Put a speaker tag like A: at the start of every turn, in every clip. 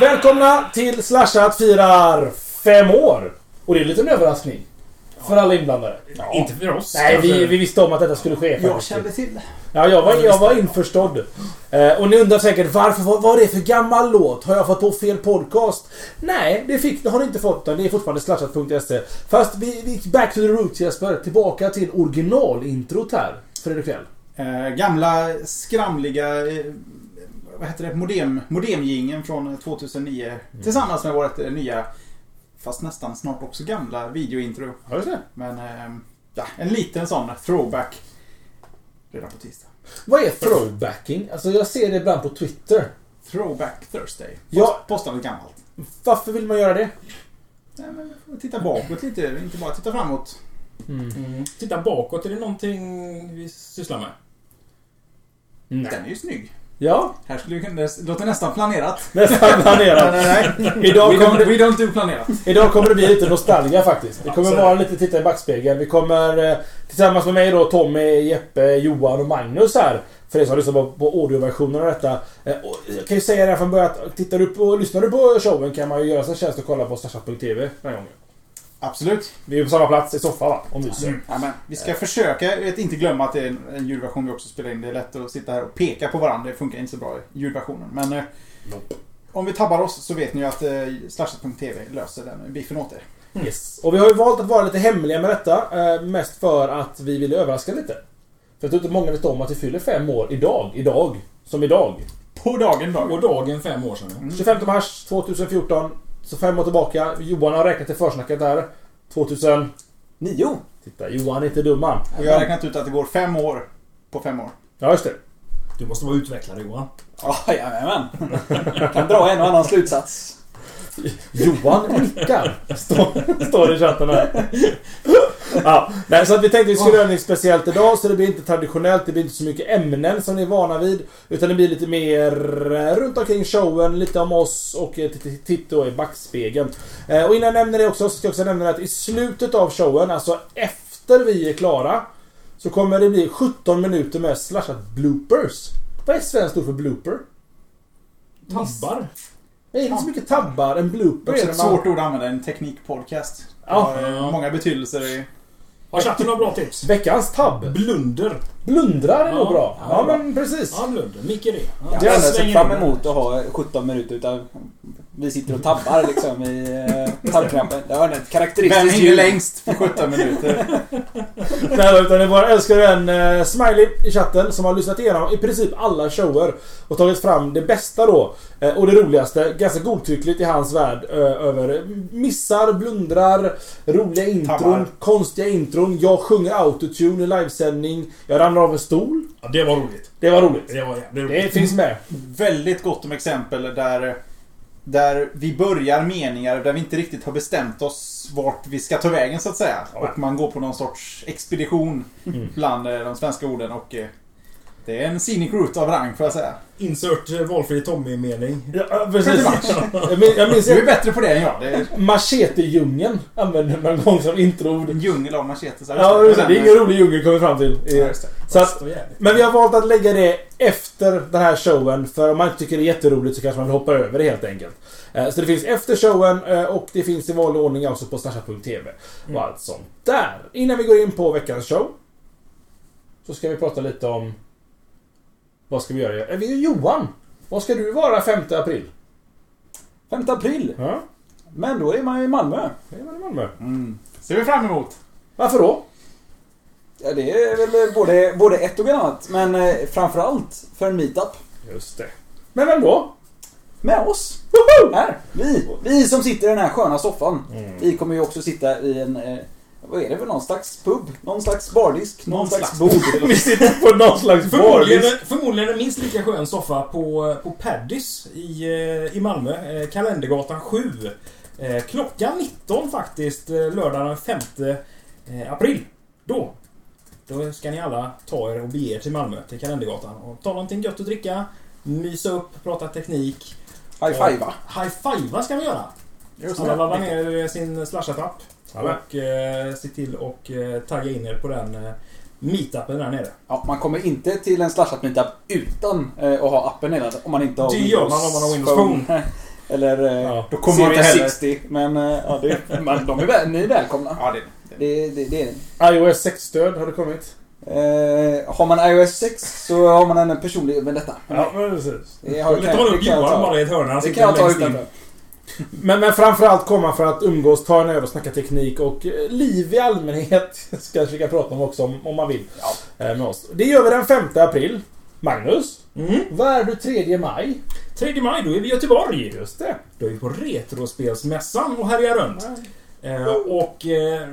A: Välkomna till Slashat firar fem år! Och det är lite en överraskning. För alla inblandade.
B: Inte för oss.
A: Nej, vi,
B: kanske.
A: vi visste om att detta skulle ske
C: Jag
A: faktiskt.
C: kände till det.
A: Ja, jag var, jag var införstådd. Eh, och ni undrar säkert varför, vad, vad är det för gammal låt? Har jag fått på fel podcast? Nej, det fick, det har ni inte fått. utan Det är fortfarande slashat.se. Fast vi, vi gick back to the roots Jesper. Tillbaka till originalintrot här. Fredrik Fjell.
C: Eh, gamla skramliga eh, vad heter det? Modem, modemjingeln från 2009
A: Mm.
C: tillsammans med vårt eh, nya fast nästan snart också gamla videointro.
A: Har du det?
C: Men eh, ja, en liten sån throwback redan på tisdag.
A: Vad är throwbacking? Alltså jag ser det ibland på Twitter.
C: Throwback Thursday. Post,
A: Ja.
C: Posta lite gammalt.
A: Varför vill man göra det?
C: Nej, men vi får titta bakåt lite, inte bara titta framåt.
B: Titta bakåt, är det någonting vi sysslar med?
C: Den är ju snygg.
A: Ja,
C: Här skulle vi, kunna- det låter nästan planerat.
A: nästan planerat.
C: nej, nej.
A: Idag
C: We
A: kommer,
C: don't,
A: det,
C: we don't do planerat.
A: idag kommer det bli lite nostalgia faktiskt. Det kommer
B: Absolut.
A: vara lite titta i backspegeln. Vi kommer eh, tillsammans med mig då Tommy, Jeppe, Johan och Magnus här. För er som lyssnar på, på audioversionen av detta. Eh, och Jag kan ju säga det här från början att tittar du på, lyssnar du på showen kan man ju göra sig en tjänst och kolla på slashat.tv den här gången.
C: Absolut.
A: Vi är på samma plats i soffan va? Och myser.
C: Ja, men vi ska försöka vet, inte glömma att det är en, en ljudversion vi också spelar in. Det är lätt att sitta här och peka på varandra. Det funkar inte så bra i ljudversionen. Men eh, om vi tabbar oss så vet ni ju att eh, slashat.tv löser den biffen åt er.
A: Yes. Och vi har ju valt att vara lite hemliga med detta. eh, Mest för att vi ville överraska lite. För jag tror inte många vet om att vi fyller fem år idag. Idag. Som idag.
C: På dagen dag.
B: Och dagen fem år sedan. ja.
A: 25 mars 2014. Så fem år tillbaka. Johan har räknat till försnacket där. 2000...
D: Nio?
A: Titta, Johan är inte dum han.
C: Och jag har räknat ut att det går fem år på fem år.
A: Ja, just det.
B: Du måste vara utvecklare Johan.
D: Ja, jajamän. Kan dra en och annan slutsats.
A: Johan nickar. Står, står det i chatten här. Ja, nej, så att vi tänkte vi skulle göra något speciellt idag så det blir inte traditionellt, det blir inte så mycket ämnen som ni är vana vid. Utan det blir lite mer eh, runt omkring showen, lite om oss och eh, titt- titt- titt då i backspegeln. Eh, Och innan jag nämner det också så ska jag också nämna att i slutet av showen, alltså efter vi är klara, så kommer det bli 17 minuter med slashat bloopers. Vad är svenskt ord för blooper?
B: Tabbar.
A: Det är inte så mycket tabbar, en blooper
C: Det är
A: när
C: ett
A: man-
C: svårt ord att använda, en teknikpodcast. Det
A: Ja.
C: har eh, många betydelser. i-
B: Har chatten några bra tips?
A: Veckans tabb.
B: Blunder.
A: Blundrar är
B: Ja,
A: nog bra.
B: ja,
A: Ja,
B: bra.
A: men precis.
B: Ja, blunder. Micke det.
D: Jag
A: Det är
D: ser
A: alldeles
D: fram emot att ha 17 minuter utav... Vi sitter och tabbar liksom i eh, tabbknappen. Det var ett
C: Vem
D: karaktäristiskt
C: hänger
D: ljud.
C: längst på 17 minuter?
A: Nej, utan det är vår älskade vän eh, Smiley i chatten som har lyssnat igenom i princip alla shower och tagit fram det bästa då. Eh, och det roligaste, ganska godtyckligt i hans värld, eh, över missar, blundrar, roliga intron,
C: Tammar.
A: konstiga intron. Jag sjunger autotune i livesändning. Jag ramlar av en stol.
B: Ja, det var roligt.
A: Det var roligt.
B: Det var jävligt
A: Det
B: roligt.
A: finns med.
C: Väldigt gott om exempel där, där vi börjar meningar där vi inte riktigt har bestämt oss vart vi ska ta vägen så att säga. Och man går på någon sorts expedition bland eh, de svenska orden och eh, det är en scenic route av rang får jag säga.
B: Insert eh, valfri Tommy-mening.
A: Ja, precis. Jag minns, jag minns
C: Du är bättre på det än jag. Det är
A: Machete-djungeln använde man en gång som introord.
C: en djungel av machetes. här.
A: Ja, just det. Det är
C: Men,
A: ingen rolig djungel kommer vi fram till.
C: eh, ja, just det.
A: Så att,
B: Så jävligt.
A: men vi har valt att lägga det efter den här showen, för om man inte tycker det är jätteroligt så kanske man vill hoppa över det helt enkelt. Eh, Så det finns efter showen eh, och det finns i vanlig ordning också på stasha.tv och allt sånt där. Innan vi går in på veckans show så ska vi prata lite om vad ska vi göra? Eh, vi- Johan! Vad ska du vara 5 april?
D: 5 april.
A: Ja,
D: Men då är man ju i Malmö.
A: det är väl i Malmö.
C: Mm. Ser vi fram emot.
A: Varför då?
D: Ja, det är väl både, både ett och annat. Men eh, framförallt för en meetup.
A: Just det. Men vem då?
D: Med oss.
A: Woho!
D: Här, vi, vi som sitter i den här sköna soffan.
C: Mm.
D: Vi kommer ju också sitta i en, eh, vad är det för någon slags pub? Någon slags bardisk? Någon,
C: Någon
D: slags
C: slags
D: bord?
A: Ni sitter på någon slags
B: Förmodligen,
A: bardisk.
B: förmodligen en minst lika skön soffa på, på Paddys i, eh, i Malmö. eh, Kalendergatan 7. Eh, Klockan 19 faktiskt, eh, lördagen den 5 eh, april. Då. Då ska ni alla ta er och bege er till Malmö, till Kalendergatan. Och ta någonting gött att dricka, mysa upp, prata teknik.
D: High five va?
B: High-fivea ska vi göra!
C: Just
B: Alla
C: det.
B: laddar ner sin Slashat-app.
A: Jajamän.
B: Och eh, se till och eh, tagga in er på den eh, meetupen där nere.
D: Ja, man kommer inte till en slashat meetup utan eh, att ha appen hela om man inte har
B: Det gör man om man har Windows Phone.
D: Eller eh,
A: Ja.
C: Då kommer man inte
D: Series
C: heller...
D: 60. Men eh, ja, det, man, de är väl, ni är välkomna.
C: Ja, det, det.
D: Det, det, det är ni.
A: iOS 6-stöd har det kommit.
D: Eh, har man iOS 6 så har man en personlig med detta.
A: Ja, men precis.
D: Det,
B: Jag
D: har,
B: vill ta upp Johan bara i ett hörn. Han
D: det kan jag ta
B: sitter längst in.
D: utanför.
A: Men, men framförallt komma för att umgås, ta en öl och snacka teknik och eh, liv i allmänhet ska jag försöka prata om också om, om man vill. eh, Med oss. Det gör vi den 5 april. Magnus,
B: Mm.
A: vad är du 3 maj?
B: 3 maj, då är vi i Göteborg.
A: Just det.
B: Då är vi på Retrospelsmässan och härjar runt. Eh, och eh,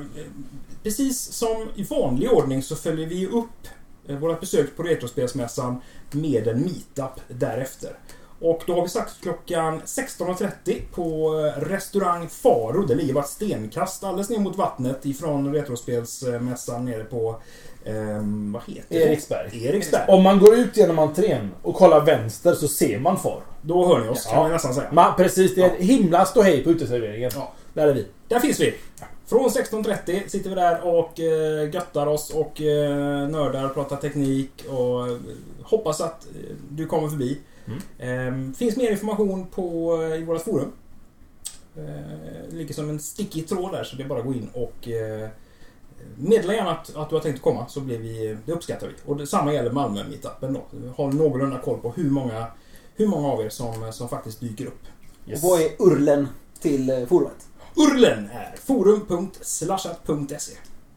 B: precis som i vanlig ordning så följer vi ju upp eh, vårt besök på Retrospelsmässan med en meetup därefter. Och då har vi sagt klockan 16.30 på eh, restaurang Faro. Det ligger bara ett stenkast alldeles ner mot vattnet ifrån Retrospelsmässan nere på... ehm, vad heter det?
A: Eriksberg.
B: Eriksberg.
A: Om man går ut genom entrén och kollar vänster så ser man far.
B: Då hör ni oss, kan
A: Ja.
B: man nästan säga.
A: Man, precis, det är ett himla ståhej på uteserveringen.
B: Ja.
A: Där är vi.
B: Där finns vi! Från 16.30 sitter vi där och eh, göttar oss och eh, nördar, pratar teknik och eh, hoppas att eh, du kommer förbi. Eh, finns mer information på, eh, i vårt forum. Eh, det ligger som en stickig tråd där så det är bara att gå in och eh, meddela gärna att, att du har tänkt komma så blir vi, det uppskattar vi. Och detsamma gäller Malmö meetupen då. Har någorlunda koll på hur många, hur många av er som, som faktiskt dyker upp.
A: Yes.
D: Och vad är urlen till eh, forumet?
B: Urlen är forum.slashat.se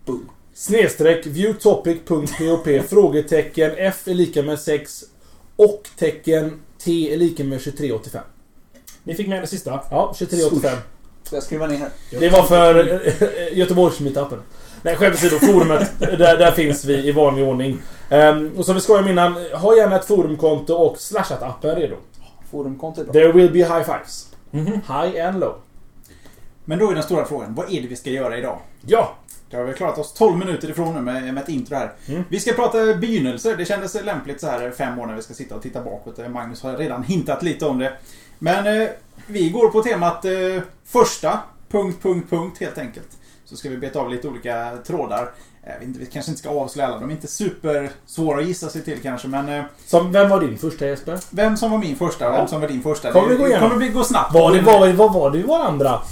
D: Boom.
A: Snedstreck viewtopic.pop frågetecken F är lika med 6 och tecken T är lika med 2385.
B: Ni fick med den sista.
A: Ja, 2385.
D: Ska jag skriva ner här?
A: Det var för eh, Göteborgsmeetupen. Nej, skämt åsido. Forumet. där, där finns vi i vanlig ordning. Ehm, och som vi skojade om innan, ha gärna ett forumkonto och Slashat-appen redo.
D: Forumkonto är bra.
A: There will be high fives.
B: Mhm.
A: High and low.
C: Men då är den stora frågan, vad är det vi ska göra idag?
A: Ja!
C: Det har vi klarat oss 12 minuter ifrån nu med, med ett intro här.
A: Mm.
C: Vi ska prata begynnelser. Det kändes lämpligt så här fem år när vi ska sitta och titta bakåt. Eh, Magnus har redan hintat lite om det. Men eh, vi går på temat eh, första, punkt, punkt, punkt helt enkelt. Så ska vi beta av lite olika trådar. Eh, vi, inte, vi kanske inte ska avslöja alla. De är inte supersvåra att gissa sig till kanske. Men eh,
A: Som, vem var din första Jesper?
C: vem som var min första och vem som var din första.
A: Kommer vi gå
C: det
A: igenom?
C: kommer bli, gå snabbt.
A: Var det, var, vad var det vi var andra?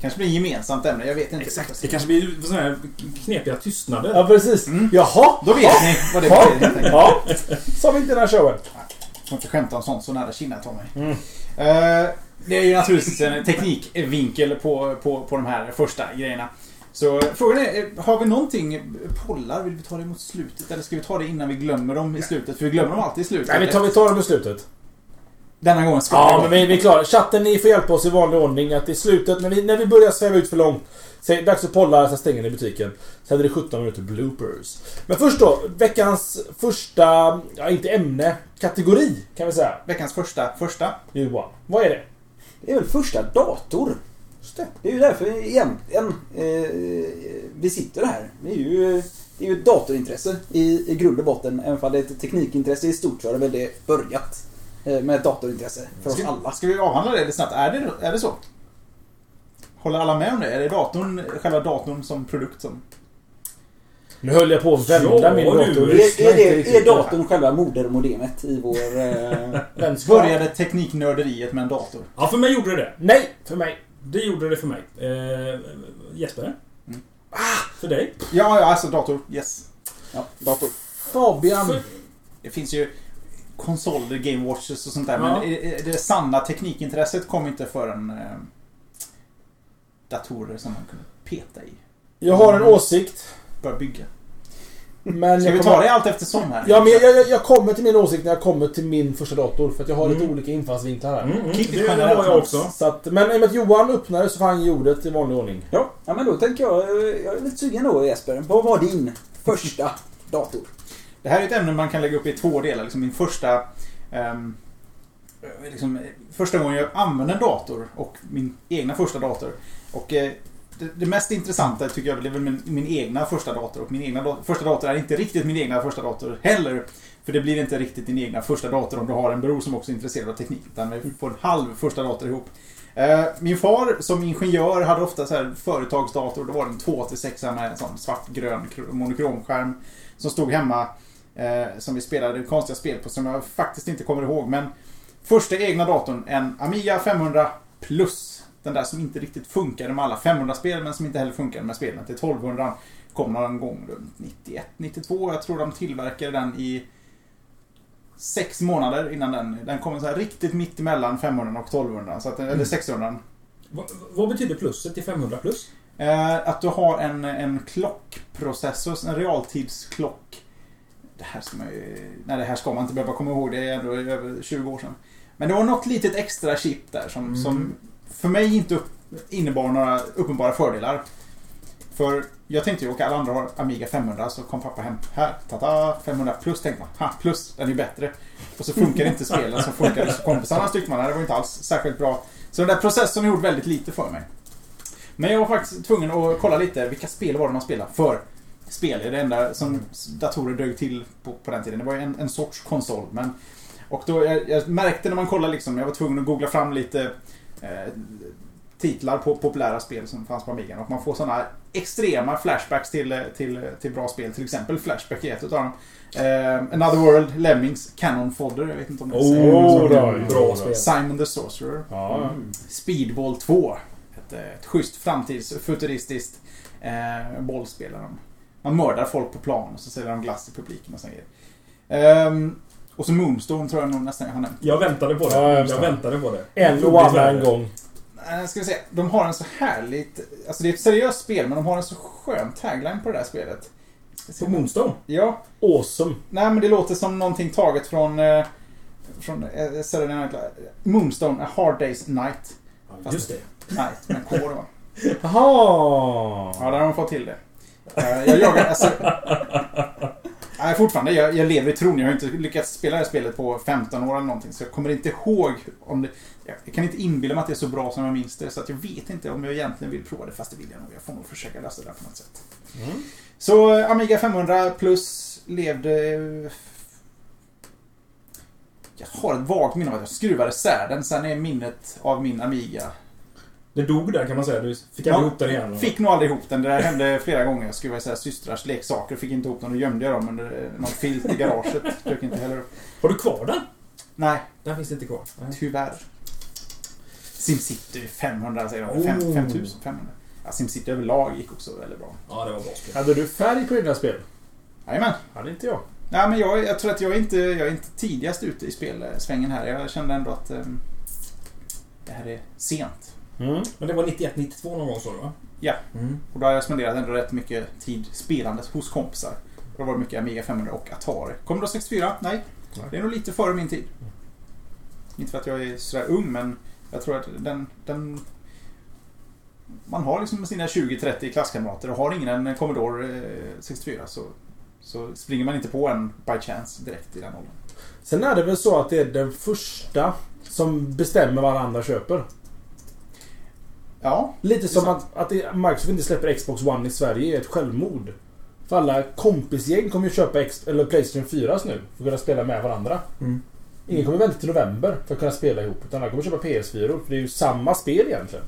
C: kanske blir gemensamt ämne. Jag vet inte.
B: Det kanske blir såna här knepiga tystnader.
A: Ja, precis. Jaha!
C: Då vet ni vad det blir.
A: Ja,
C: helt enkelt.
A: ja. Som inte den här showen.
C: får inte skämta om sånt så nära kinderna Tommy.
A: Mm.
C: Eh, det är ju naturligtvis en teknikvinkel på, på, på de här första grejerna. Så eh, frågan är, eh, har vi någonting eh, pollar? Vill vi ta det mot slutet? Eller ska vi ta det innan vi glömmer dem i slutet? För vi glömmer dem alltid i slutet.
A: Nej, vi tar, vi tar det beslutet.
C: Denna gången ska
A: Ja,
C: vi.
A: men vi, vi är klara. Chatten, ni får hjälpa oss i vanlig ordning att i slutet, när vi, när vi börjar sväva ut för långt, säg dags att polla, sen stänger ni butiken. Sen är det 17 minuter bloopers. Men först då, veckans första, ja inte ämne, kategori kan vi säga.
C: Veckans första, första.
A: Johan, vad är det?
D: Det är väl första dator?
A: Just det.
D: Det är ju därför vi egentligen eh, vi sitter här. Det är ju, eh, det är ju ett datorintresse i, i grund och botten. Även om det är ett teknikintresse i stort så har det väl det börjat eh, med ett datorintresse för oss alla.
C: Ska, ska vi avhandla det lite snabbt? Är det, är det så? Håller alla med om det? Är det datorn, själva datorn som produkt som...
A: Nu höll jag på att vända
B: Ja,
A: min
B: du.
A: dator.
D: Är, är,
A: Inte
D: det, är
A: riktigt.
D: datorn själva modermodemet i vår... Eh,
A: Vänskap.
C: Började tekniknörderiet med en dator?
B: Ja, för mig gjorde det det.
A: Nej, för mig.
B: Det gjorde det för mig. Eh, Jesper? Mm. Ah! För dig?
C: Ja, ja, alltså dator. Yes.
D: ja, dator.
A: Fabian.
B: För-
C: Det finns ju konsoler, Game Watches och sånt där.
B: Ja.
C: Men det, det sanna teknikintresset kom inte förrän eh, datorer som man kunde peta i.
A: Jag har en åsikt.
C: Börja bygga.
A: Men
C: Ska
A: jag
C: vi
A: kommer-
C: ta det allt eftersom här?
A: Ja, men jag, jag, jag kommer till min åsikt när jag kommer till min första dator. För att jag har lite
B: Mm.
A: olika infallsvinklar här.
B: Mm, mm.
C: Kick
B: Det
C: generellt,
B: har jag
C: Mats.
B: också.
A: Så att, men i och med att Johan öppnade så får han ge ordet i vanlig ordning.
D: Ja, ja, men då tänker jag... eh, Jag är lite sugen då Jesper. Vad var din första dator?
C: Det här är ett ämne man kan lägga upp i två delar. Liksom min första... ehm, liksom, eh, första gången jag använde en dator och min egna första dator. Och eh, det, det mest intressanta tycker jag blev min, min egna första dator. Och min egna dat- första dator är inte riktigt min egna första dator heller. För det blir inte riktigt din egna första dator om du har en bror som också är intresserad av teknik. Utan vi får en halv första dator ihop. Eh, Min far som ingenjör hade ofta så här företagsdator. Då var det en 286 med en sån svartgrön kro- monokromskärm. Som stod hemma. eh, Som vi spelade konstiga spel på som jag faktiskt inte kommer ihåg. Men Första egna datorn, en Amiga 500 Plus. Den där som inte riktigt funkade med alla 500-spel, men som inte heller funkade med spelen till 1200. Kom någon gång runt 91, 92. Jag tror de tillverkade den i sex månader innan den. Den kom så här riktigt mitt emellan 500 och 1200. Så att, den- Eller 600.
B: Va- vad betyder plusset till 500 plus?
C: Eh, att du har en, en klockprocessor, en realtidsklock. Det här ska man ju... Nej, det här ska man inte behöva komma ihåg. Det är ändå över 20 år sedan. Men det var något litet extra chip där som,
B: Mm.
C: som för mig inte upp, innebar några uppenbara fördelar. För jag tänkte ju, okej, alla andra har Amiga 500, så kom pappa hem. Här, tata, 500 plus tänkte man. Ha, plus, den är ju bättre. Och så funkar inte spelen som funkar hos kompisarna tyckte man. Nej, Det var inte alls särskilt bra. Så den där processorn har gjort väldigt lite för mig. Men jag var faktiskt tvungen att kolla lite vilka spel var det man spelade. För spel är det enda som datorer dög till på, på den tiden. Det var ju en, en sorts konsol. Men, och då, jag, jag märkte när man kollade liksom, jag var tvungen att googla fram lite eh, titlar på populära spel som fanns på Amigan. Och man får sådana extrema flashbacks till, eh, till, eh, till bra spel. Till exempel Flashback är ett utav dem. Eh, Another World, Lemmings, Cannon Fodder. Jag vet inte om det säger någon
A: Oh,
C: sak.
A: då,
B: Bra
A: bra
B: spel.
A: spel.
C: Simon the Sorcerer.
A: Ja.
C: Speedball 2. Ett, eh, ett schysst framtidsfuturistiskt eh, bollspel. där de- Man mördar folk på plan och så säljer de glass till publiken och sådana grejer. Ehm, och så Moonstone tror jag nog nästan jag har nämnt.
B: Jag väntade på det.
A: Ja, jag
B: jag,
A: förstår.
B: väntade på det.
A: En och annan gång.
C: Eh, ska vi se. De har en så härligt... Alltså det är ett seriöst spel men de har en så skön tagline på det här spelet. Ska se.
B: På Moonstone.
C: Ja,
A: Awesome.
C: Nej, men det låter som någonting taget från... Eh, från eh, Saturday Night Live. Moonstone, A Hard Day's Night.
B: Just det.
C: Night med K då. Ja,
A: Jaha!
C: där har de fått till det. Eh, Jag jagar... Alltså, nej, fortfarande. Jag, jag lever i tron. Jag har inte lyckats spela det här spelet på 15 år eller någonting. Så jag kommer inte ihåg om det... Jag kan inte inbilla mig att det är så bra som jag minns det. Så att jag vet inte om jag egentligen vill prova det. Fast det vill jag nog. Jag får nog försöka lösa det där på något sätt.
A: Mm.
C: Så eh, Amiga 500 plus levde... eh, Jag har ett vagt minne av att jag skruvade isär den. Sen är minnet av min Amiga.
B: Det dog där kan man säga. Du fick
C: Ja.
B: aldrig ihop den igen.
C: Fick nog aldrig ihop den. Det där hände flera gånger. Jag skruvade isär systrars leksaker. Fick inte ihop den. Då gömde jag dem under eh, någon filt i garaget. Dök inte heller upp.
B: Har du kvar den?
C: Nej,
B: Den finns inte kvar. Nej.
C: tyvärr. Simcity 500 säger de.
B: Oh.
C: Fem- 5500. Ja, Simcity överlag gick också väldigt bra.
B: Ja, det var bra spel.
A: Hade du färg på dina spel?
C: Jajamän.
A: Hade inte jag.
C: Nej, men jag, jag tror att jag är inte jag är inte tidigast ute i spelsvängen här. Jag kände ändå att ehm, det här är sent.
A: Mm.
B: Men det var 91-92 någon gång så va?
C: Ja.
B: Mm.
C: Och då har jag spenderat ändå rätt mycket tid spelandes hos kompisar. Och Då var det mycket Amiga 500 och Atari. Kom då 64? Nej.
A: Nej.
C: Det är nog lite före min tid. Inte för att jag är sådär ung, men jag tror att den... den man har liksom sina 20-30 klasskamrater och har ingen en Commodore eh, 64 så, så springer man inte på en by chance direkt i den åldern.
A: Sen är det väl så att det är den första som bestämmer vad andra köper.
C: Ja,
A: Lite som att, att det- Microsoft inte släpper Xbox One i Sverige är ett självmord. För alla kompisgäng kommer ju köpa X, eller Playstation 4 nu för att kunna spela med varandra.
B: Mm.
A: Ingen kommer vänta till november för att kunna spela ihop. Utan alla kommer köpa PS4 för det är ju samma spel egentligen.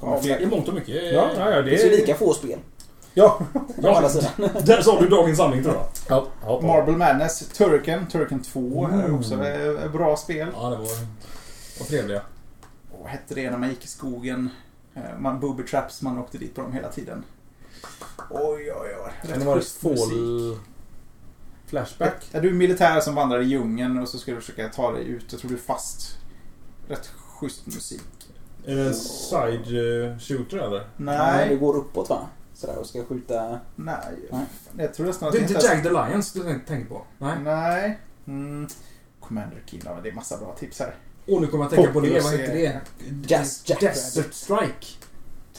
C: Ja,
B: Ja, I mångt och mycket. eh,
A: Ja, ja, ja
D: Det
A: det
D: är
A: är...
D: lika få spel.
A: Ja.
D: Å andra sidan.
B: Där sa du dagens sanning tror jag.
A: ja, ja.
C: Marble Madness, Turken, Turken 2 är
B: Mm.
C: också eh, bra spel.
B: Ja, det var... Vad trevliga.
C: Och Vad hette det när man gick i skogen? Eh, Man booby traps, man åkte dit på dem hela tiden. Oj, oj, oj.
A: Kan det vara
C: schysst musik.
A: Fall... Flashback?
C: Ja, du är militär som vandrar i djungeln och så ska du försöka ta dig ut. Jag tror du är fast. Rätt schysst musik.
B: Är det side eh, shooter eller?
D: Nej. Det
C: Nej,
D: går uppåt va? Sådär och ska skjuta...
C: nej.
D: Nej.
C: Jag tror nästan att
B: Det är
C: inte
B: inte
C: ens-
B: Jagged Alliance du tänker på? Nej.
C: Nej. Mm. Commander King, ja, men det är massa bra tips här.
B: Åh, nu kommer jag att tänka på det.
C: Populous
B: Vad heter det?
D: Jazz Jack Rabbit.
B: Desert Strike.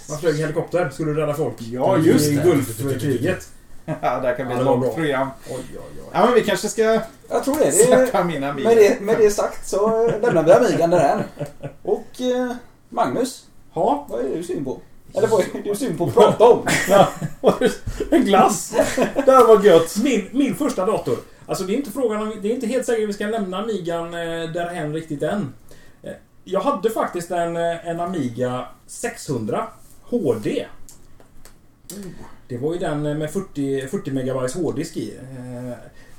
B: Man flög helikopter. Skulle rädda folk.
C: Ja, just
B: I
C: det.
B: Gulfkriget.
C: det här kan
B: Ja, det
C: bli ett
B: var bra.
C: långt program.
B: Oj, oj, oj.
C: Ja, men vi kanske ska
D: Jag tror det. det är...
C: snacka mina Amiga.
D: Med det, med det sagt så eh, lämnar vi Amigan där. Och eh, Magnus,
B: Ja.
D: vad är du sugen på? Eller vad är du sugen på att prata om?
A: En glass! det här var gött!
B: Min, min första dator. Alltså det är inte frågan om... Det är inte helt säkert vi ska lämna Amigan eh, därhän riktigt än. Eh, Jag hade faktiskt en, eh, en Amiga 600 HD. Det var ju den med 40, 40 megabytes hårddisk i. Eh,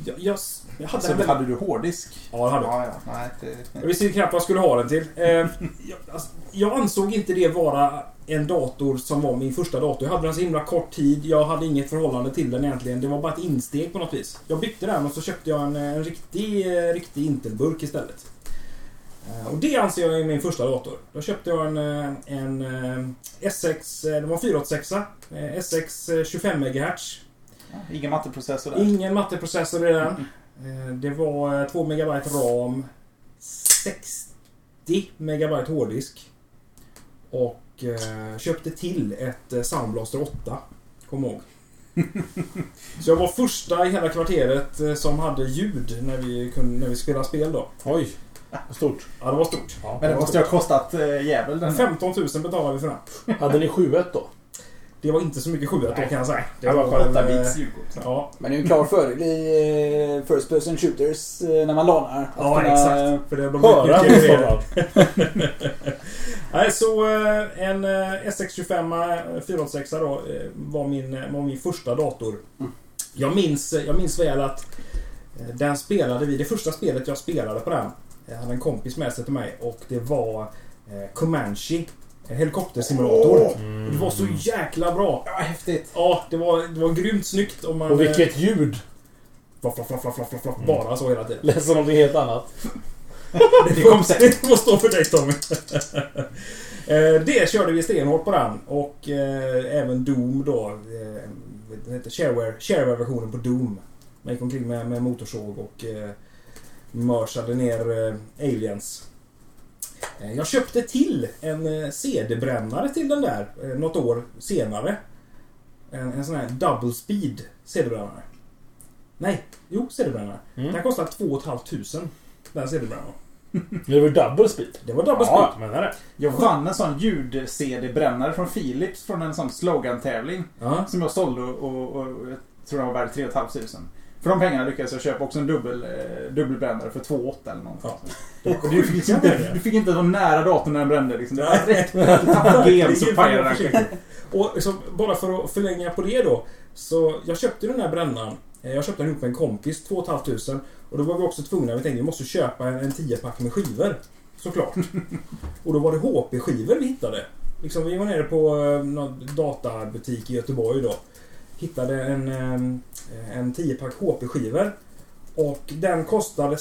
B: Jag, jag, s- jag
A: Alltså,
B: hade
C: Så
B: den väl-
C: hade du hårddisk?
B: Ja, det hade jag.
C: ja, ja. Nej, det,
B: Jag visste ju knappt vad jag skulle ha den till. Eh, jag, alltså, jag ansåg inte det vara en dator som var min första dator. Jag hade den så himla kort tid. Jag hade inget förhållande till den egentligen. Det var bara ett insteg på något vis. Jag bytte den och så köpte jag en, en riktig, eh, riktig Intel-burk istället. Eh, Och det anser jag är min första dator. Då köpte jag en, eh, en eh, SX, eh, det var en 486 eh, SX eh, 25 MHz.
C: ja, ingen matteprocessor där.
B: Ingen matteprocessor i den. Eh, Det var eh, 2 MB RAM. 60 MB hårddisk. Och eh, köpte till ett eh, Soundblaster 8. Kom ihåg. Så jag var första i hela kvarteret eh, som hade ljud när vi, kunde, när vi spelade spel då.
A: Oj. Stort.
B: Ja, det var stort.
C: Men det måste ju ha kostat eh, jävel den.
B: 15 000 betalade vi för den.
A: Hade ni 7-1 då?
B: Det var inte så mycket 7 då kan jag säga.
C: Det var
B: bara en,
C: 8
B: eh,
C: bits julkort.
B: Ja,
D: Men det är ju en klar fördel i eh, First Person Shooters eh, när man lanar. Att
B: ja
D: kunna-
B: exakt. För det de
A: Höra
B: utnyttjar ju det.
A: på
B: Nej, så eh, en eh, SX25 eh, 486 då eh, var min, eh, var min första dator.
A: Mm.
B: Jag minns, eh, jag minns väl att eh, den spelade vi, det första spelet jag spelade på den, jag hade en kompis med sig till mig och det var eh, Comanche. En helikoptersimulator.
C: Åh!
B: Det var så jäkla bra.
C: Ja, häftigt.
B: Ja, det var, det var grymt snyggt. Och, man,
A: Och
B: eh,
A: vilket ljud!
B: flapp, flapp, flapp, flapp, flapp, flapp, Bara så hela tiden.
A: Lät som någonting helt annat.
B: Det kom sen. Det får stå för dig Tommy. Eh, det körde vi stenhårt på den och eh, även Doom då. Eh, vad heter Shareware- Shareware-versionen på Doom. Man gick omkring med, med motorsåg och eh, mörsade ner eh, aliens. Eh, jag köpte till en eh, CD-brännare till den där eh, något år senare. En, en sån här double speed CD-brännare. Nej, jo CD-brännare.
A: Mm.
B: Den kostade 2 500 den CD-brännaren.
A: Det var ju double speed.
B: Det var double
A: Ja,
B: speed.
A: jag menar det.
C: Jag vann en sån ljud-CD-brännare från Philips från en sån slogan-tävling.
B: Ja.
C: Som jag sålde och, och, och jag tror den var värd 3 500. För de pengarna lyckades jag köpa också en dubbel, eh, dubbelbrännare för 2 8 eller någonting.
B: Ja.
C: Och Du, fick inte, du fick inte vara nära datorn när den brände liksom. Det var direkt
B: Det är
C: gen
B: ju
C: så
B: fan
C: pajade
B: jag
C: den.
B: försöker. Och liksom, bara för att förlänga på det då. Så jag köpte den här brännan. Eh, Jag köpte den ihop med en kompis, 2 500. Och då var vi också tvungna, vi tänkte vi måste köpa en, en 10-pack med skivor. Såklart. Och då var det HP-skivor vi hittade. Liksom, vi var nere på eh, någon databutik i Göteborg då. Hittade en, eh, en 10-pack HP-skivor. Och den kostade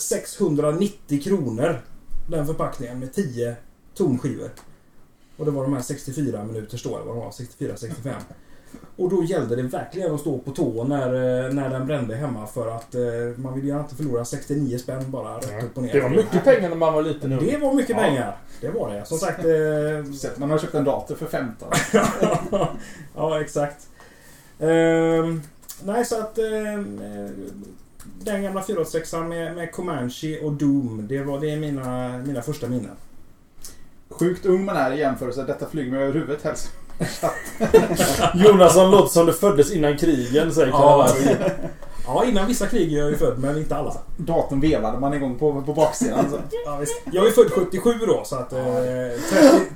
B: 690 kronor. Den förpackningen med 10 tomskivor. Och det var de här 64 minuter står det vad de var, 64-65. Och då gällde det verkligen att stå på tå när, eh, när den brände hemma för att eh, man ville ju inte förlora 69 spänn bara rätt upp och ner.
A: Det var mycket pengar när man var liten nu.
B: Mm. Det var mycket
A: Ja.
B: pengar. Det var det. Som sagt... eh,
C: Så att Man har köpt en dator för 15.
B: ja, exakt. Ehm, nej, så att... ehm, eh, den gamla 486 med, med Comanche och Doom. Det, var, det är mina, mina första minnen.
C: Sjukt ung man är i jämförelse. Detta flyger mig över huvudet helst.
A: Jonasson låter som det föddes innan krigen, säger
B: Ja,
A: Kalle Berg.
B: Ja, innan vissa krig är jag ju född, men inte alla.
C: Datorn vevade man igång på, på baksidan. Så.
B: Ja, visst. Jag är född 77 då, så att... Eh,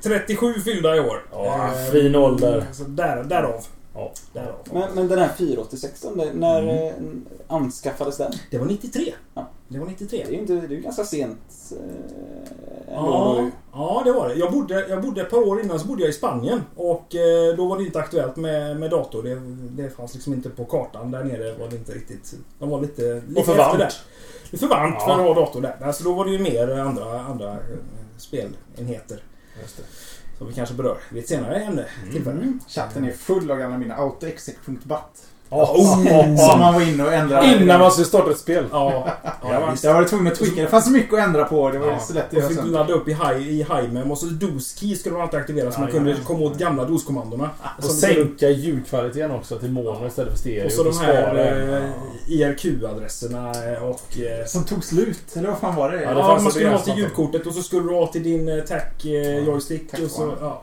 B: 30, 37 fyllda i år.
A: Ja,
B: Ehm,
A: fin ålder.
B: Så där, därav.
A: Ja.
B: därav.
D: Men, men den här 486 när, när eh, anskaffades den?
B: Det var 93.
D: Ja.
B: Det var 93.
D: Det är ju inte, det är ju ganska sent. Eh, ändå
B: Ja,
D: nu.
B: ja, det var det. Jag bodde, jag bodde ett par år innan så bodde jag i Spanien. Och eh, då var det inte aktuellt med, med dator. Det, det fanns liksom inte på kartan. Där nere var det inte riktigt... De var lite... lite
A: Och för varmt.
B: efter där. Det är för varmt
A: Ja.
B: för att ha dator där. Alltså, då var det ju mer andra, andra eh, spelenheter. Som vi kanske berör vid ett senare ämne.
A: Mm.
B: Tillfälle.
C: Chatten är full av gamla minnen. Autoexec.bat.
A: Ja, oh, oh,
C: Som
A: oh.
C: man var inne och ändrade.
A: Innan man skulle starta ett spel.
B: Ja, ja,
C: Visst, Jag var tvungen att tweaka. Det fanns mycket att ändra på. Det var
B: Ja,
C: ju så lätt att
B: och
C: göra
B: fick
C: sönder.
B: ladda upp i hi- i HiMem och så DOS-key skulle man alltid aktivera så man
A: Ja,
B: kunde
A: ja.
B: komma åt gamla DOS-kommandona.
A: Och
B: Som-
A: sänka ljudkvaliteten också till mono istället för stereo.
B: Och så de här
A: spara.
B: eh, IRQ-adresserna eh, och... Eh,
C: Som tog slut. Eller vad fan var det?
A: Ja,
B: ja,
A: det fanns
B: man
A: en
B: skulle ha till
A: begränsning.
B: ljudkortet och så skulle du ha till din eh, TAC eh, joystick
C: Tack
B: och så...
C: fan.
B: Ja.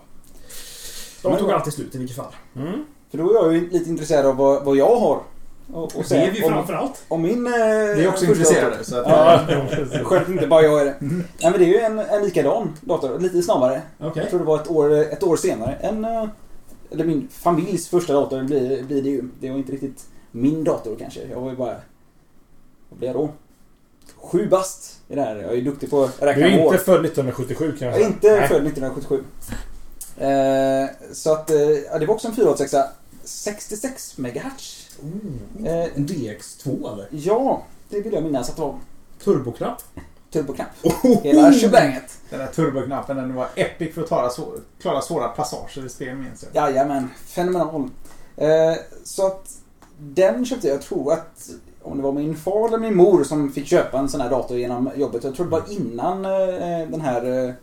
B: De
D: Men-
B: tog alltid slut i vilket fall.
A: Mm.
D: För då är jag ju lite intresserad av vad, vad jag har. Och, och
B: det är vi
D: säga om,
B: framförallt.
D: om min... Eh,
C: Vi är också
D: första
C: intresserade. Så att,
D: Ja. dator.
A: precis.
D: Själv inte bara jag är det. Nej men det är ju en, en likadan dator, lite snabbare.
B: Okej.
D: Jag tror det var ett år, ett år senare. En eh, eller min familjs första dator blir, blir det ju. Det var inte riktigt min dator kanske. Jag var ju bara... Vad blev jag då? Sju bast i det här. Jag är ju duktig på att
A: Du
D: räkna
A: är
D: år.
A: inte född 1977
D: Jag
A: kanske?
D: är inte
A: Nej.
D: född 1977. Eh, så att, eh, ja, det var också en 486 66 MHz.
B: Oh,
D: Eh,
B: en DX2 eller?
D: ja, det vill jag minnas att det var.
B: Turboknapp?
D: Turboknapp. Hela shebanget.
C: Den där turboknappen den var epic för att klara, svå- klara svåra passager i spel minns jag.
D: Jajamän, fenomenal. Eh, så att den köpte jag, jag tror att om det var min far eller min mor som fick köpa en sån här dator genom jobbet. Jag tror det var innan eh, den här... Eh,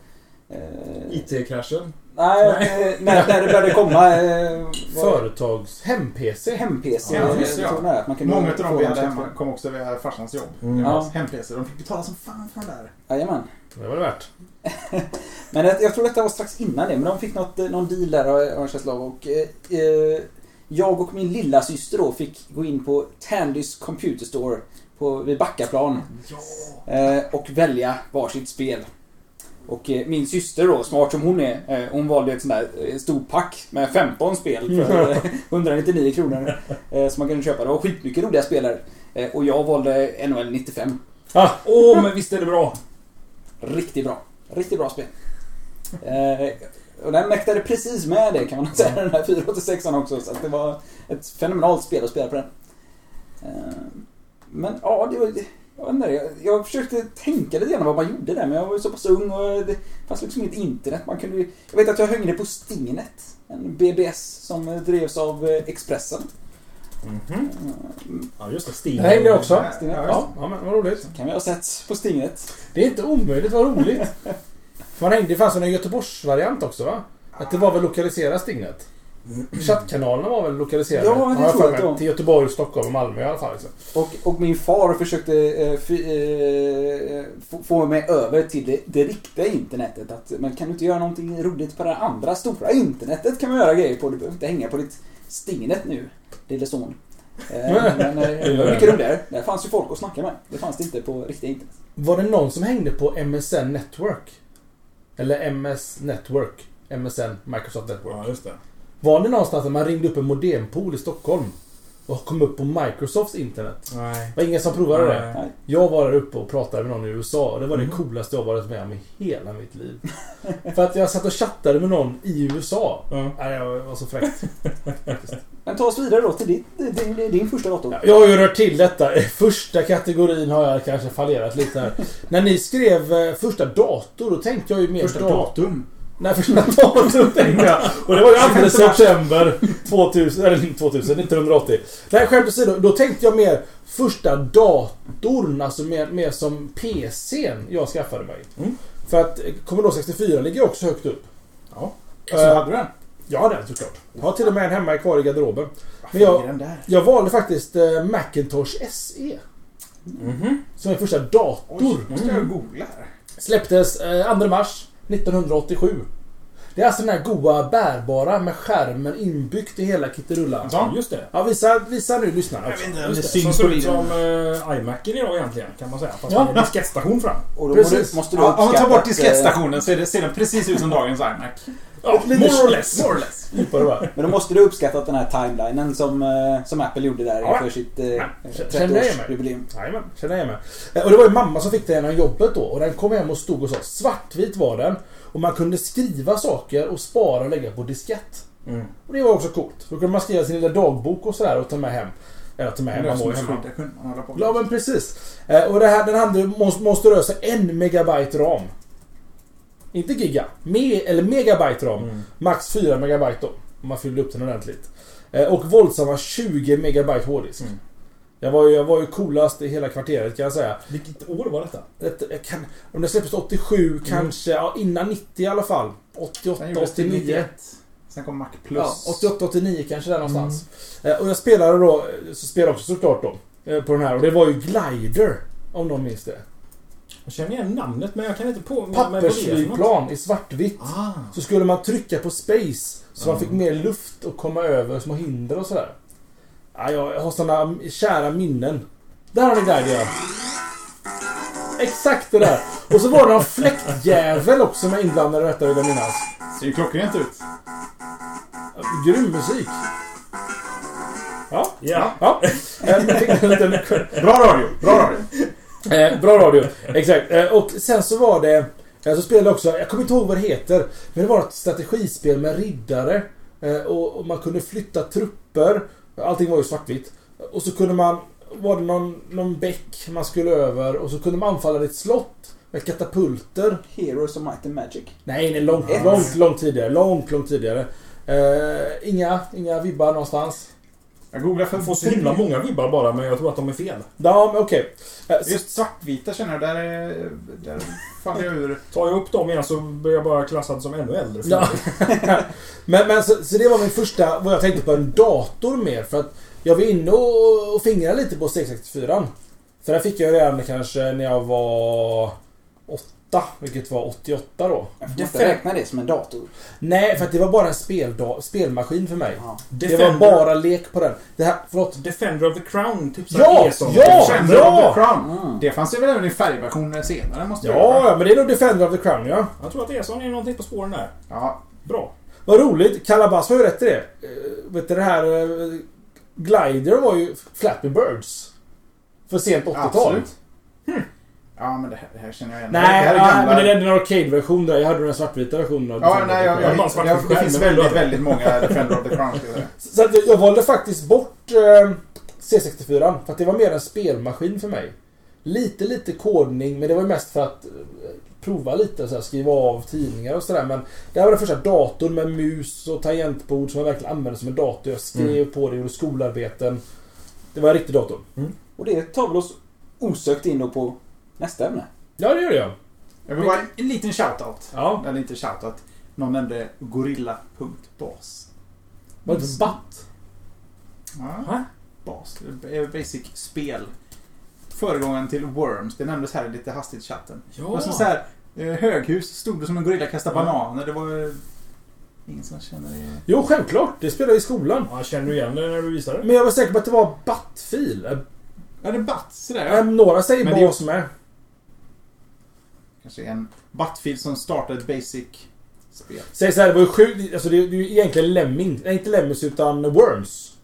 B: Mm.
D: eh,
B: IT-kraschen?
D: nej, eh, när, när det började komma... Eh, vad-
A: Företags... Hem-PC?
D: Hem-PC.
C: Ja,
D: eh,
C: just det, ja.
D: tror jag, att man kunde
C: Många av
D: få
C: dem vi
D: dem
C: hade
D: köpta.
C: hemma kom också via farsans jobb.
B: Mm.
D: Ja.
C: Hem-PC. De fick betala som fan för den där.
D: Jajamän.
A: Det var det värt.
D: Men jag, jag tror detta var strax innan det, men de fick något, eh, någon deal där har jag har en känsla av. Och, eh, eh, jag och min lilla syster då fick gå in på Tandys Computer Store på, vid Backaplan
B: Ja.
D: eh, och välja varsitt spel. Och eh, min syster då, smart som hon är, eh, hon valde ett sånt där eh, stort pack med 15 spel för eh, 199 kronor. Eh, som man kunde köpa. Det var skitmycket roliga spel där. Eh, och jag valde NHL 95.
B: Åh, men visst är det bra?
D: Riktigt bra. Riktigt bra spel. Eh, och den mäktade precis med det kan man säga, den här 486 också. Så att det var ett fenomenalt spel att spela på den. Eh, men ja, det var... det- Jag, vet inte, jag, jag försökte tänka lite grann vad man gjorde där, men jag var ju så pass ung och det fanns liksom inget internet. Man kunde, ju- jag vet att jag hängde på Stingnet. En BBS som eh, drevs av eh, Expressen.
B: Mhm. Ja, just det. Steam.
A: Det hängde jag också.
C: Ja,
D: Stingnet.
C: ja.
A: Ja, men vad roligt.
D: Kan vi ha sett på Stingnet.
A: Det är inte omöjligt, vad roligt. Man hängde, det fanns en Göteborgsvariant också va? Att det var väl lokaliserat Stignet? Chattkanalerna var väl lokaliserade?
D: Ja, det
A: har jag
D: tror jag
A: för
D: att
A: mig.
D: de-
A: Till Göteborg, Stockholm och Malmö i alla fall. Liksom.
D: Och, och min far försökte eh, fy, eh, få- få mig över till det, det riktiga internetet. Att, men kan du inte göra någonting roligt på det andra stora internetet kan man göra grejer på. Du behöver inte hänga på ditt stingnet nu, lille son. Eh, men eh, det var mycket roligare. Där fanns ju folk att snacka med. Det fanns det inte på riktiga internet.
A: Var det någon som hängde på MSN Network? Eller MS Network? MSN Microsoft Network.
B: Ja, just det.
A: Var det någonstans där man ringde upp en modempool i Stockholm? Och kom upp på Microsofts internet?
B: Nej.
A: Det var ingen som provade det.
B: Nej.
A: Jag var där uppe och pratade med någon i USA och det var det coolaste jag varit med om i hela mitt liv. För att jag satt och chattade med någon i USA.
B: Ja.
A: Nej, jag var så fräckt.
D: Men ta oss vidare då till din, din, din första dator.
A: Jag har ju rört till detta. Första kategorin har jag kanske fallerat lite här. När ni skrev eh, första dator, då tänkte jag ju mer
C: Första
A: dat-
C: datum.
A: Nej, första datum tänkte jag. Och det var ju andra september 2000, eller 2000, 1980. Nej, skämt åsido. Då tänkte jag mer första datorn, alltså mer, mer som PCn jag skaffade mig.
B: Mm.
A: För att eh, Commodore 64 ligger ju också högt upp.
B: Ja.
C: Så
A: Eh,
C: hade du den?
A: ja, den såklart. Jag har till och med en hemma kvar i garderoben. Men jag,
C: Ligger den där?
A: jag valde faktiskt eh, Macintosh SE
B: Mhm.
A: som min första dator.
C: Oj, måste jag googla här.
A: Släpptes eh, 2 mars 1987. Det är alltså den här goa bärbara med skärmen inbyggt i hela kitterullan.
B: Ja, just det.
A: Ja, visa, visa nu lyssnarna
C: Jag vet
A: också.
C: inte om
B: Just
C: det
B: det. Som
C: syns
B: ser
C: på
B: ut
C: videon.
B: som eh, iMacen idag egentligen, kan man säga. Fast
A: Ja.
B: med diskettstation fram.
D: Och då
A: Precis.
D: måste- måste du
C: Ja, om man tar
D: uppskatta
C: bort
D: att, eh,
C: diskettstationen så är det, ser den precis ut som dagens iMac.
B: Ja,
A: Lite-
B: more or less.
C: More or less.
A: Djupare va?
D: eh, Men då måste du uppskatta att den här timelinen som, eh, som Apple gjorde där
A: Ja.
D: inför sitt eh,
A: Ja. Känner jag mig?
D: 30-årsjubileum.
A: Jajamän, känner jag med. Eh, Och det var ju mamma som fick den genom jobbet då och den kom hem och stod och sa svartvit var den och man kunde skriva saker och spara och lägga på diskett.
B: Mm.
A: Och det var också coolt. Då kunde man skriva sin lilla dagbok och sådär och ta med hem. Eller ta med hem, man var ju hemma.
C: Det kunde man hålla på
A: Ja
C: med.
A: men precis. Eh, Och det här, den hade ju mon- monstruösa en megabyte ram. Inte giga. Me, eller megabyte ram.
B: Mm.
A: Max 4 megabyte då. Om man fyllde upp den ordentligt. Eh, Och våldsamma 20 megabyte hårddisk.
B: Mm.
A: Jag, var ju, jag var ju coolast i hela kvarteret kan jag säga.
B: Vilket år var detta?
A: Det, jag kan, om det släpptes 87 kanske, ja, innan 90 i alla fall. 88,
C: Den
A: 89.
C: 91. Sen kom Mac
A: Ja,
C: Plus.
A: 88, 89 kanske där någonstans.
B: Mm.
A: Eh, Och jag spelade då, så spelade jag också såklart då. eh, På den här och det var ju Glider. Om någon minns det.
B: Jag känner igen namnet, men jag kan inte på... men- men vad det är för något.
A: Pappersflygplan i svartvitt.
B: Ah.
A: Så skulle man trycka på space så man fick mer luft och komma över små hinder och sådär. Ja, jag har såna kära minnen. Där har ni Guidia. Exakt det där. Och så var det någon fläktjävel också som jag inblandade i detta vill jag minnas.
C: Ser ju klockrent ut.
A: Grym musik. Ja.
B: Ja.
A: Ja. Jag fick en liten...
C: Bra radio! Bra radio!
A: Eh, bra radio. Exakt. Eh, och sen så var det... eh, Så spelade jag också, jag kommer inte ihåg vad det heter. Men det var ett strategispel med riddare. eh, Och, och man kunde flytta trupper. Allting var ju svartvitt. Och så kunde man... Var det någon, någon bäck man skulle över och så kunde man anfalla ett slott med katapulter.
D: Heroes of Might and Magic.
A: Nej, nej långt,
D: Ett.
A: långt, långt tidigare. Långt, långt tidigare. Eh, inga, inga vibbar någonstans.
C: Jag googlar för
B: Jag får så himla många vibbar bara, men jag tror att de är fel.
A: Ja, men okej. Eh, så-
C: Just svartvita känner jag, där, är- där faller jag ur.
B: Tar jag upp dem igen så blir jag bara klassad som ännu äldre.
A: Ja. men, men så, så det var min första, vad jag tänkte på, en dator mer. För att jag var inne och, och fingrade lite på 664. För där fick jag redan kanske när jag var åtta, vilket var 88 då.
D: Jag får
B: Det
D: inte
B: fem-
D: räkna det som en dator.
A: Nej, för att det var bara en spelda- spelmaskin för mig.
D: Ja.
A: Det var bara lek på den. Det här, förlåt.
B: Defender of the Crown tipsar
A: Ja,
B: Eson.
A: ja!
C: Defender of the Crown!
D: Mm.
C: Det fanns ju väl även i färgversioner senare, måste jag
A: Ja,
C: göra.
A: ja, men det är nog Defender of the Crown, ja.
B: Jag tror att Eson är någonting på spåren där.
C: ja.
B: Bra.
A: Vad roligt. Kalabas var ju rätt i det. Eh, vet du det här... eh, Glider var ju Flappy Birds. För sent 80-tal.
C: Absolut. Ja, men det här, det här känner jag igen. det
A: Nej,
C: här
A: nej, men det är den arcade-version där. Jag hade den svartvita versionen. av
C: Ja,
A: Defender
C: nej,
A: of
C: jag,
A: the Crown.
C: jag,
B: bara
C: jag,
B: svart
C: jag, det
B: skärm,
C: finns
B: men det är
C: väldigt,
B: bra.
C: väldigt många Defender of the Crown. skulle jag säga.
A: Så att jag, jag valde faktiskt bort eh, C64 för att det var mer en spelmaskin för mig. Lite, lite kodning, men det var ju mest för att eh, prova lite och så här, skriva av tidningar och sådär. Men det här var den första datorn med mus och tangentbord som jag verkligen använde som en dator. Jag skrev på det, gjorde skolarbeten. Det var en riktig dator.
D: Och det tar väl oss osökt in då på nästa ämne.
A: Ja, det gjorde jag.
C: Jag vill bara en liten shoutout.
A: Ja.
C: Eller inte shoutout. Någon nämnde gorilla.bas.
A: Var det inte batt?
C: Ja. Bas. Det är Basic spel. Föregången till Worms. Det nämndes här lite hastigt i chatten.
B: Ja.
C: Oh. Alltså så här, eh, höghus stod det som en gorilla kastade
B: Ja.
C: bananer. Det var eh, ingen som känner det.
A: Jo, självklart. Det spelade jag i skolan.
B: Ja, känner du igen det när du visar det?
A: Men jag var säker på att det var battfil. Eh,
C: Ja, det är batt. Sådär.
A: eh, Några säger
C: Men det-
A: bas med.
C: Kanske en battfil som startade ett Basic-spel.
A: Säg såhär, det var ju sjukt. Alltså det är det är ju egentligen Lemming. Nej, inte Lemmings utan Worms.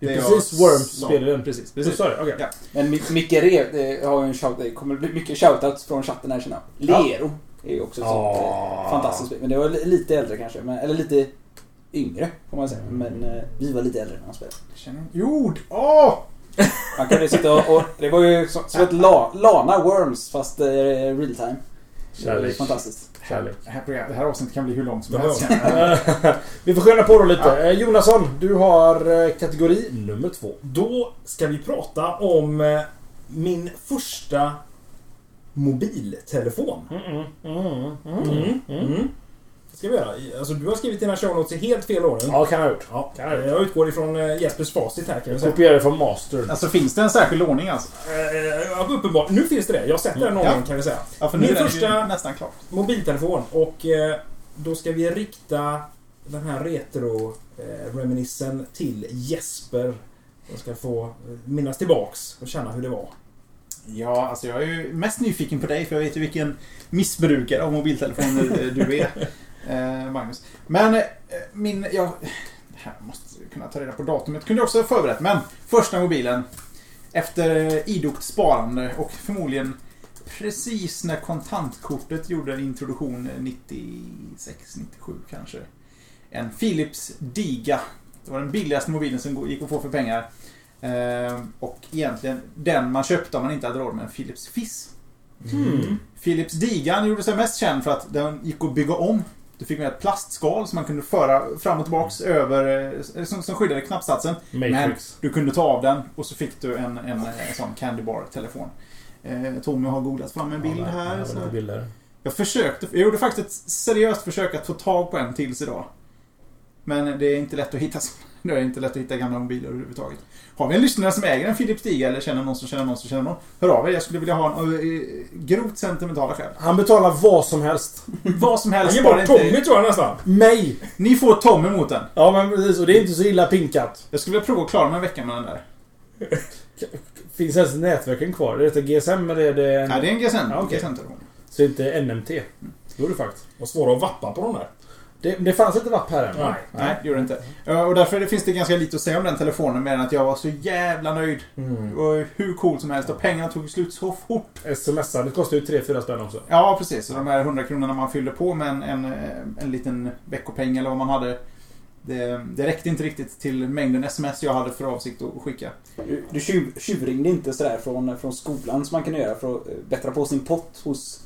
A: Det är precis
C: jag
A: Worms
C: sa.
A: spelade den.
C: Precis,
A: Du
C: precis.
A: sa det? Okej.
C: Ja.
D: Men Mi- Micke Re eh, har ju en shout, det kommer bli mycket shoutouts från chatten här känner jag.
A: Ja.
D: Lero är ju också ett sånt
A: Ah.
D: eh, fantastiskt spel. Men det var li- lite äldre kanske. Men, eller lite yngre får man
A: Mm.
D: säga. Men eh, vi var lite äldre när han spelade.
C: Känner- Jord! Åh!
D: Man kunde sitta och, och det var ju som, som ett la, Lana Worms fast eh, real time. Det var
A: Kärlek.
D: fantastiskt.
A: Kärlek.
C: Det här, programmet- det här avsnittet kan bli hur långt som
B: Ja.
C: helst. känner jag.
A: Vi får skynda på då lite.
C: Ja.
A: Eh, Jonasson, du har eh, kategori nummer två.
B: Då ska vi prata om eh, min första mobiltelefon.
C: mm,
B: Mm. Mm. Det ska vi göra. I- Alltså, du har skrivit dina show notes i helt fel ordning.
A: Ja, kan ha gjort.
B: Ja, jag utgår ifrån eh, Jespers facit här kan jag säga.
A: Kopierar från Mastern.
C: Alltså finns det en särskild ordning alltså?
B: Eh, ja, uppenbart. Nu finns det det. Jag sätter den
C: Ja.
B: ordningen kan vi säga.
C: Ja, för nu
B: Min
C: är den ju
B: första-
C: nästan klart.
B: Mobiltelefon och eh, då ska vi rikta den här retro-reminissen till Jesper. Jag ska få eh, minnas tillbaks och känna hur det var.
C: Ja, alltså jag är ju mest nyfiken på dig för jag vet ju vilken missbrukare av mobiltelefoner eh, du är, eh, Magnus. Men eh, min... Jag det här måste jag kunna ta reda på datumet. Kunde jag också ha förberett, men första mobilen. Efter eh, idogt sparande och förmodligen precis när kontantkortet gjorde en introduktion eh, 96, 97 kanske. En Philips Diga. Det var den billigaste mobilen som gick att få för pengar. Eh, och egentligen den man köpte om man inte hade råd med en Philips Fizz.
A: Mm.
C: Philips Digan gjorde sig mest känd för att den gick att bygga om. Du fick med ett plastskal som man kunde föra fram och tillbaks över, eh, som, som skyddade knappsatsen.
A: Matrix.
C: Du kunde ta av den och så fick du en, en, eh, sån Candy Bar-telefon. Eh, Tommy har googlat fram en bild
A: Ja, nej,
C: här. alltså.
A: jag har
C: Så.
A: lite bilder.
C: Jag försökte, jag gjorde faktiskt ett seriöst försök att få tag på en tills idag. Men det är inte lätt att hitta sådana. Det är inte lätt att hitta gamla mobiler överhuvudtaget. Har vi en lyssnare som äger en Philips Diga eller känner någon som känner någon som känner någon? Hör av er, jag skulle vilja ha en eh, grovt sentimentala skäl.
A: Han betalar vad som helst.
C: Vad som
B: Han
C: helst,
B: ger
C: bara
B: bort
C: inte...
B: Tommy tror jag nästan.
A: Mig!
C: Ni får Tommy mot den.
A: Ja, men precis. Och det är inte så illa pinkat.
C: Jag skulle vilja prova att klara mig en vecka med den där.
A: Finns ens nätverken kvar? Är det GSM eller är det...
C: Nej, det är en GSM.
A: Ja, okej.
C: GSM-telefon.
A: Så inte NMT. Då är det faktiskt.
B: Vad svåra att vappa på de där.
A: Det, det fanns inte vapp här än. va?
B: Nej.
C: Nej, det gjorde det inte. Ja, Och därför finns det ganska lite att säga om den telefonen mer än att jag var så jävla nöjd. Det
B: Mm.
C: var hur cool som helst och pengarna tog slut så fort.
A: SMS-andet kostar ju 3-4 spänn också.
C: Ja, precis. Så de här 100 kronorna man fyllde på med en, en, eh, en liten veckopeng eller vad man hade. Det, det räckte inte riktigt till mängden sms jag hade för avsikt att skicka.
D: Du, du tjuv, tjuvringde inte sådär från, från skolan som man kan göra för att eh, bättra på sin pott hos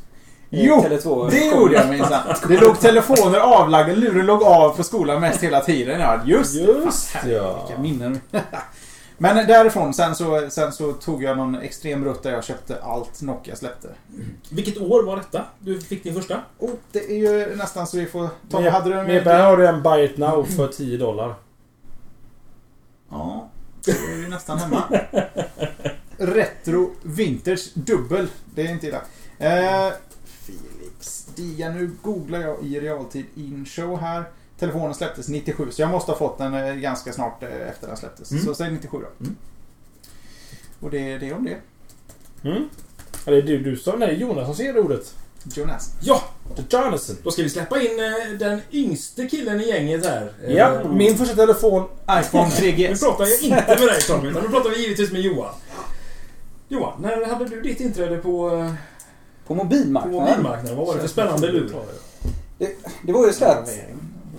D: eh,
C: Jo,
D: Tele2.
C: Det gjorde jag minsann. Det låg telefoner avlagda, luren låg av på skolan mest hela tiden. Ja, just det.
A: Just
C: Fan,
A: ja.
C: Vilka minnen. Men därifrån, sen så, sen så tog jag någon extrem rutt där jag köpte allt Nokia släppte.
B: Vilket år var detta du fick din första?
C: Oh, det är ju nästan så vi får ta...
A: Men-
C: hade du
A: Men där har du en buy it now för 10 dollar.
C: Ja, det är ju nästan hemma. Retro Vinters Dubbel. Det är inte illa. Eh, Philips Dia. Nu googlar jag i realtid in show här. Telefonen släpptes 97, så jag måste ha fått den eh, ganska snart eh, efter den släpptes.
B: Mm.
C: Så säg 97 då.
B: Mm.
C: Och det, det är om det.
A: Mm. Ja, det är du, du som... Nej, Jonas som ser ordet.
C: Jonas.
B: Ja,
A: Jonathan.
B: då ska vi släppa in eh, den yngste killen i gänget här. Eh,
A: Ja, min första telefon...
C: iPhone
B: Nu
C: 3GS.
B: pratar jag inte med dig Tommy, utan nu pratar vi givetvis med Johan. Johan, när hade du ditt inträde på, eh,
D: På
B: på
D: mobilmarknaden.
B: mobilmarknaden? Vad var det för spännande lur?
A: Mm.
D: Det var ju så att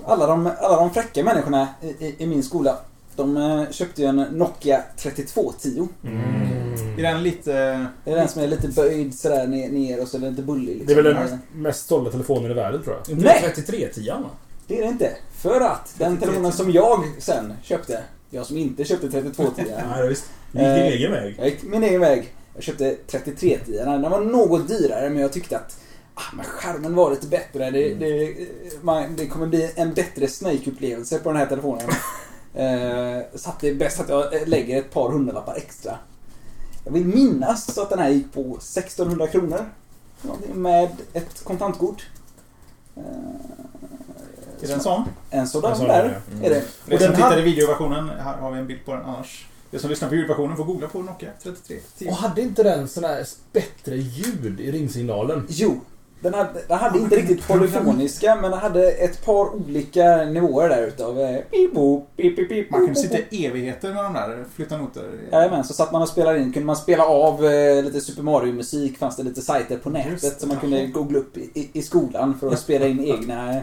D: alla de, alla de fräcka människorna i, i, i min skola, de eh, köpte ju en Nokia 3210.
C: Är
A: Mm.
C: den lite... eh,
D: Det är den som är lite böjd sådär ner, ner och så är den lite bullig. Liksom.
A: Det är väl
D: Eh,
A: den mest sålda telefonen i världen tror jag.
B: Inte
D: Nej!
B: 3310 va?
D: Det är det inte. För att den telefonen som jag sen köpte, jag som inte köpte 3210,
B: Nej, visst.
D: Du gick din Eh,
B: egen väg.
D: jag gick min egen väg. Jag köpte 3310 Den var något dyrare men jag tyckte att ah, men skärmen var lite bättre. Det, det, man, det kommer bli en bättre Snake-upplevelse på den här telefonen. Eh, så att det är bäst att jag lägger ett par hundralappar extra. Jag vill minnas så att den här gick på 1600 kronor. Någonting Med ett kontantkort. Eh,
C: Är den sån?
D: en sådan
A: En sådan,
D: där
A: ja.
B: Mm.
D: är det.
C: Det
A: Och
C: som
A: den
C: tittar
A: hade-
C: i videoversionen, här har vi en bild på den annars. Det som lyssnar på ljudversionen får googla på Nokia 33.
A: Och hade inte den sån här bättre ljud i ringsignalen?
D: Jo, den hade, den hade inte riktigt polyfoniska men den hade ett par olika nivåer där utav eh, pip, bo, pip, pip, pip,
C: Man kunde
D: bo,
C: sitta
D: bo.
C: i evigheter med de där flytta noter.
D: Jajamän, så satt man och spelade in. Kunde man spela av eh, lite Super Mario-musik, fanns det lite sajter på nätet
C: Just
D: som man
C: det.
D: kunde googla upp i- i, i skolan för att spela in egna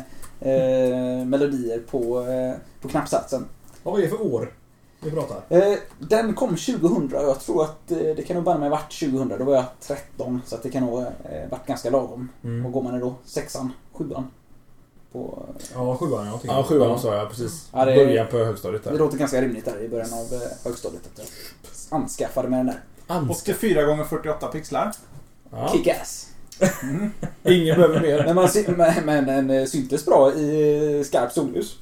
D: eh, melodier på, eh, på knappsatsen.
B: Vad var det för år vi pratar?
D: Eh, den kom 2000 och jag tror att eh, det kan nog banne mig vart 2000. Då var jag 13 så att det kan nog eh, varit ganska lagom. Vad går man i då? Sexan? Sjuan? På,
B: Ja, sjuan jag tycker
A: Ja, sjuan sa jag precis.
D: Ja, det-
A: Början på högstadiet
D: det
A: där.
D: låter ganska rimligt där i början av eh, högstadiet. Att jag anskaffade mig den där.
A: Ans-
C: 84 gånger 48 pixlar. Mm,
A: Ja.
D: Kick-ass!
A: Ingen behöver mer.
D: Men, man, sy- men, men den eh, syntes bra i eh, skarpt solljus.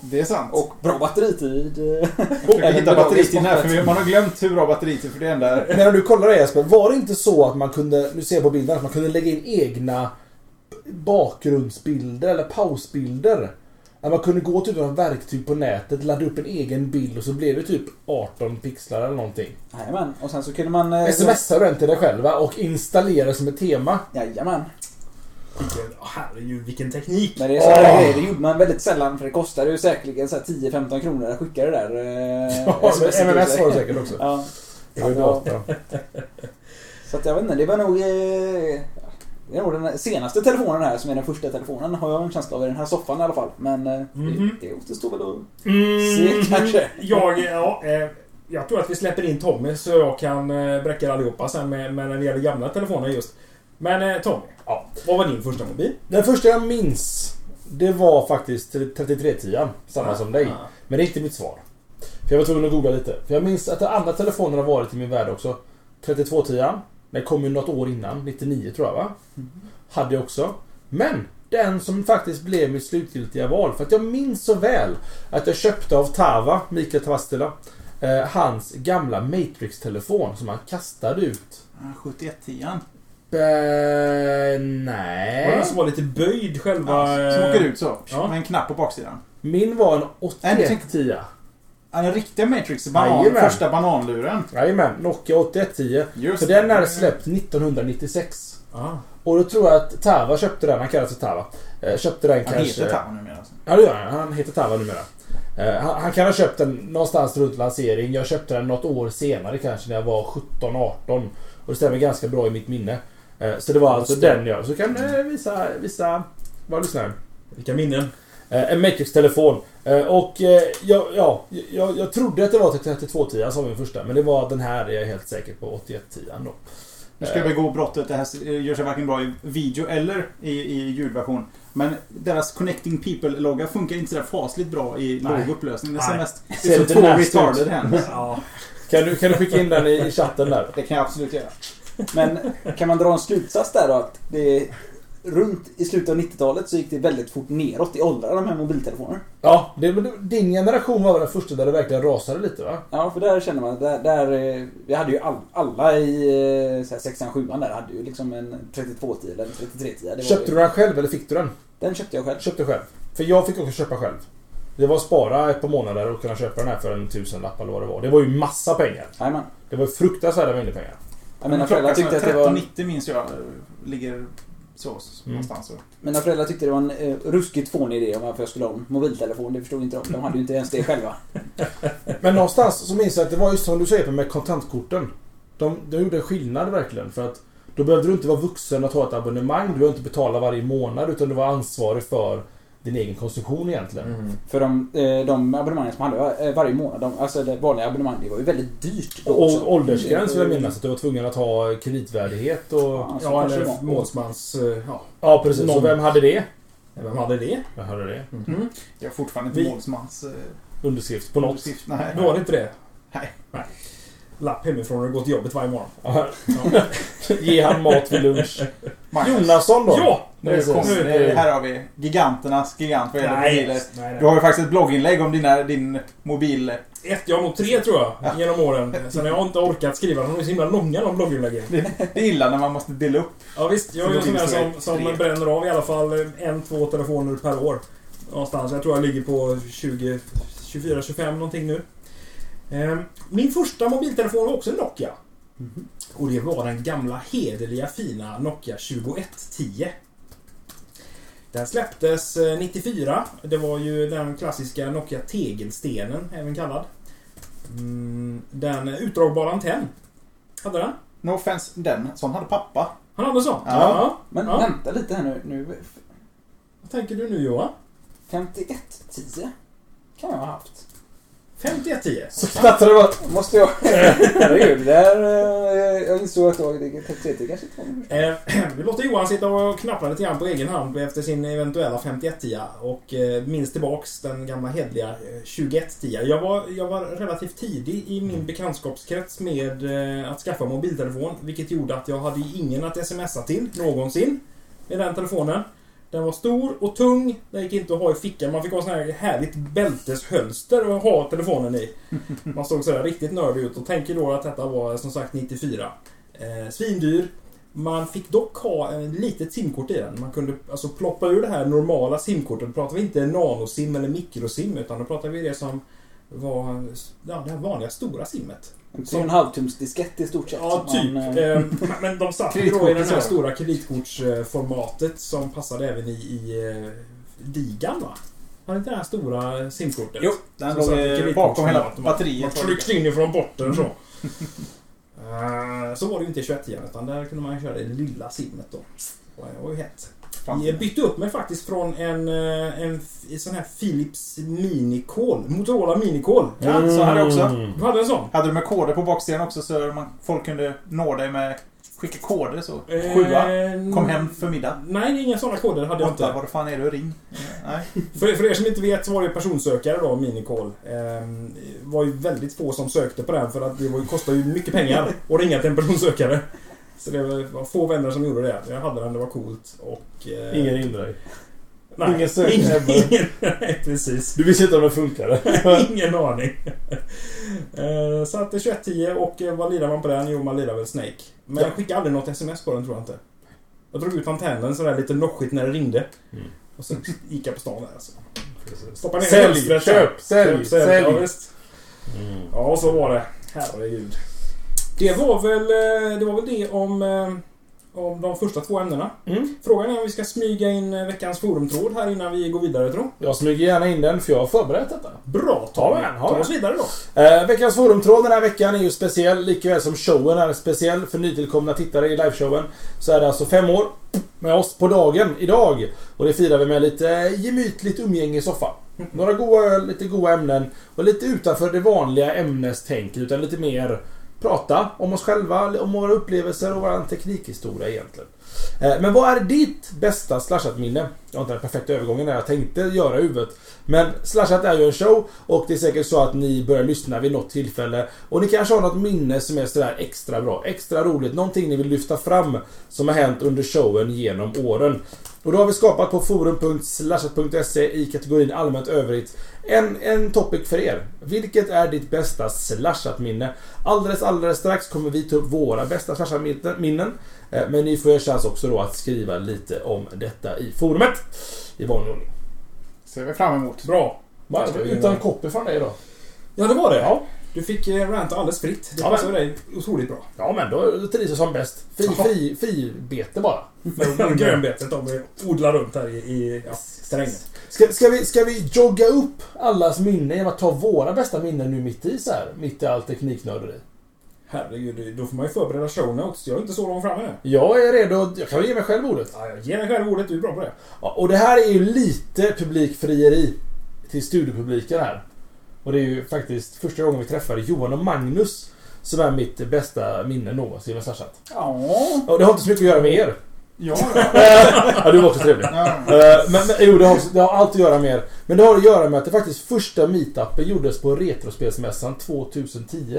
C: Det är sant. Och
D: Och bra batteritid. eh.
C: jag försöker
D: även
C: hitta
D: bra
C: batteritiden här för
D: respons-
C: vi- man har glömt hur bra batteritid för det är den där.
A: Men när du kollar det Jesper, var det inte så att man kunde, nu ser jag på bilden, att man kunde lägga in egna bakgrundsbilder eller pausbilder? Att man kunde gå till några verktyg på nätet, ladda upp en egen bild och så blev det typ 18 pixlar eller någonting.
D: Jajamän, och sen så kunde man... eh,
A: Smsar du den till dig själv va? och installera som ett tema.
D: Jajamän.
B: Vilken, oh, herregud, vilken teknik!
D: Men det är sådana
A: Åh.
D: där grejer, det gjorde man väldigt sällan för det kostade ju säkerligen så här 10-15 kronor att skicka det där. Eh, SMS-et till
A: MMS
D: sig.
A: var det säkert också.
D: Ja,
A: Det var ju
D: Ja.
A: data.
D: så att jag vet inte, det var nog... Eh, det är nog den senaste telefonen här som är den första telefonen har jag en känsla av i den här soffan i alla fall. Men eh,
B: Mhm.
D: det, det återstår väl att
B: Mm,
D: se kanske.
B: jag, ja, eh, jag tror att vi släpper in Tommy så jag kan eh, bräcka er allihopa sen med, med när det gäller gamla telefoner just. Men eh, Tommy, ja, vad var din första mobil?
A: Mm. Den första jag minns, det var faktiskt 3310 samma som dig.
B: Ah.
A: Men det är inte mitt svar. För jag var tvungen att googla lite. För jag minns att de andra telefoner har varit i min värld också. 3210 Den kom ju något år innan, 99 tror jag va?
C: Mm.
A: Hade jag också. Men! Den som faktiskt blev mitt slutgiltiga val. För att jag minns så väl att jag köpte av Tava, Mikael Tavastila, eh, hans gamla Matrix-telefon som han kastade ut.
C: 7110
A: Eh,
B: Var det
A: nej.
B: den som var lite böjd själva...
C: ja, som
B: eh,
C: åker ut så.
B: ja.
C: Med en knapp på baksidan.
A: Min var en
C: Nej, du tänkte-
A: 8110.
C: Ja, Den riktiga Matrix, banan,
A: Jajamän.
C: första bananluren.
A: Jajamän, Nokia 8110.
C: Just
A: Så den
C: det.
A: är släppt 1996.
B: Ah.
A: Och då tror jag att Tava köpte den, han kallar sig Tava. Eh, Köpte den
C: Han
A: kanske...
C: heter Tavo numera. Alltså.
A: Ja, det gör han. Han heter Tava numera. Eh, Han, han kan ha köpt den någonstans runt lansering. Jag köpte den något år senare kanske när jag var 17-18. Och det stämmer ganska bra i mitt minne. Eh, Så det var alltså den jag... Så kan du visa, visa vad lyssnaren.
B: Vilka minnen?
A: Eh, En Matrix-telefon. Eh, Och eh, jag, ja, jag, jag trodde att det var 3210 som var min första. Men det var den här, är jag helt säker på, 8110 då.
C: Nu ska jag begå brottet. Det här gör sig varken bra i video eller i, i ljudversion. Men deras Connecting People-logga funkar inte sådär fasligt bra i
A: Nej.
C: låg upplösning. Det
B: Nej.
C: ser mest
A: Ser
C: ut
A: lite
C: som två
A: nasty ut.
C: retarded hands.
B: Ja.
A: Kan du, kan du skicka in den i, i chatten där?
C: Det kan jag absolut göra.
D: Men kan man dra en slutsats där då att det runt i slutet av 90-talet så gick det väldigt fort neråt i åldrar de här mobiltelefonerna.
A: Ja, det, men det- din generation var väl den första där det verkligen rasade lite va?
D: Ja, för där känner man att där, där eh, vi hade ju all, alla i eh, så här, sexan, sjuan där hade ju liksom en 3210 eller en 3310. Det var
A: Köpte
D: ju,
A: du den själv eller fick du den?
D: Den köpte jag själv.
A: Köpte själv. För jag fick också köpa själv. Det var att spara ett par månader och kunna köpa den här för en tusenlapp eller vad det var. Det var ju massa pengar.
D: Jajamän.
A: Det var ju fruktansvärda mängder pengar.
D: Ja, mina föräldrar tyckte att det var,
C: 1390 minns jag eh, ligger så
B: Mm.
C: någonstans.
D: mina föräldrar tyckte det var en eh, ruskigt fånig idé om varför jag skulle ha en mobiltelefon. Det förstod inte de. De hade ju inte ens det själva.
A: Men någonstans så minns jag att det var just som du säger med kontantkorten. De, de gjorde en skillnad verkligen. För att då behövde du inte vara vuxen och ta ett abonnemang. Du behövde inte betala varje månad utan du var ansvarig för din egen konsumtion egentligen.
B: Mm.
D: För de, eh, de abonnemangen som hade eh, varje månad, de, alltså det vanliga abonnemang, det var ju väldigt dyrt då också.
A: Och åldersgräns vill jag minnas att du var tvungen att ha kreditvärdighet och...
D: Ja, så
B: Ja,
D: kanske det
B: eller
D: var.
B: målsmans... eh, Ja,
A: Ja precis, så vem hade det?
B: vem hade det? Mm.
A: Jag hörde det.
C: Jag har fortfarande inte
B: Vi-
C: målsmans... eh,
A: Underskrift på något.
C: uppgift. Nej.
B: Du hade inte det?
C: Nej.
B: Nej. Lapp hemifrån och gå till jobbet varje morgon.
A: Ja. Ge han mat vid lunch.
C: Magnus,
A: Jonasson då?
B: Ja!
C: Nu kommer
B: Nu är
C: det.
B: det-
C: Här har vi giganternas gigant vad gäller
B: Nej,
C: mobiler.
B: nej, nej.
C: Du har ju faktiskt ett blogginlägg om dina, din mobil...
B: Ett, jag har nog tre tror jag, genom åren. Sen har jag inte orkat skriva, de är så himla långa de blogginläggen.
C: Det är illa när man måste dela upp.
B: Ja visst, jag är ju en sån där som,
C: Tre.
B: som bränner av i alla fall eh, en, två telefoner per år. Någonstans. Jag tror jag ligger på 20, 24, 25 någonting nu. Ehm, Min första mobiltelefon var också en Nokia. Mhm. Och det var den gamla hederliga fina Nokia 2110. Den släpptes eh, 94. Det var ju den klassiska Nokia Tegelstenen, även kallad. Mm, Den utdragbara antenn. Hade den?
C: No offense, den. Sån hade pappa.
B: Han hade en sån?
C: Ja.
D: Men
B: Ja.
D: vänta lite här nu. nu
B: Vad tänker du nu Johan?
D: 5110 kan jag ha haft.
B: 5110?
A: Så knattrar det bara...
D: Måste jag... Herregud, där... eh, Jag insåg att jag... det- 51 kanske inte var min första.
B: Eh, vi låter Johan sitta och knappra lite grann på egen hand efter sin eventuella 5110 och eh, minns tillbaks den gamla hedliga eh, 2110. Jag var, jag var relativt tidig i min bekantskapskrets med eh, att skaffa mobiltelefon vilket gjorde att jag hade ingen att smsa till någonsin med den telefonen. Den var stor och tung. Den gick inte att ha i fickan. Man fick ha sån här härligt bälteshölster att ha telefonen i. Man såg sådär riktigt nördig ut och tänker då att detta var som sagt 94. Eh, svindyr. Man fick dock ha en litet simkort i den. Man kunde alltså ploppa ur det här normala simkortet. Då pratar vi inte nanosim eller mikrosim utan då pratar vi det som var ja, det här vanliga stora simmet.
D: En 3,5 tums diskett i stort sett.
B: Ja,
D: som
B: typ. liksom.
D: man, eh,
B: Eh, Men de satt ju då i
C: Kreditkortet,
B: det
C: sa
B: här
C: jag.
B: stora kreditkortsformatet som passade även i, i eh, digan va? Var det inte det här stora simkortet?
C: Jo, den
B: Som
C: låg
B: sagt,
C: eh,
B: kreditkortsformat.
C: bakom hela
B: Man- Man
C: batteriet.
B: tryckte in det från botten så. Eh, Så var det ju inte i 21 igen utan där kunde man köra det lilla simmet då. Och Det var ju hett. Jag bytte upp mig faktiskt från en, eh, en, f- sån här Philips Minicall, Motorola Minicall.
C: Ja, så hade jag också.
A: Mm.
B: Du hade en sån?
C: Hade du med koder på baksidan också så man, folk kunde nå dig med... Skicka koder så.
B: Eh,
C: Sjua. Kom hem för middag.
B: Nej, det är inga sådana koder hade jag
C: Åtta,
B: inte.
C: var fan är du? Ring. Nej.
B: För, för er som inte vet så var det personsökare då, Minicall. Ehm, var ju väldigt få som sökte på den för att det var, ju- kostade ju mycket pengar att ringa till en personsökare. Så det var var få vänner som gjorde det. Jag hade den, det var coolt och... eh,
A: Ingen ringde dig.
B: nej,
A: ingen sökte
B: Ingen,
A: heller.
B: ingen, nej, precis.
A: Du visste inte om det funkade.
B: Ingen aning. Eh, Så att det är 2110 och eh, vad lirar man på den? Jo, man lirar väl Snake. Men jag skickade aldrig något sms på den tror jag inte. Jag drog ut antennen sådär lite noshigt när det ringde.
A: Mm.
B: Och sen gick jag på stan där alltså.
A: Precis.
B: Stoppa ner
A: Sälj!
B: hamstret.
A: Köp! Sälj! Sälj!
B: Ja, visst. ja, och så var det. Herregud. Det var väl eh, det, var väl det om eh, om de första två ämnena.
A: Mm.
B: Frågan är om vi ska smyga in eh, veckans forumtråd här innan vi går vidare, tror
A: Jag smyger gärna in den för jag har förberett detta.
B: Bra
A: Ja,
B: Tommy!
A: men, ja,
B: Ta
A: men.
B: oss vidare då.
A: Eh, veckans forumtråd den här veckan är ju speciell, likaväl som showen är speciell för nytillkomna tittare i liveshowen. Så är det alltså fem år med oss på dagen idag. Och det firar vi med lite gemytligt umgänge i soffan. Några goa öl, lite goa ämnen och lite utanför det vanliga ämnestänket utan lite mer prata om oss själva, om våra upplevelser och vår teknikhistoria egentligen. Eh, Men vad är ditt bästa slashat minne? Jag har inte den perfekta övergången där jag tänkte göra i huvudet. Men slashat är ju en show och det är säkert så att ni börjar lyssna vid något tillfälle. Och ni kanske har något minne som är sådär extra bra, extra roligt. Någonting ni vill lyfta fram som har hänt under showen genom åren. Och då har vi skapat på forum.slashat.se i kategorin allmänt övrigt en, en topic för er. Vilket är ditt bästa slashat minne? Alldeles alldeles strax kommer vi ta upp våra bästa slashat minnen. Eh, Men ni får er chans också då att skriva lite om detta i forumet. I vanlig ordning.
C: Ser vi fram emot.
B: Bra.
A: Va?
B: Ska vi-
A: Utan copy från dig då?
B: Ja, det var det.
A: Ja.
B: Du fick eh, ranta alldeles fritt. Det
A: Ja, men-
B: passade dig otroligt bra.
A: Ja men då då trivs jag som bäst. Fi, fi, fi bete bara.
B: Med grönbetet de odlar runt här i, i ja, terrängen.
A: Ska, ska, vi, ska vi jogga upp allas minne genom att ta våra bästa minnen nu mitt i så här? Mitt i all tekniknörderi.
B: Herregud, då får man ju förbereda show notes. Jag är inte så långt framme nu.
A: Jag är redo. att- Jag kan ge mig själv ordet.
B: Ja, jag ger dig själv ordet. Du är bra på det.
A: Ja, och det här är ju lite publikfrieri till studiopubliken här. Och det är ju faktiskt första gången vi träffade Johan och Magnus som är mitt bästa minne någonsin med Slashat.
C: Ja.
A: Och det har inte så mycket att göra med er.
C: Ja, ja.
A: Ja, du var också trevlig.
C: ja.
A: Eh, men, men, jo, det har, det har allt att göra med er. Men det har att göra med att det faktiskt första meetupen gjordes på Retrospelsmässan 2010.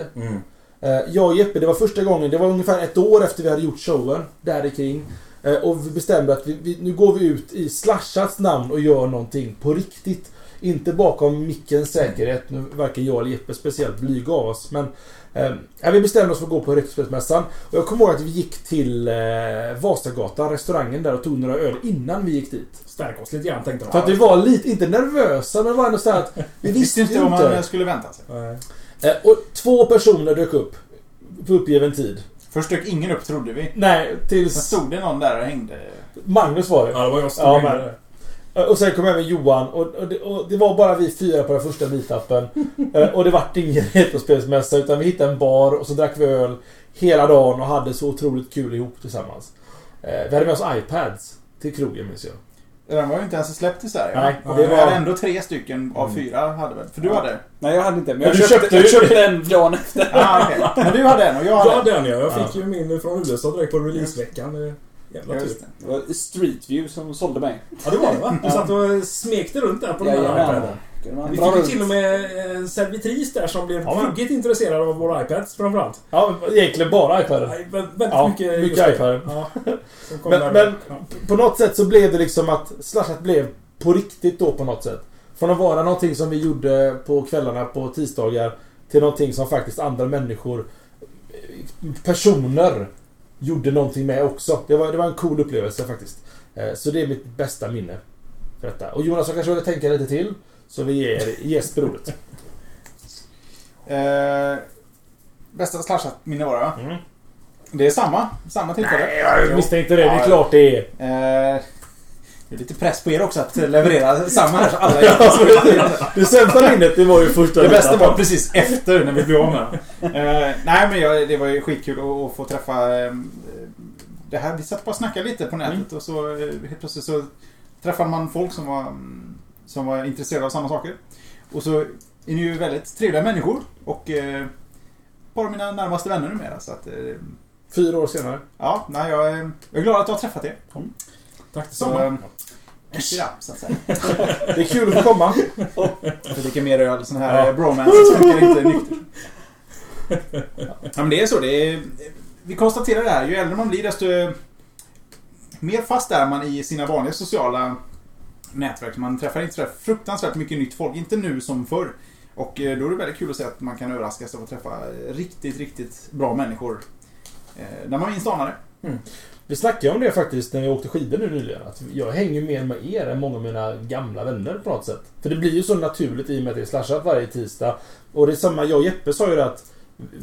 A: Eh, Jag och Jeppe, det var första gången, det var ungefär ett år efter vi hade gjort showen, där i kring. Eh, Och vi bestämde att vi, vi, nu går vi ut i Slashats namn och gör någonting på riktigt. Inte bakom mickens säkerhet, nu varken jag eller Jeppe är speciellt blyga av oss. Men eh, ja, vi bestämde oss för att gå på Retrospelsmässan. Och jag kommer ihåg att vi gick till eh, Vasagatan, restaurangen där och tog några öl innan vi gick dit.
B: Stärk oss lite grann, tänkte de.
A: För att vi var lite, inte nervösa, men det var ändå så här att vi visste
C: Visste
A: ju
C: inte vad
A: inte.
C: man skulle vänta sig.
B: Nej.
A: Eh, Och två personer dök upp. På uppgiven tid.
C: Först dök ingen upp, trodde vi.
A: Nej,
C: Sen
A: tills
C: stod det någon där och hängde.
A: Magnus var det.
B: Ja, det var jag som
A: Ja,
B: tog in
A: men-
B: det.
A: Eh, Och sen kom även Johan och, och, det, och det var bara vi fyra på den första meetupen. Eh, och det vart ingen retrospelsmässa utan vi hittade en bar och så drack vi öl hela dagen och hade så otroligt kul ihop tillsammans. Eh, vi hade med oss iPads till krogen minns jag.
C: Den var ju inte ens släppt i Sverige.
A: Nej,
C: Och
A: det
C: det
A: var-
C: var ändå tre stycken av fyra hade väl? För du
D: Ja.
C: hade?
D: Nej, jag hade inte. Men
A: Men
D: jag,
A: du
D: köpte,
A: köpte ju-
D: jag köpte en dagen efter.
C: Ah, okej. Men du hade en och jag
B: Jag
C: hade en.
B: hade den ja. Jag fick ju min från USA direkt på releaseveckan. Det är Jävla tur.
C: Just det.
D: Det var Street View som sålde mig.
B: Ja, det var det va? Du satt och eh, smekte runt där på den
D: Jajamän.
B: här iPaden.
D: Kunde man
B: Vi
D: dra
B: fick ju
D: runt.
B: till och med en servitris där som blev
A: Ja, men-
B: ruggigt intresserad av våra iPads framförallt.
A: Ja, egentligen bara iPader.
B: Nej, vä- Väldigt
A: Ja,
B: mycket just
A: mycket
B: det.
A: iPader.
B: Ja, som kom
A: Men-
B: där.
A: men-
B: Ja.
A: På något sätt så blev det liksom att slashat blev på riktigt då på något sätt. Från att vara någonting som vi gjorde på kvällarna på tisdagar till någonting som faktiskt andra människor, eh, personer, gjorde någonting med också. Det var, det var en cool upplevelse faktiskt. Eh, Så det är mitt bästa minne. För detta. Och Jonas, jag kanske vill tänka lite till. Så vi ger Jesper ordet.
C: Eh, bästa slashat minne var det va?
A: Mm.
C: Det är samma. Samma tillfälle.
A: Jag misstänkte det. Det är
C: Ja,
A: klart det är.
C: Eh, det är lite press på er också att leverera samma här så alla gör.
A: Alltså, det sämsta minnet det var ju första
C: Det bästa
A: etappen.
C: var precis efter när vi blev av med den. Eh, Nej men jag, det var ju skitkul att, att få träffa eh, det här. Vi satt bara och snackade lite på nätet
A: Mm.
C: och så eh, helt plötsligt så träffade man folk som var, mm, som var intresserade av samma saker. Och så är ni ju väldigt trevliga människor och eh, bara mina närmaste vänner numera. Så att, eh,
A: Fyra år senare.
C: ja, nej, jag, är- jag är glad att jag har träffat er.
B: Tack detsamma.
C: Så, eh, Äsch, ja, så att säga.
A: Ehm. Det är kul att få komma.
C: Jag dricker mer öl, sån här
A: Ja.
C: ja. bromance som funkar inte nykter. Ja men det är så, det är, Vi konstaterar det här, ju äldre man blir desto mer fast är man i sina vanliga sociala nätverk. Man träffar inte så där fruktansvärt mycket nytt folk, inte nu som förr. Och eh, då är det väldigt kul att se att man kan överraskas av att träffa riktigt, riktigt bra människor. eh, När man minst anar det.
A: Vi snackade ju om det faktiskt när vi åkte skidor nu nyligen. Att jag hänger mer med er än många av mina gamla vänner på något sätt. För det blir ju så naturligt i och med att det är slashat varje tisdag. Och det är samma, jag och Jeppe sa ju det att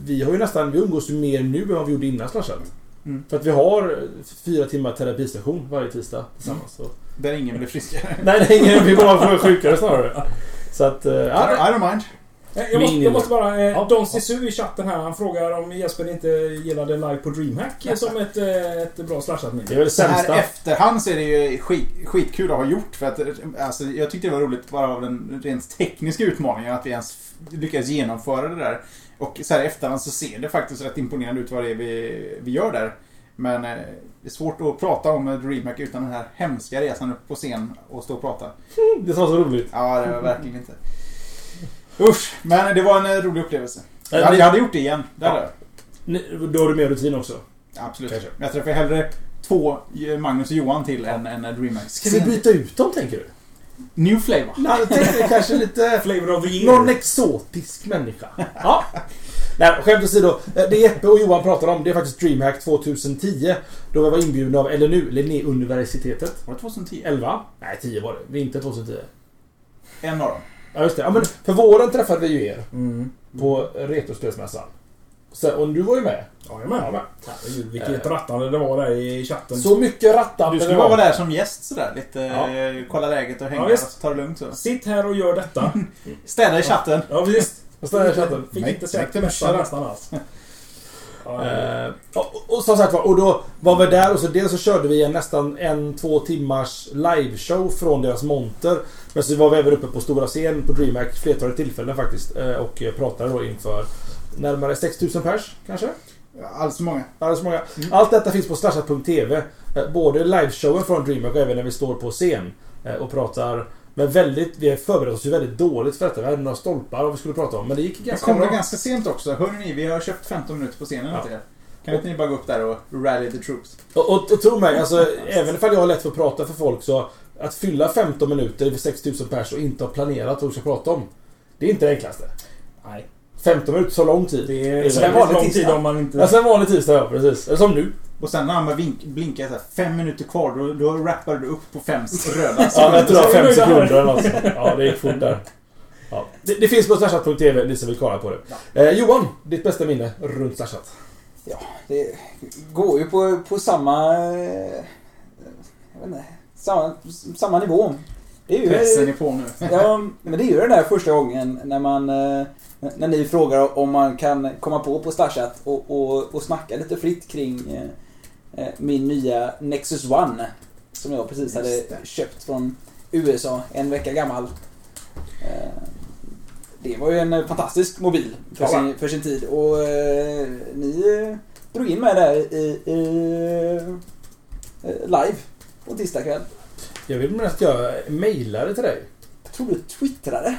A: vi har ju nästan, vi umgås ju mer nu än vad vi gjorde innan slashat.
C: Mm.
A: För att vi har fyra timmar terapistation varje tisdag tillsammans. Så.
C: Där ingen blir friskare.
A: Nej, det är ingen, vi bara får sjukare snarare. Så att, eh, ja.
C: I don't mind.
B: Eh, Jag måste,
A: Min
B: jag måste bara... Eh,
A: Ja.
B: Don Sisu i chatten här, han frågar om Jesper inte gillade live på DreamHack eh, som ett, eh, ett bra
A: Det
B: slashat-minne.
A: är väl det
C: Så här
A: sämsta.
C: efterhand så är det ju skit, skitkul att ha gjort. För att, alltså, jag tyckte det var roligt bara av den rent tekniska utmaningen att vi ens f- lyckades genomföra det där. Och så här i efterhand så ser det faktiskt rätt imponerande ut vad det är vi, vi gör där. Men eh, det är svårt att prata om ett remake utan den här hemska resan upp på scen och stå och prata.
A: Det som var så roligt.
C: Ja, det var verkligen inte. Usch, men det var en eh, rolig upplevelse. Jag
A: Eh,
C: hade,
A: ni-
C: jag hade gjort det igen. Det hade jag.
A: ni- Då har du mer rutin också.
C: Absolut.
A: Kanske.
C: Jag träffar hellre två eh, Magnus och Johan till än en remake.
A: Ska vi byta ut dem, tänker du?
C: New flavor.
A: Nej, jag tänkte kanske lite...
B: Flavor of the year.
A: Någon exotisk människa. Ja. Nej, skämt åsido. Eh, Det Jeppe och Johan pratar om, det är faktiskt DreamHack 2010. Då vi var inbjudna av LNU, Linnéuniversitetet.
C: Var det 2010?
A: 11? Nej, 10 var det. Vinter 2010.
C: En av dem.
A: Ja, just det. Ja, men för våren träffade vi ju er
B: Mm.
A: på Retrospelsmässan. Så, och du var ju med.
B: Jajamän. Herregud, vilket rattande det var där i chatten.
A: Så mycket rattar
C: Du skulle bara vara där som gäst sådär. Lite
A: Ja.
C: eh, kolla läget och
B: Ja,
C: hänga.
B: visst.
C: ta det lugnt så.
B: Sitt här och gör detta.
C: Städa i chatten.
B: Ja, visst.
A: Jag stannar i chatten.
B: Fick
C: Nej,
B: inte sett
C: nej,
B: nästan
C: nej.
B: nästan alls. Ja,
A: Eh, och, och som sagt var, och då var vi där och så dels så körde vi en nästan en, två timmars liveshow från deras monter. Men så var vi även uppe på stora scen på DreamHack flertalet tillfällen faktiskt eh, och pratade då inför närmare 6000 pers kanske?
C: Alldeles för många.
A: Alldeles många.
C: Mm.
A: Allt detta finns på slashat.tv. eh, Både liveshowen från DreamHack och även när vi står på scen eh, och pratar. Men väldigt, vi har förberett oss ju väldigt dåligt för detta. Vi hade några stolpar vad vi skulle prata om men det gick
C: Jag
A: ganska
C: kommer
A: bra.
C: ganska sent också. Hörrni ni, vi har köpt 15 minuter på scenen
A: Ja.
C: åt er. Kan inte ni bara gå upp där och rally the troops?
A: Och, och, och tro mig, alltså, även ifall jag har lätt för att prata för folk så att fylla 15 minuter för 6000 pers och inte ha planerat vad du ska prata om. Det är inte det enklaste.
B: Nej.
A: 15 minuter så lång tid.
B: Det är
A: Alltså, en
B: väldigt
A: vanlig
B: lång tid
A: tisdag.
B: om man inte...
A: Alltså en vanlig tisdag, ja precis. Eller som nu.
C: Och sen när han bara vink, blinkar såhär, fem minuter kvar, då, då rappar du upp på fem röda
A: Ja, jag tror jag
B: så är
A: fem
B: vi nöjda
A: sekunder eller nåt sånt. Ja, det gick fort där. Ja. Det, det finns på slashat.tv, ni som vill kolla på det. Eh, Johan, ditt bästa minne runt slashat?
D: Det går ju på, på samma... eh, Jag vet inte, samma, samma nivå. Det är ju...
C: Pressen är på nu.
D: Ja, men det är ju den där första gången när man... eh, När ni frågar om man kan komma på på Stashat och, och, och snacka lite fritt kring eh, eh, min nya Nexus One. Som jag precis
C: Just
D: hade
C: det.
D: köpt från USA, en vecka gammal. Eh, Det var ju en fantastisk mobil för,
C: Ja.
D: sin, för sin tid och eh, ni eh, drog in mig där i, i eh, live på tisdag kväll.
A: Jag vill minnas att jag mejlade till dig.
D: Jag tror du twittrade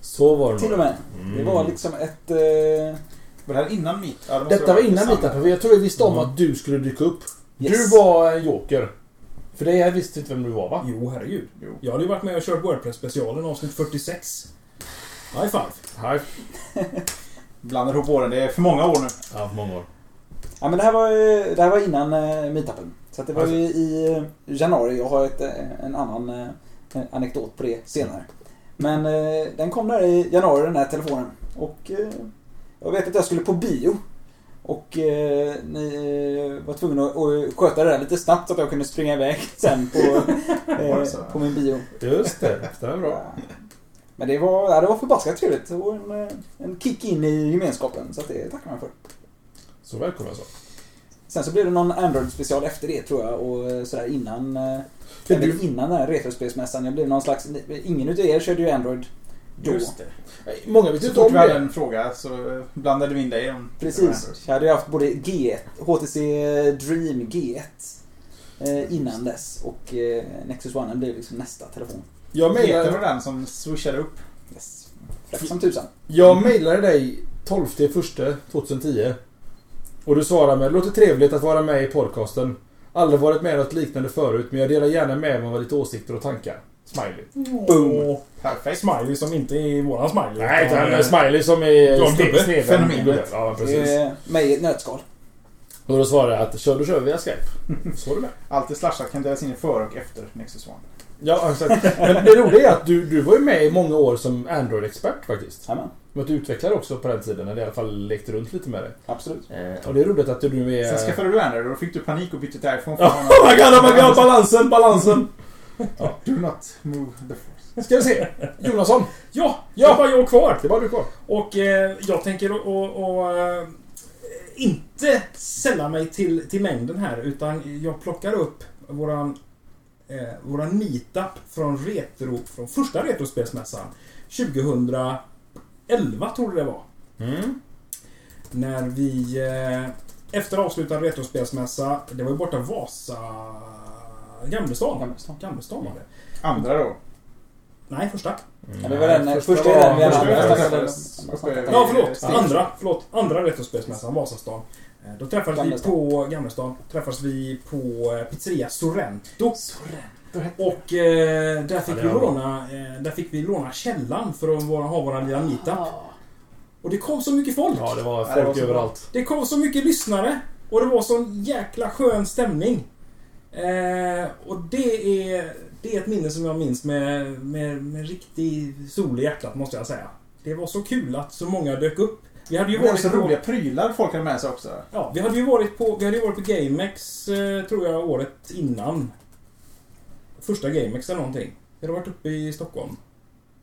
A: Så var det
D: till och
A: nog. Mm.
D: med. Det var liksom ett... eh,
C: Var det här innan mitt? Ja, det måste
A: Detta
C: vara
A: var innan
C: samma.
A: mitt för jag tror vi visste om
B: Mm.
A: att du skulle dyka upp.
D: Yes.
A: Du var en joker. För det jag visste inte vem du var va?
B: Jo, herregud.
C: Jo.
B: Jag hade ju varit med och kört Wordpress-specialen avsnitt 46. High five.
A: Nej.
C: Blandar ihop åren, det är för många år nu.
A: Ja, för många år.
D: Ja men det här var, ju- det här var innan eh, meetupen. Så att det var ju i eh, januari. Jag har ett, eh, en annan eh, anekdot på det senare. Men eh, den kom där i januari den här telefonen. Och eh, jag vet att jag skulle på bio. Och eh, ni eh, var tvungna att, att sköta det där lite snabbt så att jag kunde springa iväg sen på,
C: Var
D: eh,
C: det så?
D: på min bio.
A: Just det, det var bra.
D: Men det var, ja, det var förbaskat trevligt och en, eh, en kick in i gemenskapen. Så att det tackar man för.
A: Så välkommen alltså. så.
D: Sen så blev det någon Android-special efter det tror jag och eh, sådär innan... eh,
A: Ja,
D: jag vet
A: du-
D: innan den här retrospelsmässan. Jag blev någon slags... Ingen utav er körde ju Android då.
C: det.
A: Nej, Många vet ju
C: Så
A: inte
C: fort
A: om
C: vi hade
A: det.
C: en fråga så eh, blandade vi in dig om
D: Precis. Jag hade ju haft både G1, HTC Dream G1 eh, innan dess och eh, Nexus One den blev liksom nästa telefon.
A: Jag
C: Peter
A: mejlade,
C: var den som swishade upp.
D: Yes. Fräck som tusan.
A: jag mejlade dig 12 första 2010. Och du svarade med låter trevligt att vara med i podcasten. Aldrig varit med i något liknande förut men jag delar gärna med mig av lite åsikter och tankar. Smiley.
D: Boom.
B: Och
C: Perfekt.
B: smiley som inte är våran smiley.
A: Nej,
B: utan,
A: utan
B: eh,
A: Smiley som är
B: Glad gubbe.
A: snedvänd.
C: Fenomenet.
A: Gubbe. Ja, precis.
D: Eh, Mig i ett nötskal.
A: Och då svarade jag att kör, då kör vi via Skype. Så är det med.
C: Alltid slashat kan delas in i före och efter Nexus One.
A: Ja, exakt. Men det roliga är att du, du var ju med i många år som Android-expert faktiskt.
D: Jajamän,
A: Men att du utvecklade också på den tiden, eller i alla fall lekte runt lite med det.
D: absolut.
A: Eh, Och det är roligt att du nu är...
C: Sen skaffade du Android och då fick du panik och bytte till iPhone. för
A: Ja, oh my god, oh my god, balansen, balansen!
C: Do not move the force.
A: Ska vi se. Jonasson,
B: Ja,
A: Ja.
B: det var jag kvar.
A: det är bara du kvar.
B: Och eh, jag tänker att- att- att, eh, inte sälla mig till, till mängden här utan jag plockar upp våran, eh, våran meetup från, retro, från första Retrospelsmässan 2011 tror jag det var. När vi eh, efter avslutad Retrospelsmässa, det var ju borta Vasa... Gamlestan?
D: Gamlestan.
B: Gamlestan var det.
C: Andra då.
B: Nej, första.
D: Ja, det var den eh,
A: Mm. första
D: första,
A: var-
D: den vi
A: första
D: hade.
A: var-
D: Jag snackade-
C: första-
D: jag snackade-
B: Ja, förlåt.
C: Steg.
B: Andra, förlåt. Andra Retrospelsmässan, Vasastan. Eh, Då träffades
D: Gamlestan.
B: vi på Gamlestan. Träffades vi på eh, pizzeria Sorrento. Och eh, där, fick
A: det
B: vi
A: var bra.
B: låna, eh, där fick vi låna källan för att vara, ha våran lilla meetup. Och det kom så mycket folk.
A: Ja, det var
C: Ja, det var
A: folk
C: så bra.
A: överallt.
B: Det kom så mycket lyssnare. Och det var sån jäkla skön stämning. Eh, och det är, det är ett minne som jag minns med, med, med riktig sol i hjärtat, måste jag säga. Det var så kul att så många dök upp. Vi hade ju
C: Det var
B: varit
C: så
B: på-
C: roliga prylar folk hade med sig också.
B: Ja, vi hade ju varit på, vi hade ju varit på GameX, eh, tror jag, året innan. Första GameX eller någonting. Vi hade varit uppe i Stockholm.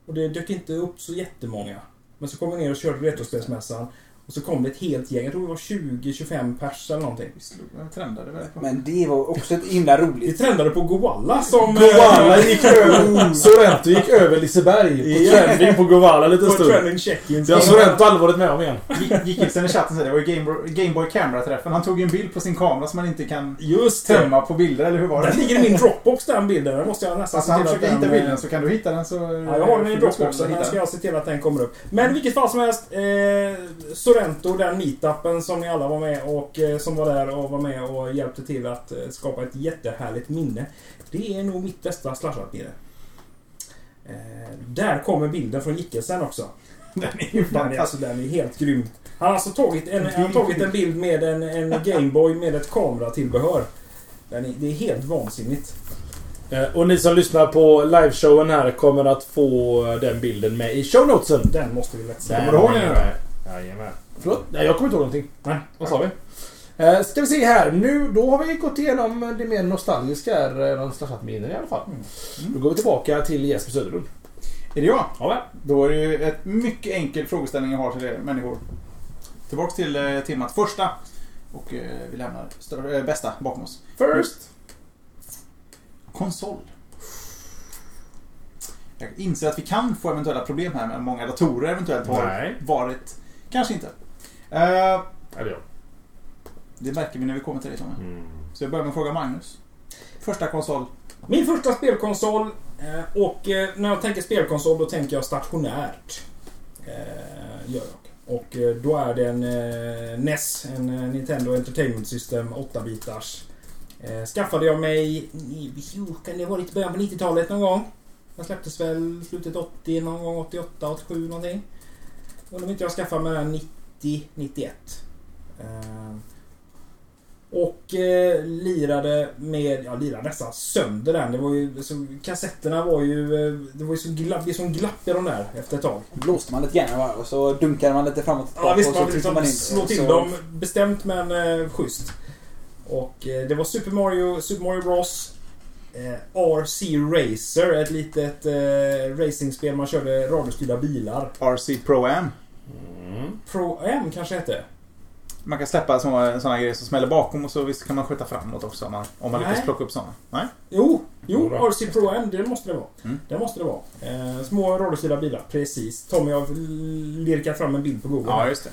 B: Och det dök inte upp så jättemånga. Men så kom vi ner och körde Retrospelsmässan. Och så kom det ett helt gäng. Jag tror det var 20-25 pers eller någonting.
C: Vi slog, vi trendade väldigt bra.
D: Men det var också ett himla
B: Vi
D: roligt.
B: trendade på Goalla som... eh,
A: Govala gick över... Sorrento gick över Liseberg på
B: Ja.
A: trending på Govala lite
B: På
A: stund.
B: trending check-in.
A: Det har Sorrento aldrig varit med om igen.
C: Gickilsen i chatten säger det var ju Gameboy Game Camera-träffen. Han tog ju en bild på sin kamera som man inte kan
B: Just det.
C: tömma på bilder, eller hur var
B: Den
C: det?
B: ligger i min Dropbox den bilden. Den måste jag nästan
C: Alltså han
B: se till
C: försöker
B: att
C: hitta
B: den, eh,
C: bilden så kan du hitta den så...
B: Ja, jag har den i Dropboxen.
C: Hitta
B: Den
C: den.
B: ska jag se till att den kommer upp. Men i vilket fall som helst. Eh, Sorrento, den meetupen som ni alla var med och eh, som var där och var med och hjälpte till att eh, skapa ett jättehärligt minne. Det är nog mitt bästa slashat-minne. Eh, där kommer bilden från Gickelsen också.
C: Den är
B: Den är,
C: ju fantastisk.
B: alltså, den är helt grym. Han har alltså tagit en, han har tagit en bild med en, en Gameboy med ett kameratillbehör. Den är, det är helt vansinnigt.
A: Eh, Och ni som lyssnar på liveshowen här kommer att få eh, den bilden med i shownotesen.
B: Den måste vi lätt se.
A: Där
C: Kommer du ihåg
A: har
C: den
A: ni
C: nu?
A: det. Jajamän. Förlåt? Nej, jag kommer inte ihåg någonting.
B: Nej.
A: Vad sa vi? Eh, ska vi se här. Nu, då har vi gått igenom det mer nostalgiska, här, de slashat minnen i alla fall. Då går vi tillbaka till Jesper Söderlund.
C: Är det jag?
A: Ja, va?
C: Då är det ju ett mycket enkel frågeställning jag har till er människor. Tillbaks till eh, temat första. Och eh, vi lämnar större, eh, bästa bakom oss.
A: First!
C: Konsol. Jag inser att vi kan få eventuella problem här med många datorer eventuellt har
A: Mm. Nej.
C: varit. Kanske inte. Eh,
A: Eller ja.
C: det märker vi när vi kommer till dig Tommy. Så jag börjar med att fråga Magnus. Första konsol.
B: Min första spelkonsol eh, och eh, när jag tänker spelkonsol då tänker jag stationärt. Eh, Gör jag. Och eh, då är det en eh, NES, en eh, Nintendo Entertainment System 8-bitars. Eh, Skaffade jag mig, i- jo, kan det ha varit i början på 90-talet någon gång? Den släpptes väl slutet 80, någon gång 88, 87 någonting. Undrar om inte jag skaffade mig den 90, 91. Eh, och eh, lirade med, ja lirade nästan sönder den. Det var ju, så, kassetterna var ju, eh, det var ju så glapp, det är som glapp i de där efter ett tag.
D: Blåste man lite grann va? och så dunkade man lite framåt och
B: Ja
D: tillbaka
B: visst,
D: och så
B: man vill
D: tryckte
B: liksom slå
D: in.
B: till
D: Så-
B: dem bestämt men eh, schysst. Och eh, det var Super Mario, Super Mario Bros. Eh, RC Racer, ett litet eh, racingspel man körde radiostyrda bilar.
C: RC Pro Am.
A: Mm.
B: Pro M kanske hette?
C: Man kan släppa såna, såna grejer som smäller bakom och så visst kan man skjuta framåt också om man, om man
B: Nej.
C: lyckas plocka upp såna. Nej?
B: Jo, jo
A: Jodå.
B: RC Pro M, det måste det vara.
C: Mm.
B: Det måste det vara. Eh, små radiostyrda bilar, precis. Tommy har lirkat fram en bild på Google.
C: Ja, just det.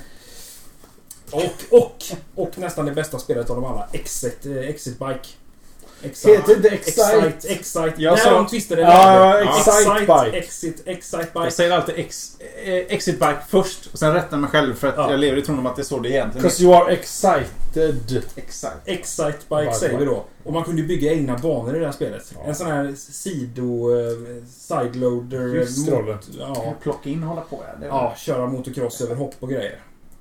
B: Och, och, och nästan det bästa spelet av dem alla, Exit, eh, Exit Bike. Excite.
A: Heter det Excite?
B: Excite, Excite.
A: Jag
B: Nej,
A: sa-
B: de twistade det.
A: Ja, Excite Bike.
B: Exit, Excite
C: Jag
B: Bike.
C: säger alltid ex, eh, exit bike först och sen rättar mig själv för att
B: Ja.
C: jag lever i tron om att det är så det egentligen är.
A: Because you are excited.
C: Exakt.
B: Excite Bike
A: Bike,
B: säger vi
A: bike.
B: då. Och man kunde ju bygga egna banor i det här spelet.
A: Ja.
B: En sån här sido... eh, Sideloader...
A: Just det, Rolle.
B: ja.
C: Plocka in och hålla på ja. Det är
B: ja, köra motocross över hopp och grejer.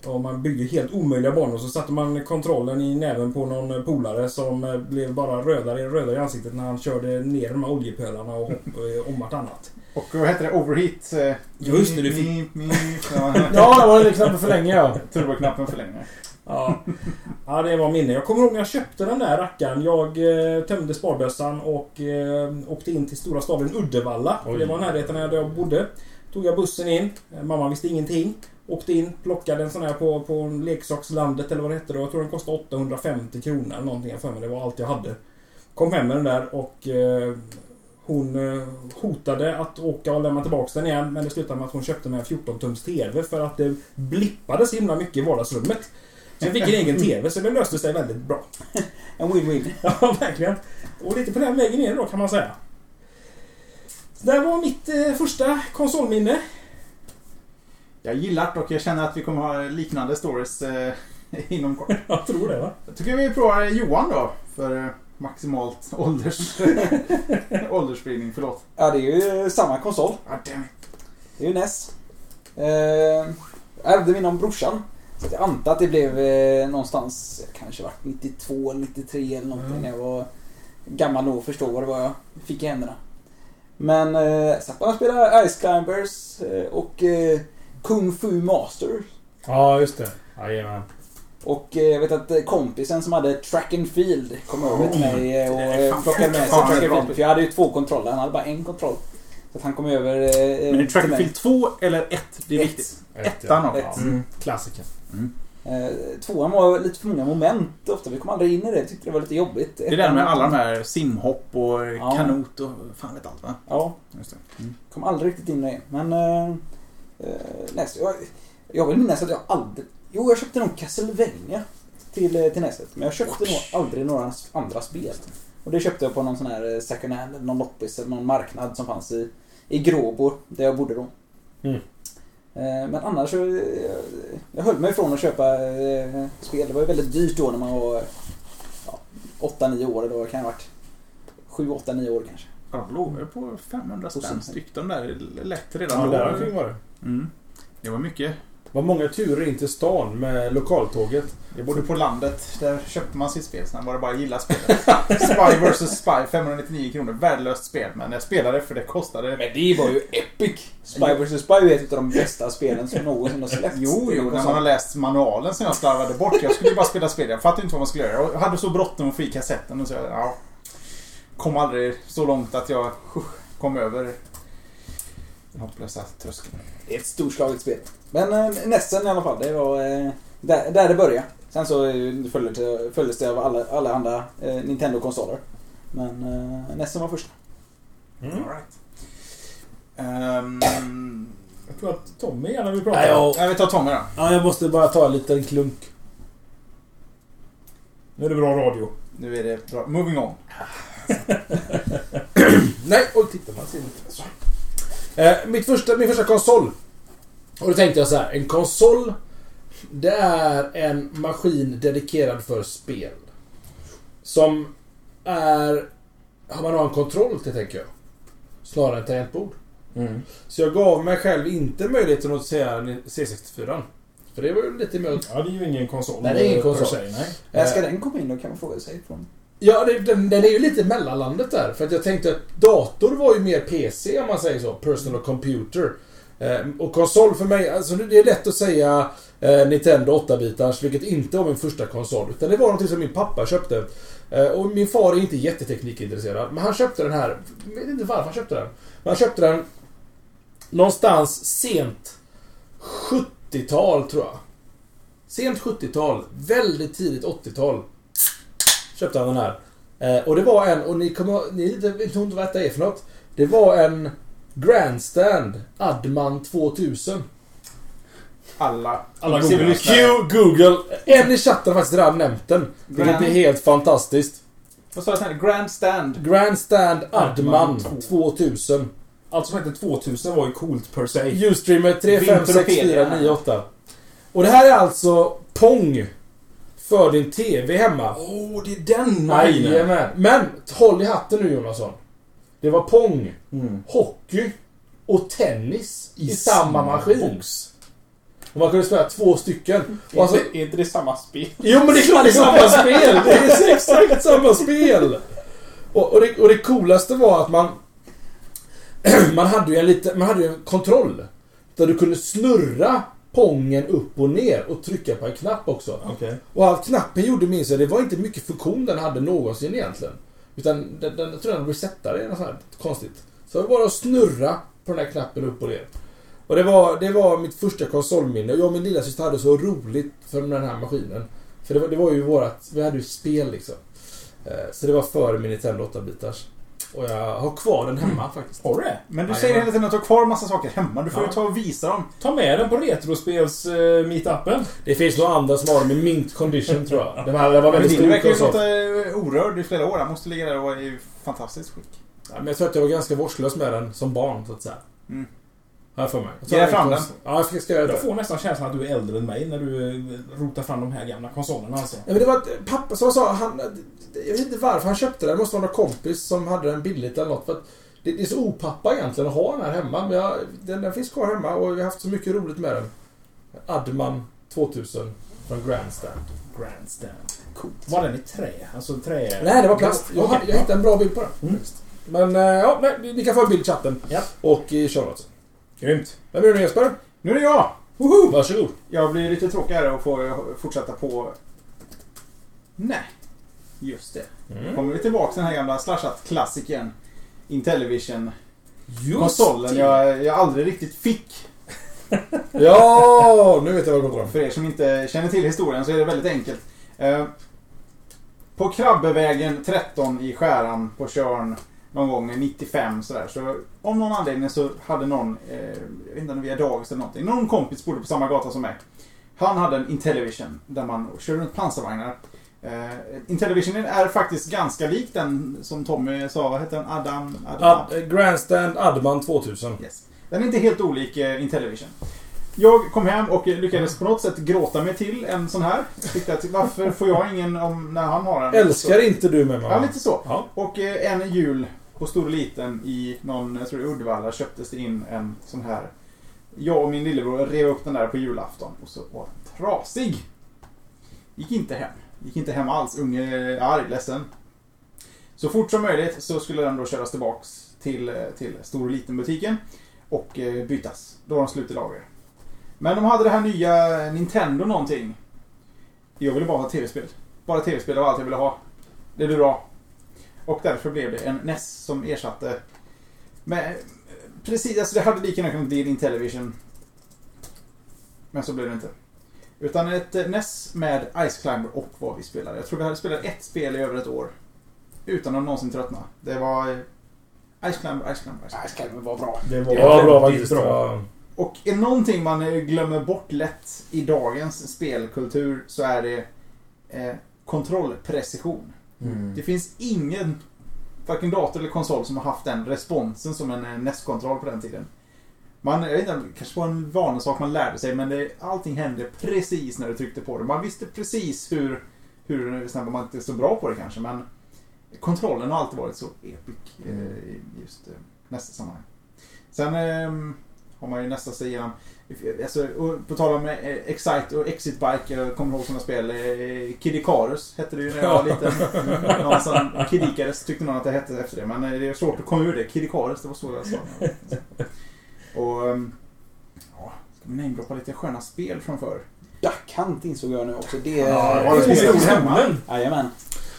B: Och man byggde helt omöjliga banor. Så satte man kontrollen i näven på någon polare som eh, blev bara rödare och rödare i ansiktet när han körde ner de här oljepölarna och hopp, eh, om vartannat.
C: Och vad heter det? Overheat? eh,
B: Just det, du fick-
C: mi- mi- ja,
A: Ja, det var knappen för länge ja.
C: Turboknappen för länge.
B: Ja. ja, det var minne. Jag kommer ihåg när jag köpte den där rackaren. Jag eh, tömde sparbössan och eh, åkte in till stora staden Uddevalla. För
A: Oj.
B: Det var i närheten där jag bodde. Tog jag bussen in. Eh, Mamma visste ingenting. Åkte in, plockade en sån här på, på leksakslandet eller vad det hette då. Jag tror den kostade 850 kronor eller någonting. Jag för mig det var allt jag hade. Kom hem med den där och eh, hon eh, hotade att åka och lämna tillbaka den igen. Men det slutade med att hon köpte mig en 14-tums TV för att det blippade så himla mycket i vardagsrummet. Så jag fick en egen TV, så det löste sig väldigt bra.
D: En win-win.
B: Ja, verkligen. Och lite på den vägen ner då, kan man säga. Så det här var mitt eh, första konsolminne.
C: Jag gillar det och jag känner att vi kommer ha liknande stories eh, inom kort.
B: Jag tror det, va?
C: Jag tycker vi provar Johan då. För eh, maximalt ålders... åldersspridning, förlåt.
D: Ja, det är ju eh, samma konsol.
C: Ah, damn it.
D: Det är ju NES. Eh, jag Eh, ärvde min av brorsan. Så att jag antar att det blev eh, någonstans, jag kanske vart 92 eller 93 eller någonting
B: Mm.
D: när jag var gammal nog att förstå vad det var jag fick i händerna. Men eh, satt man och spelade Ice Climbers eh, och eh, Kung Fu Master.
A: Ja, just det. Jajamän.
D: Och eh, jag vet att eh, kompisen som hade Track and Field kom över till mig eh, och
C: det är
D: eh,
C: fan-
D: plockade med sig
C: fan,
D: Track and
C: bra.
D: Field. För jag hade ju två kontroller, han hade bara en kontroll. Så att han kom över eh,
C: Men är
D: eh,
C: det Track
D: till
C: and
D: mig.
C: Field 2 eller 1? Det är
D: Ett.
C: viktigt.
A: Ett,
C: Ettan av
D: Ett.
C: dem.
B: Mm.
A: Klassiker.
D: Eh, Tvåan var lite för många moment ofta. Vi kom aldrig in i det. Jag tyckte det var lite jobbigt.
C: Det är där med alla de här simhopp och
D: Ja.
C: kanot och fan vet allt va?
D: Ja,
C: Just det.
D: kom aldrig riktigt in i det. Men... Eh, eh, näst, jag, jag vill minnas att jag aldrig... Jo, jag köpte nog Castlevania till, eh, till nästet. Men jag köpte nog aldrig några andra spel. Och det köpte jag på någon sån här eh, second hand, eller någon loppis eller någon marknad som fanns i, i Gråbo, där jag bodde då.
A: Mm.
D: Eh, Men annars så... eh, Jag höll mig ifrån att köpa eh, spel. Det var ju väldigt dyrt då när man var ja, 8-9 år. Eller vad kan jag ha varit? 7-8-9 år kanske.
C: Ja, de låg ju på 500
D: Och sen-
C: spänn styck de där. Lätt
A: Ja,
C: redan
A: där
C: då.
A: omkring var det.
C: Mm. Det var mycket.
A: Det var många turer in till stan med lokaltåget.
C: Jag bodde på landet. Där köpte man sitt spel. Sen var det bara att gilla spelet. Spy vs Spy. 599 kronor. Värdelöst spel. Men jag spelade för det kostade.
D: Men det var ju epic! Spy vs Spy är ett av de bästa spelen som någonsin har släppts.
C: Jo, jo, när man har läst manualen som jag slarvade bort. Jag skulle ju bara spela spel. Jag fattade inte vad man skulle göra. Jag hade så bråttom att få i kassetten. Och så, ja, kom aldrig så långt att jag kom över den hopplösa tröskeln.
D: Det är ett storslaget spel. Men eh, Nessen i alla fall, det var eh, där, där det började. Sen så eh, följdes det- följdes det av alla, alla andra eh, Nintendo-konsoler. Men eh, Nessen var först.
A: Mm.
C: All right. Ehm,
B: Jag tror att Tommy gärna vill prata.
A: Nej, jag,
C: ja, vi tar Tommy då.
A: ja, jag måste bara ta en liten klunk.
B: Nu är det bra radio.
C: Nu är det bra. Moving on.
A: Nej, och titta man ser inte. Så. Eh, mitt första, min första konsol. Och då tänkte jag så här, en konsol det är en maskin dedikerad för spel. Som är... Har man har en kontroll till tänker jag. Snarare än tangentbord. Så jag gav mig själv inte möjligheten att säga C64. För det var ju lite mer...
B: Ja, det är ju ingen konsol.
A: Nej, det är ingen
B: för
A: konsol.
B: sig, nej.
D: När Eh, ska den komma in då kan man fråga sig. Från.
A: Ja, det, den, den är ju lite mellanlandet där. För att jag tänkte att dator var ju mer PC om man säger så. Personal computer. Ehm, och konsol för mig, alltså det är lätt att säga eh, Nintendo 8-bitars, vilket inte var min första konsol. Utan det var någonting som min pappa köpte. Eh, och min far är inte jätteteknikintresserad, men han köpte den här. Jag vet inte varför han köpte den. Men han köpte den någonstans sent 70-tal, tror jag. Sent 70-tal, väldigt tidigt 80-tal köpte han den här. Eh, och det var en, och ni kommer ni vet inte vet inte vad det är för något. Det var en Grandstand Adman 2000.
C: Alla.
B: Alla
C: inklusive
B: googlar.
C: lyssnare.
A: Q Google. Eh, En i chatten har faktiskt redan nämnt den. Vilket
C: Grand-
A: är helt fantastiskt.
C: Vad sa jag sen? Grandstand.
A: Grandstand
B: Adman
A: Adman
B: 2.
A: 2000.
B: Allt som hette 2000 var ju coolt per se.
A: Ustreamer 356498. Och det här är alltså Pong. För din TV hemma.
B: Åh, det är den maskinen!
A: Jajamän. Men håll i hatten nu Jonasson. Det var Pong.
B: Mm.
A: hockey och tennis i, samma maskin.
B: Box.
A: Och man kunde spela två stycken. Och alltså,
E: Är inte det samma spel?
A: jo men det är klart det är samma spel! Det är exakt samma spel! Och, och, det, och det coolaste var att man... man hade ju en liten... Man hade ju en kontroll. Där du kunde snurra pongen upp och ner och trycka på en knapp också.
B: Okej.
A: Och allt knappen gjorde minns jag, det var inte mycket funktion den hade någonsin egentligen. Utan den, den jag tror den resetade eller något sånt här konstigt. Så det var bara att snurra på den här knappen upp och ner. Och det var, det var mitt första konsolminne. Och jag och min lillasyster hade så roligt för den här maskinen. För det var, det var ju vårat, vi hade ju spel liksom. Eh, Så det var före min Nintendo 8-bitars. Och jag har kvar den hemma faktiskt.
B: Har du det?
C: Men du
A: Nej,
C: säger
A: jag-
C: hela tiden att du har kvar massa saker hemma. Du får
B: Ja.
C: ju ta och visa dem.
B: Ta med den på retrospels eh, meetupen.
A: Det finns några andra som har dem i mint condition tror jag. Den här den var
C: Men
A: väldigt
C: din
A: stor
C: verkar ju
A: konsol.
C: stått eh, orörd i flera år. Han måste ligga där och vara i fantastiskt skick.
A: Ja, men jag tror att jag var ganska vårdslös med den som barn, så att säga.
C: Mm.
A: Har jag för mig. Jag
C: Ge
A: tror att
C: fram
A: jag-
C: den.
A: Ja, jag ska, ska jag göra
B: Jag
A: det.
B: får nästan känslan att du är äldre än mig när du eh, rotar fram de här gamla konsolerna alltså.
A: Ja, men det var att pappa som sa, han... Jag vet inte varför han köpte den. Det måste vara någon kompis som hade den billigt eller något. För att det, det är så opappa egentligen att ha den här hemma. Men jag, den, den finns kvar hemma och vi har haft så mycket roligt med den. Adman 2000 från Grandstand.
B: Grandstand. Coolt. Var den i trä? Alltså trä...
A: Nej, det var plast. Jag,
B: Okej.
A: har- jag hittade en bra bild på den.
B: Mm.
A: Men eh, ja, nej, ni- ni kan få en bild i chatten.
B: Ja.
A: Och i show notes.
B: Grymt.
A: Vem är du Jesper?
C: Nu är det jag!
A: Woho! Varsågod.
C: Jag blir lite tråkigare och får fortsätta på... Nej. Just det.
A: Mm.
C: kommer vi tillbaka till den här gamla slashat-klassikern. Intellivision.
B: Just
C: Konsolen
B: det.
C: jag, jag aldrig riktigt fick.
A: Ja, nu vet jag vad det går om.
C: För er som inte känner till historien så är det väldigt enkelt. Eh, På Krabbevägen 13 i Skäran på Tjörn någon gång i 95 sådär. Så om någon anledning så hade någon, eh, jag vet inte om det var via dagis eller någonting, någon kompis bodde på samma gata som mig. Han hade en Intellivision där man kör runt pansarvagnar. Eh, Intellivisionen är faktiskt ganska lik den som Tommy sa, vad heter den? Adam? Adam?
A: Ad, Grandstand Adman 2000.
C: Yes. Den är inte helt olik eh, Intellivision. Jag kom hem och eh, lyckades på något sätt gråta mig till en sån här. Tyckte att varför får jag ingen om när han har en?
A: Älskar inte du med
C: Så-
A: mamma?
C: Ja, lite så.
A: Ja.
C: Och eh, en jul på stor och liten i någon, jag tror det är Uddevalla, köptes det in en sån här. Jag och min lillebror rev upp den där på julafton och så var den trasig. Gick inte hem. Gick inte hem alls. Unge eh, arg, ledsen. Så fort som möjligt så skulle den då köras tillbaks till, eh, till stor och liten butiken och eh, bytas. Då var de slut i lager. Men de hade det här nya Nintendo någonting. Jag ville bara ha tv-spel. Bara tv-spel var allt jag ville ha. Det blev bra. Och därför blev det en NES som ersatte... Men, precis, alltså det hade lika gärna kunnat bli en Intellivision. Men så blev det inte. Utan ett eh, NES med Ice Climber och vad vi spelade. Jag tror vi hade spelat ett spel i över ett år. Utan att någonsin tröttna. Det var eh, Ice Climber, Ice Climber, Ice Climber.
D: Nej, det kan vara bra.
B: Det var,
A: Det var bra
B: väldigt
A: faktiskt. Det var-
C: Och är någonting man eh, glömmer bort lätt i dagens spelkultur så är det eh, kontrollprecision.
B: Mm.
C: Det finns ingen varken dator eller konsol som har haft den responsen som en eh, NES-kontroll på den tiden. Man, jag vet inte, det kanske var en vanlig sak man lärde sig men det, allting hände precis när du tryckte på det. Man visste precis hur, hur eh, snabbt man inte är så bra på det kanske men kontrollen har alltid varit så epic eh, i just eh, nästa sammanhang. Sen eh, har man ju nästan sig igenom. Alltså, och på tal om eh, Excite och Exit Bike, jag kommer ihåg sådana spel. eh, Kid Icarus hette det ju när jag var liten. Någon som Kid Icarus tyckte någon att det hette efter det. Men eh, det är svårt att komma ur det. Kid Icarus, det var så jag sa. Och... ehm, Ja, ska vi namedroppa lite sköna spel från förr?
D: Duck Hunt insåg jag nu också. Det...
C: Ja, det var
D: det
C: det
D: är...
C: stor hemma.
D: Jajamän.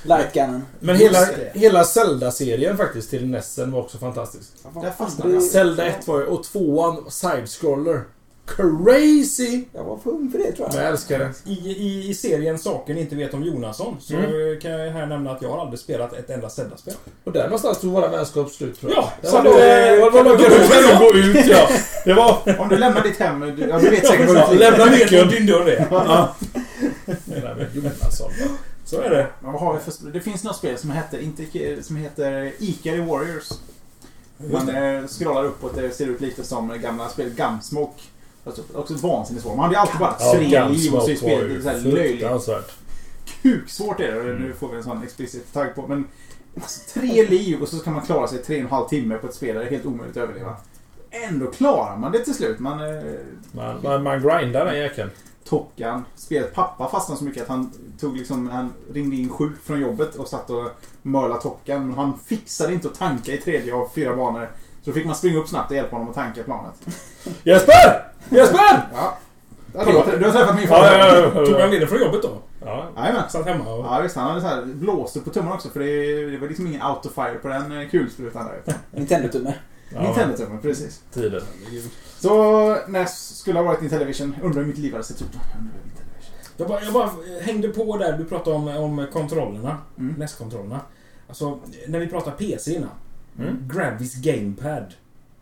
D: Lightgunnen.
A: Men hela, hela Zelda-serien faktiskt till Nessen var också fantastisk.
C: Där fastnade
D: aldrig-
C: jag.
A: Zelda 1 var ju, och 2an Side-scroller. Crazy!
D: Jag var för ung för det tror
A: Men
D: jag.
A: jag älskar det.
B: I, i, I serien Saker ni inte vet om Jonasson så
A: Mm.
B: kan jag här nämna att jag har aldrig spelat ett enda Zelda-spel.
A: Och där någonstans tog våra vänskap slut tror jag.
B: Ja,
A: Det
B: så
A: var
B: då-
A: nog- det var nog-
B: kan du-
A: kan du gå ut ja. Det var...
C: Om du lämnar ditt hem, du, ja, du vet säkert vad du
A: Lämna
B: Jag vet
A: nyckeln.
B: vad Din dörr är.
A: Nej, men alltså, Jonasson.
B: Så är det.
C: Men vad har vi för spel? Det finns något spel som heter, inte, som heter Ikari Warriors. Man eh, scrollar uppåt, det ser ut lite som gamla spel Gunsmoke. Alltså, också vansinnigt svårt. Man hade ju alltid bara tre liv och så är spelet lite såhär löjligt.
A: Fruktansvärt.
C: Kuksvårt är det. Nu får vi en sån explicit tagg på. Men alltså, tre liv och så ska man klara sig tre och en halv timme på ett spel där det är helt omöjligt att överleva. ändå klarar man det till slut. Man eh,
A: Man, man, man grindar den jäkeln.
C: Tockan, spelet pappa fastnade så mycket att han tog liksom, han ringde in sjuk från jobbet och satt och mörlade Tockan. Men han fixade inte att tanka i tredje av fyra banor. Så då fick man springa upp snabbt och hjälpa honom att tanka planet.
A: Jesper! Jesper!
C: Ja. Ja, Du, har- du har träffat min
A: Ja,
C: farbror?
A: ja, ja,
B: Tog
A: ja.
B: han ledigt från jobbet då?
A: ja.
C: Jajamän.
B: Satt hemma och...
C: Ja visst, han hade så här blåste på tummen också för det, det var liksom ingen autofire på den eh, kulsprutan där.
D: Nintendo-tumme.
A: ja.
C: Nintendo-tummen, precis.
A: Tiden.
C: Så NES skulle ha varit Intellivision. Undrar hur mitt liv hade sett ut. Undrar hur Intellivision.
B: Jag bara, jag bara hängde på där du pratade om, om kontrollerna.
C: Mm.
B: NES-kontrollerna. Alltså, när vi pratade PC innan.
A: Mm.
B: Gravis GamePad.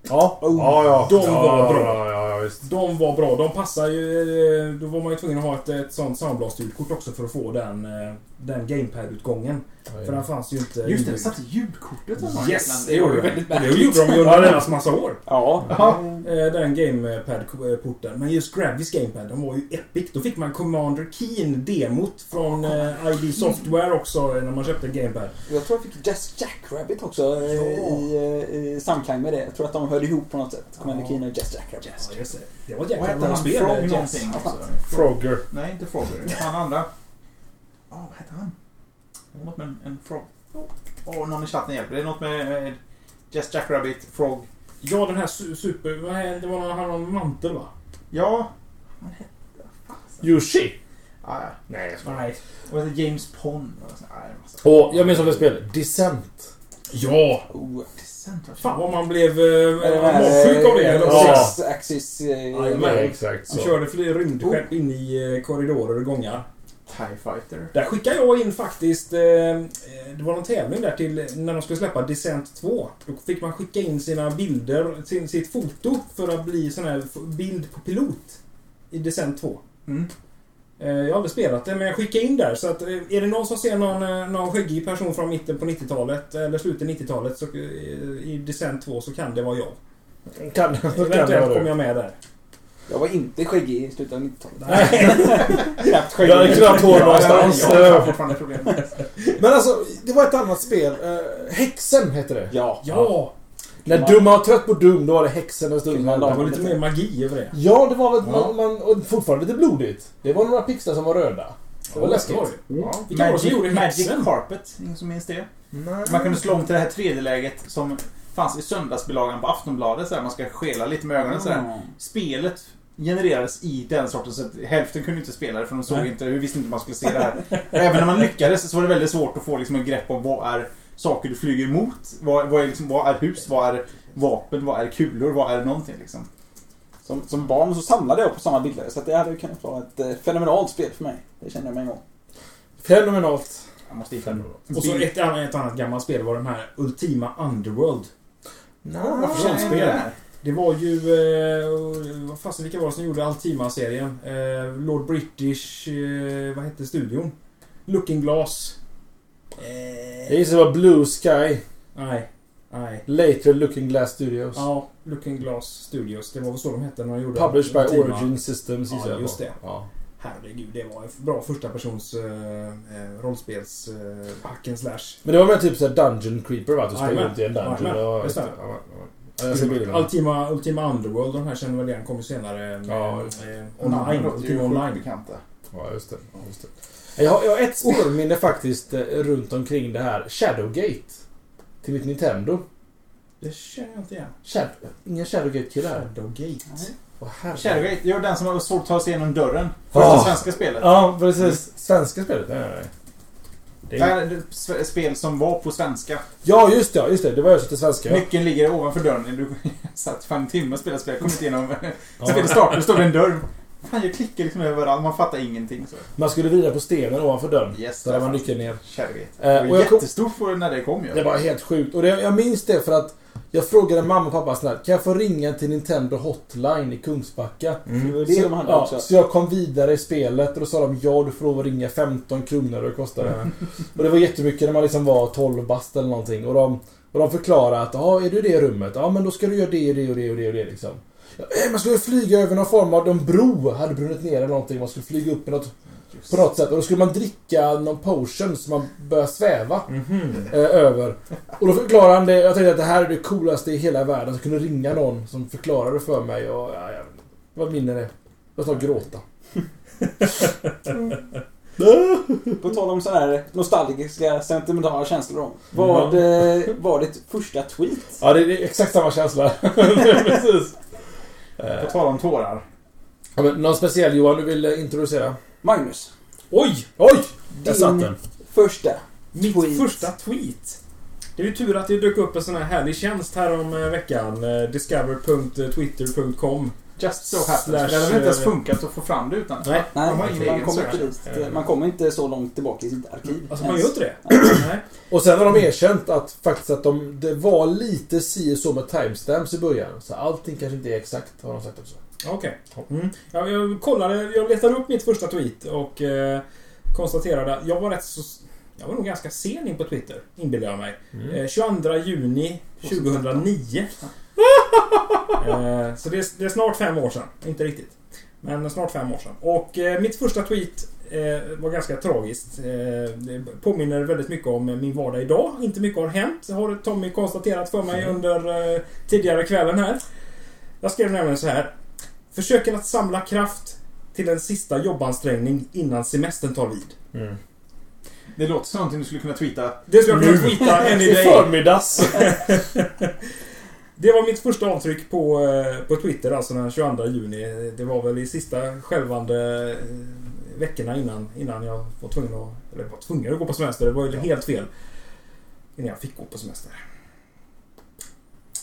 A: Ja. Oh. Ja, ja.
B: De
A: ja,
B: var bra.
A: Ja, ja, ja, visst.
B: De var bra. De passar ju... eh, Då var man ju tvungen att ha ett, ett sånt soundblast-ljudkort också för att få den, eh, den GamePad-utgången. För den fanns ju inte...
C: Just det,
B: inbyggd.
C: det satte ljudkortet om
B: Yes!
C: Det
B: Det gjorde de.
C: var ju
B: Och
C: väldigt
B: Det
C: märkligt.
B: gjorde de ju
A: Ja,
B: under
A: det-
B: en massa år.
D: Ja.
C: Ja.
B: Eh, Den GamePad-porten. Men just Gravis GamePad, de var ju epic. Då fick man Commander Keen-demot från eh, ID Software också eh, när man köpte en GamePad.
D: Jag tror jag fick Just Jackrabbit också eh,
B: Ja.
D: i, eh, i samklang med det. Jag tror att de höll ihop på något sätt. Commander
B: Ja.
D: Keen och Just Jackrabbit.
B: Ja, just det. Det var ett
C: Vad
B: jäkla
C: hette
B: bra
C: han?
B: spel.
C: Frog
B: eh,
C: någonting
D: Yes.
C: också?
A: Frogger.
C: Nej, inte Frogger. Han andra. Ja, vad hette han? Det var något med en, en Frog. Åh, oh, någon i chatten hjälper. Det är något med eh, Just Jackrabbit, Frog.
B: Ja, den här su- super... Vad hände? Det var någon, han har en mantel va?
C: Ja.
A: Yoshi.
C: Ah, ja.
A: Nej, jag skojar.
B: Nej.
C: Och det James Pond. och så- Nej, det var så-
A: Och jag minns vad vi spelade. Descent.
B: Ja!
D: Oh.
C: Decent, vad
B: Fan
C: fan.
B: vad man blev eh,
D: Eh,
B: magsjuk av det. Eller?
A: ja.
B: Ja.
D: Six axis... eh,
B: Jajamän.
A: Nej, exakt
B: Vi
A: så.
B: körde fler rymdskepp in i eh, korridorer och gångar.
C: TIE Fighter.
B: Där skickade jag in faktiskt... Eh, eh, det var någon tävling där till när de skulle släppa Descent 2. Då fick man skicka in sina bilder, sin, sitt foto för att bli sån här f- bild på pilot. I Descent 2.
C: Mm.
B: Eh, Jag har aldrig spelat det, men jag skickade in där. Så att, eh, är det någon som ser någon, eh, någon skäggig person från mitten på 90-talet eller slutet 90-talet så, eh, i Descent 2 så kan det vara jag.
A: Kan, kan det
B: Eventuellt
A: vara
B: kommer
A: du.
B: jag med där.
D: Jag var inte skäggig i slutet av 90-talet. Knappt
A: Jag hade
D: skäggig.
A: knappt hår
C: någonstans.
A: någonstans.
C: Jag har fortfarande problem.
A: Men alltså, det var ett annat spel. Eh, Häxen hette det.
D: Ja.
B: Ja!
A: När Dum var trött på Dum, då var det häxen en stund.
D: Finland,
B: Det var lite mer magi över det.
A: Ja, det var väl
B: Ja.
A: Man, man, och fortfarande lite blodigt. Det var några pixlar som var röda. Det var läskigt.
B: Oj.
C: Ja.
B: Vilka var det som
C: Magic-
B: gjorde
C: Magic
B: Hexen?
C: Carpet. Ingen som minns det? Man kunde slå om till det här tredje läget som fanns i söndagsbilagan på Aftonbladet. Så här, man ska skela lite med ögonen. Så här.
D: Mm.
C: Spelet genererades i den sorten så att hälften kunde inte spela det för de såg inte, de visste inte hur man skulle se det här. Och Även när man lyckades så var det väldigt svårt att få liksom, en grepp om vad är saker du flyger emot. Vad, vad, är, liksom, vad är hus? Vad är vapen? Vad är kulor? Vad är någonting liksom?
D: Som, som barn så samlade jag på sådana bilder, så att det hade ju kunnat vara ett eh, fenomenalt spel för mig. Det kände jag med en gång.
A: Fenomenalt.
C: Jag måste hitta en
B: Och så ett, annat- ett annat gammalt spel var de här Ultima Underworld.
A: Nice.
B: sånt spel? Det var ju... Eh, vad fasen, vilka var det som gjorde Altima-serien? Eh, Lord British... Eh, vad hette studion? Looking Glass.
A: Jag
B: Eh,
A: gissar det var Blue Sky,
B: nej. Nej.
A: later Looking Glass Studios.
B: Ja, Looking Glass Studios. Det var väl så de hette när de gjorde
A: Published by
B: Ultima.
A: Origin Systems
B: Ja,
A: gissar jag
B: just
A: på.
B: det.
A: Ja.
B: Herregud, det var en bra första persons eh, eh, rollspels... Eh, hack and slash.
A: Men det var väl typ såhär Dungeon Creeper va? Att du sprang
B: Jajamän.
A: runt i en dungeon.
B: Jajamän.
A: Ja,
B: Det stämmer.
A: ja, ja, ja. Jag ser bilderna.
B: Ultima, Ultima Underworld, de här känner väl igen, kom ju senare.
A: Ja.
B: eh,
C: Online.
B: online. Ultima Online.
C: Bekanta.
A: Ja, just det. Just det. Jag, har, jag har ett
B: Oh.
A: spelminne faktiskt eh, runt omkring det här. Shadowgate. Till mitt Nintendo.
B: Det känner jag inte igen.
A: Shadow, ingen Shadowgate-kille här.
B: Shadowgate.
A: Åh, herregud.
C: Shadowgate, det var den som var svårt att ta sig igenom dörren. Första
A: Ah.
C: svenska spelet.
A: Ja, precis. Svenska spelet? Nej, nej, nej.
C: Det
B: Äh.
C: här är ett spel som var på svenska.
A: Ja, just det. ja, Just det. det var översatt till svenska. Ja.
C: Nyckeln ligger ovanför dörren. Du satt fan en timme och spelade spel. Kom inte igenom.
A: Ja.
C: Spelet startar, då står det en dörr. Fan, jag klickar liksom överallt. Man fattar ingenting. Så.
A: Man skulle vrida på stenen ovanför dörren.
C: Yes,
A: Så där var nyckeln ner.
C: Shadowgate.
A: Eh,
C: Det
A: och
C: var
A: jag kom-
C: jättestort för när det kom ju.
A: Det var helt sjukt. Och det, jag minns det för att jag frågade mamma och pappa snällt, kan jag få ringa till Nintendo Hotline i Kungsbacka?
D: Det var ju det
A: Så,
D: de hade
A: ja,
D: också.
A: så jag kom vidare i spelet och då sa de ja, du får lov att ringa 15 kronor det kostar det. och det var jättemycket när man liksom var 12 bast eller någonting. Och de, och de förklarade att ja, är du i det rummet? Ja, men då ska du göra det och det och det och det, och det liksom. Ja, eh, Man skulle flyga över någon form av... Någon bro hade brunnit ner eller någonting. Man skulle flyga upp i något På något sätt. Och då skulle man dricka någon potion som man börjar sväva
B: Mhm.
A: eh, över. Och då förklarar han det. Jag tänkte att det här är det coolaste i hela världen. Så kunde ringa någon som förklarade för mig. Och, ja, jag, vad minner det? Jag snart gråta.
D: På tal om sådana här nostalgiska, sentimentala känslor då. Vad eh, var ditt första tweet?
A: Ja, det är exakt samma känsla. Precis. Eh,
C: På tal om tårar.
A: ja, men någon speciell Johan du vill eh, introducera?
D: Magnus,
B: Oj!
A: Oj!
D: Där satt den. första.
B: Mitt
D: Tweet.
B: första tweet. Det är ju tur att det dök upp en sån här härlig tjänst här om eh, veckan. eh, Discover.twitter.com
C: Just so happens.
B: Slash-
C: det hade väl inte ens funkat att få fram det utan.
B: Nej,
D: Nej,
C: Man har
D: man,
C: ingen egen
D: kommer inte
C: söktjänst.
D: dit. Man kommer inte så långt tillbaka i sitt arkiv.
B: alltså man gör
D: ens.
B: inte det. Nej.
A: Och sen har de erkänt att faktiskt att de, det var lite si och så med timestamps i början. Så allting kanske inte är exakt har de sagt också.
B: Okej. Mm. Ja, jag kollade, jag letade upp mitt första tweet och eh, konstaterade att jag var rätt så... Jag var nog ganska sen in på Twitter, inbillar jag mig.
A: Mm.
B: Eh, 22 juni 2009. eh, så det är, det är snart fem år sedan. Inte riktigt. Men snart fem år sedan. Och eh, mitt första tweet eh, var ganska tragiskt. Eh, det påminner väldigt mycket om min vardag idag. Inte mycket har hänt, har Tommy konstaterat för mig under eh, tidigare kvällen här. Jag skrev nämligen så här. Försöker att samla kraft till en sista jobbansträngning innan semestern tar vid.
A: Mm.
C: Det låter som någonting du skulle kunna tweeta.
B: Det skulle jag kunna tweeta än i dig.
A: förmiddags!
B: Det var mitt första avtryck på, eh, på Twitter alltså den 22 juni. Det var väl i sista självande eh, veckorna innan, innan jag var tvungen att... Eller var tvungen att gå på semester. Det var ju helt fel. Innan jag fick gå på semester.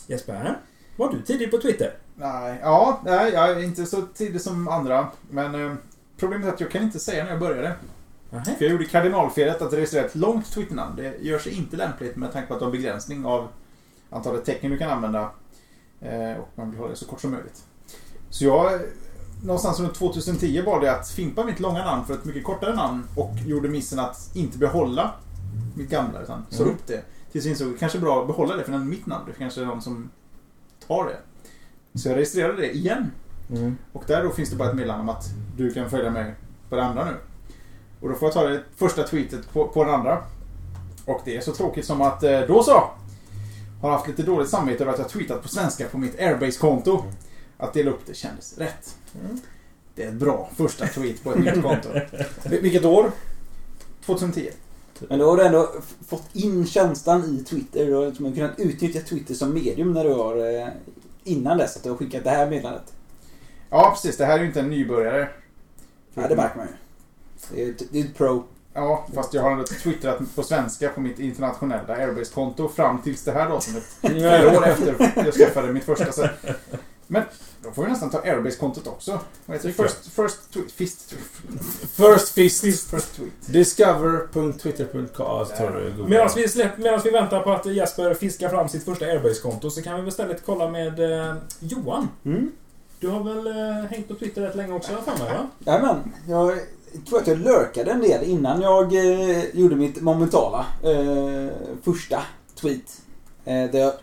B: Jesper, var du tidig på Twitter?
C: Nej, ja, nej, jag är inte så tidig som andra. Men eh, problemet är att jag kan inte säga när jag började.
B: Nähä.
C: För jag gjorde kardinalfelet att registrera ett långt Twitternamn. Det gör sig inte lämpligt med tanke på att du har begränsning av antalet tecken du kan använda. Eh, Och man vill hålla det så kort som möjligt. Så jag, eh, någonstans runt 2010 valde jag att fimpa mitt långa namn för ett mycket kortare namn och gjorde missen att inte behålla mitt gamla utan så
A: Mm.
C: upp det. Tills jag insåg att det kanske är bra att behålla det för det är mitt namn. Det kanske är någon som tar det. Så jag registrerade det igen
B: Mm.
C: och där då finns det bara ett meddelande om att du kan följa mig på det andra nu. Och då får jag ta det första tweetet på, på den andra. Och det är så tråkigt som att eh, då så! Har haft lite dåligt samvete över att jag tweetat på svenska på mitt airbase-konto. Att dela upp det kändes rätt.
A: Mm.
C: Det är ett bra första tweet på ett nytt konto.
A: Vil- Vilket år?
C: 2010.
D: Men då har du ändå f- fått in känslan i Twitter. Du har liksom kunnat utnyttja Twitter som medium när du har... eh, Innan dess att du har skickat det här meddelandet.
C: Ja, precis. Det här är ju inte en nybörjare.
D: Ja, det märker man ju. Det är ett- Det är ett pro.
C: Ja, fast jag har ändå twittrat på svenska på mitt internationella airbase-konto fram tills det här datumet. Fyra år efter jag skaffade mitt första. Så. Men då får vi nästan ta Airbase-kontot också. Vad heter det? First, first tweet. Fist tweet.
A: First fist.
C: First tweet.
A: Discover.twitter.com Ja, så tar du Google.
B: Medan vi, släpp, medans vi väntar på att Jesper fiskar fram sitt första Airbase-konto så kan vi väl istället kolla med eh, Johan.
D: Mm.
B: Du har väl eh, hängt på Twitter rätt länge också, har jag för mig va?
D: Jajamän. Jag tror att jag lurkade en del innan jag eh, gjorde mitt monumentala eh, första tweet. Eh, där jag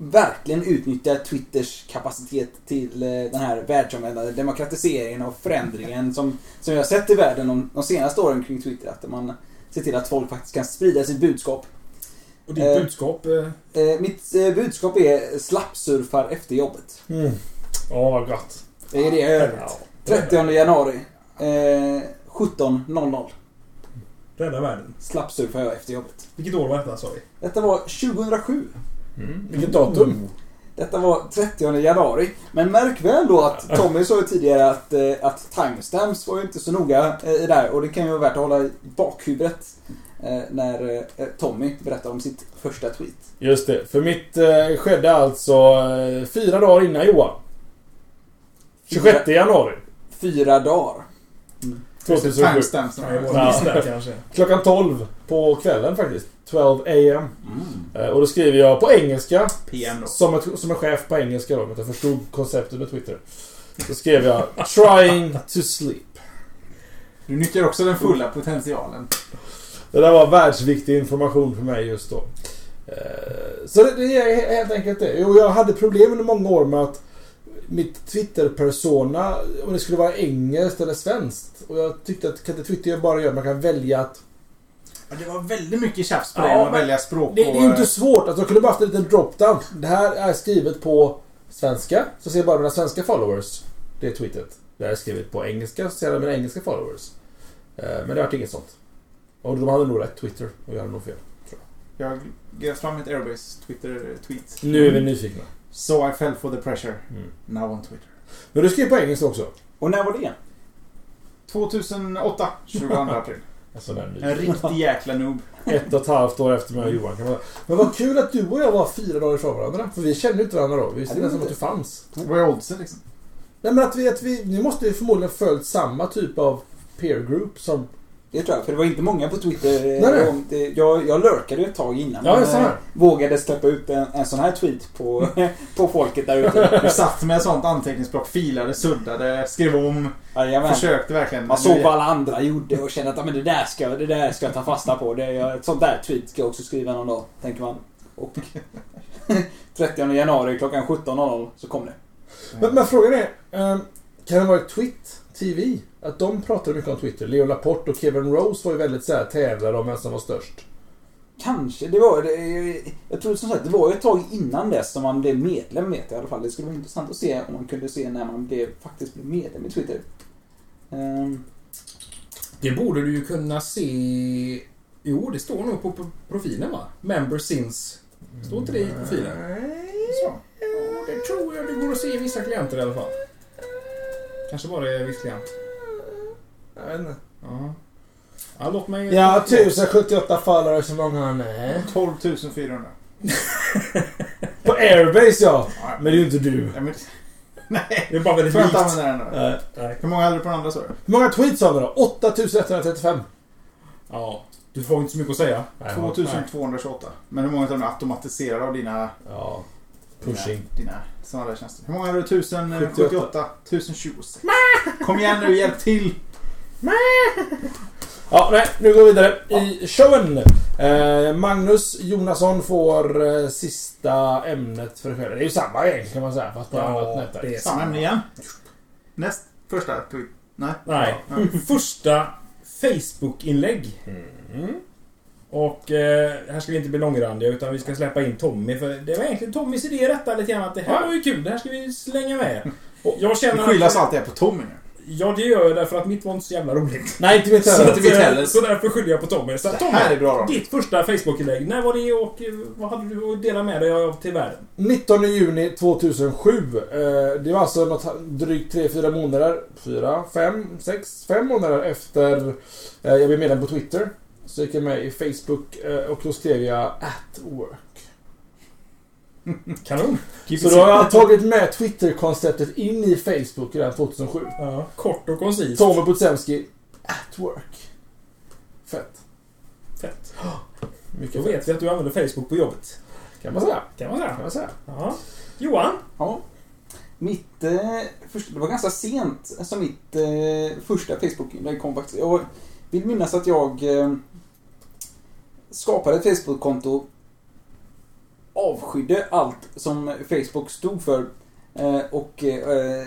D: verkligen utnyttjar Twitters kapacitet till eh, den här världsomvändande demokratiseringen och förändringen som, som jag har sett i världen de, de senaste åren kring Twitter. Att man ser till att folk faktiskt kan sprida sitt budskap.
B: Och ditt
D: Eh.
B: budskap... eh,
D: Eh, mitt eh, budskap är slappsurfar efter jobbet.
A: Mm. Åh, vad gott.
D: Det är det jag gör. 30 januari. Eh, 17.00.
B: Rädda världen.
D: Slappsurfar jag efter jobbet.
B: Vilket år var detta sa vi?
D: Detta var 2007.
A: Mm. Vilket datum?
D: Detta var 30 januari. Men märk väl då att Tommy sa ju tidigare att, eh, att timestamps var ju inte så noga eh, i det här och det kan ju vara värt att hålla i bakhuvudet eh, när eh, Tommy berättar om sitt första tweet.
A: Just det. För mitt eh, skedde alltså eh, fyra dagar innan Johan. 26 januari
D: Fyra dagar.
A: 2007.
C: Timestamps.
B: Kan ju vara
A: Ja.
B: en miss där kanske.
A: Klockan 12 på kvällen faktiskt. 12 AM. Eh, Och då skriver jag på engelska.
C: PM Mm. då.
A: Som, ett, som en chef på engelska då, för att jag förstod konceptet med Twitter. Så skrev jag “Trying to sleep”.
C: Du nyttjar också den fulla potentialen.
A: Det där var världsviktig information för mig just då. Eh, Så det, det är he- helt enkelt det. Och jag hade problem under många år med att mitt Twitter-persona, om det skulle vara engelskt eller svenskt. Och jag tyckte att kan inte Twitter bara göra att man kan välja att...
C: Ja, Det var väldigt mycket tjafs på
A: Ja,
C: det med att
A: men-
C: välja språk
A: Det, det är
C: och, eh,
A: ju inte svårt. Alltså, jag kunde bara haft en liten drop-down. Det här är skrivet på svenska. Så ser jag bara mina svenska followers. Det är tweetet. Det här är skrivet på engelska. Så ser jag mina engelska followers. Eh, Men det vart inget sånt. Och de hade nog rätt Twitter. Och jag hade nog fel.
C: Jag grävde fram mitt Airbase Twitter-tweet.
A: Nu är vi nyfikna.
C: So I fell for the pressure.
A: Mm.
C: Now on Twitter.
A: Men du skrev på engelska också.
D: Och när var det?
C: 2008, 22 april.
A: Alltså den
C: En riktig jäkla noob.
A: Ett och ett halvt år efter mig och Johan kan man Men vad kul att du och jag var fyra dagar ifrån varandra. För vi kände ju inte varandra då. Vi visste
D: Ja,
A: inte
D: det
A: ens om att
D: vet
A: du fanns.
C: Vad är oddsen liksom?
A: Nej men att vi, att vi... Nu måste vi förmodligen följt samma typ av peer group som...
D: Det tror jag, för det var inte många på Twitter. eh,
A: Nej, nej.
D: om det- Jag, jag lurkade ju ett tag innan.
A: Ja,
D: men,
A: det är så här.
D: eh, Vågade släppa ut en, en sån här tweet på, på folket där ute.
C: Du satt med ett sånt anteckningsblock, filade, suddade, skrev om.
D: Jajamän.
C: Försökte verkligen.
D: Man såg
C: Nu-
D: vad alla andra gjorde och kände att "Ah, men det, där ska, jag- det där ska jag ta fasta på. Det är, ett sånt där tweet ska jag också skriva någon dag, tänker man. Och 30 januari klockan 17.00 så kom det.
A: Men, men frågan är... ehm, kan det vara Twit TV? Att de pratade mycket om Twitter. Leo Laporte och Kevin Rose var ju väldigt så här tävlade om vem som var störst.
D: Kanske, det var det. Jag tror som sagt, det var ju ett tag innan dess som man blev medlem vet jag i alla fall. Det skulle vara intressant att se om man kunde se när man blev, faktiskt blev medlem i Twitter. Ehm,
B: Det borde du ju kunna se... Jo, det står nog på pro- profilen va? Member since. Står inte det i profilen? Så. Ja, Det tror jag det går att se i vissa klienter i alla fall. Kanske bara i viss klient.
A: Jag vet inte.
B: Ja. Ja, låt mig...
A: Ja, typ. 1078 följare så många han är.
C: 12 400.
A: På Airbase ja!
C: Ja,
A: Men det är ju inte du.
C: ja, men-
B: Det är bara väldigt
C: Får jag inte
B: likt.
C: använda den då?
A: Nej, nej.
C: Hur många hade du på den andra så?
A: Hur många tweets har vi då? 8135.
B: Ja. Du får inte så mycket att säga.
C: 2228. Men hur många av dem är automatiserade av dina...
A: Ja. Pushing.
C: Dina sådana där tjänster. Hur många hade du? 1078?
A: 78.
C: 1026? Kom igen nu, hjälp till!
A: Ja, nej, nu går vi vidare i showen. Eh, Magnus Jonasson får eh, sista ämnet för ikväll. Det är ju samma egentligen kan man säga, fast på
B: Ja,
A: annat nätverk.
B: det är
C: Samma ämne igen. Näst första tweet. Nej.
B: Nej.
C: Ja.
B: Första Facebook-inlägg.
A: Mm.
B: Och eh, här ska vi inte bli långrandiga utan vi ska släppa in Tommy för det var egentligen Tommys idé detta lite grann att det här var ju kul, det här ska vi slänga med. Och jag
C: Vi
B: känner
C: skyllas
B: att...
C: alltid här på Tommy nu.
B: Ja, det gör jag därför att mitt var inte så jävla roligt.
A: Nej, inte mitt
B: Så,
A: öra.
C: inte mitt
B: att, eh,
C: heller.
B: så därför skyller jag på Tommy. Så att,
C: Det
B: Tommy,
C: här är bra då.
B: ditt första Facebook-inlägg, när var det och eh, vad hade du att dela med dig av till världen?
A: 19 juni 2007. Eh, det var alltså något, drygt 3-4 månader. 4, 5, 6, 5 månader efter eh, jag blev medlem på Twitter. Så gick jag med i Facebook eh, och då skrev jag at work.
B: Kanon.
A: Så då har jag tagit med Twitter-konceptet in i Facebook redan 2007.
B: Ja, kort och koncist.
A: Tommy Potsemski, at work. Fett.
B: Fett. Då
A: Mycket fett.
B: vet vi att du använder Facebook på jobbet.
A: Kan man säga.
B: Kan man
A: Kan
B: säga.
A: man säga.
B: Ja. Johan?
D: ja. Mitt eh, första, det var ganska sent som mitt eh, första Facebook-inlägg kom faktiskt. Jag vill minnas att jag eh, skapade ett Facebook-konto avskydde allt som Facebook stod för eh, och eh, eh,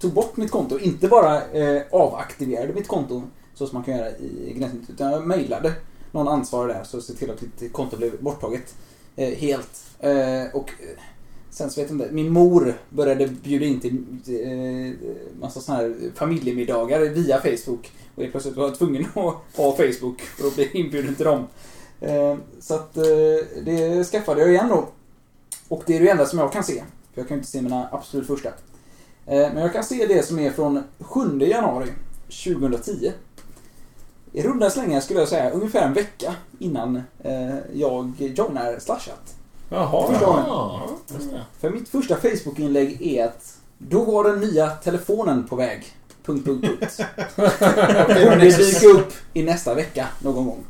D: tog bort mitt konto. Inte bara eh, avaktiverade mitt konto så som man kan göra i Gnesnet utan jag mejlade någon ansvarig där så se till att mitt konto blev borttaget eh, helt. Eh, Och eh, sen så vet jag inte, min mor började bjuda in till eh, massa såna här familjemiddagar via Facebook och helt plötsligt var jag tvungen att ha Facebook för att bli inbjuden till dem. Eh, Så att eh, det skaffade jag igen då. Och det är det enda som jag kan se. För jag kan ju inte se mina absolut första. Eh, Men jag kan se det som är från 7 januari 2010. I runda slängar skulle jag säga ungefär en vecka innan eh, jag joinar Slashat.
A: Jaha.
D: Förstår ni?
B: Ja, just det.
D: För mitt första Facebook-inlägg är att då var den nya telefonen på väg. Punkt, punkt, punkt. Och Det kommer dyka upp i nästa vecka någon gång.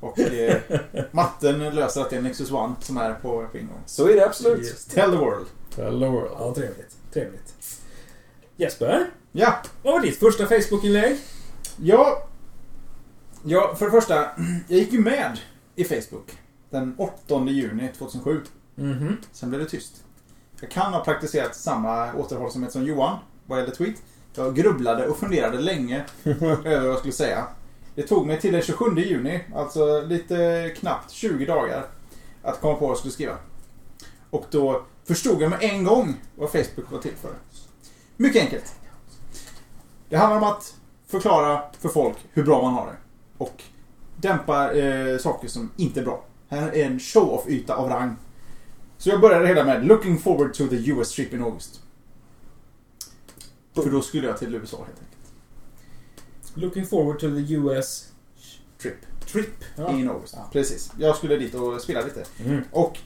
C: Och eh, matten löser att det är Nexus One som är på ingång.
D: Så är det absolut.
B: Just det.
C: Tell the world.
A: Tell the world.
B: Ja, trevligt. Trevligt. Jesper,
C: Ja,
B: vad var ditt första Facebook-inlägg?
C: Ja. Ja, för det första. Jag gick ju med i Facebook. Den 8 juni 2007.
B: Mhm.
C: Sen blev det tyst. Jag kan ha praktiserat samma återhållsamhet som Johan vad gäller tweet. Jag grubblade och funderade länge över vad jag skulle säga. Det tog mig till den 27 juni, alltså lite knappt 20 dagar, att komma på vad jag skulle skriva. Och då förstod jag med en gång vad Facebook var till för. Mycket enkelt. Det handlar om att förklara för folk hur bra man har det. Och dämpa eh, saker som inte är bra. Här är en show-off-yta av rang. Så jag började hela med Looking forward to the US trip in August. För då skulle jag till USA helt enkelt.
B: Looking forward to the US
C: Trip.
B: trip.
C: In August. Precis. Jag skulle dit och spela lite.
B: Mm.
C: Och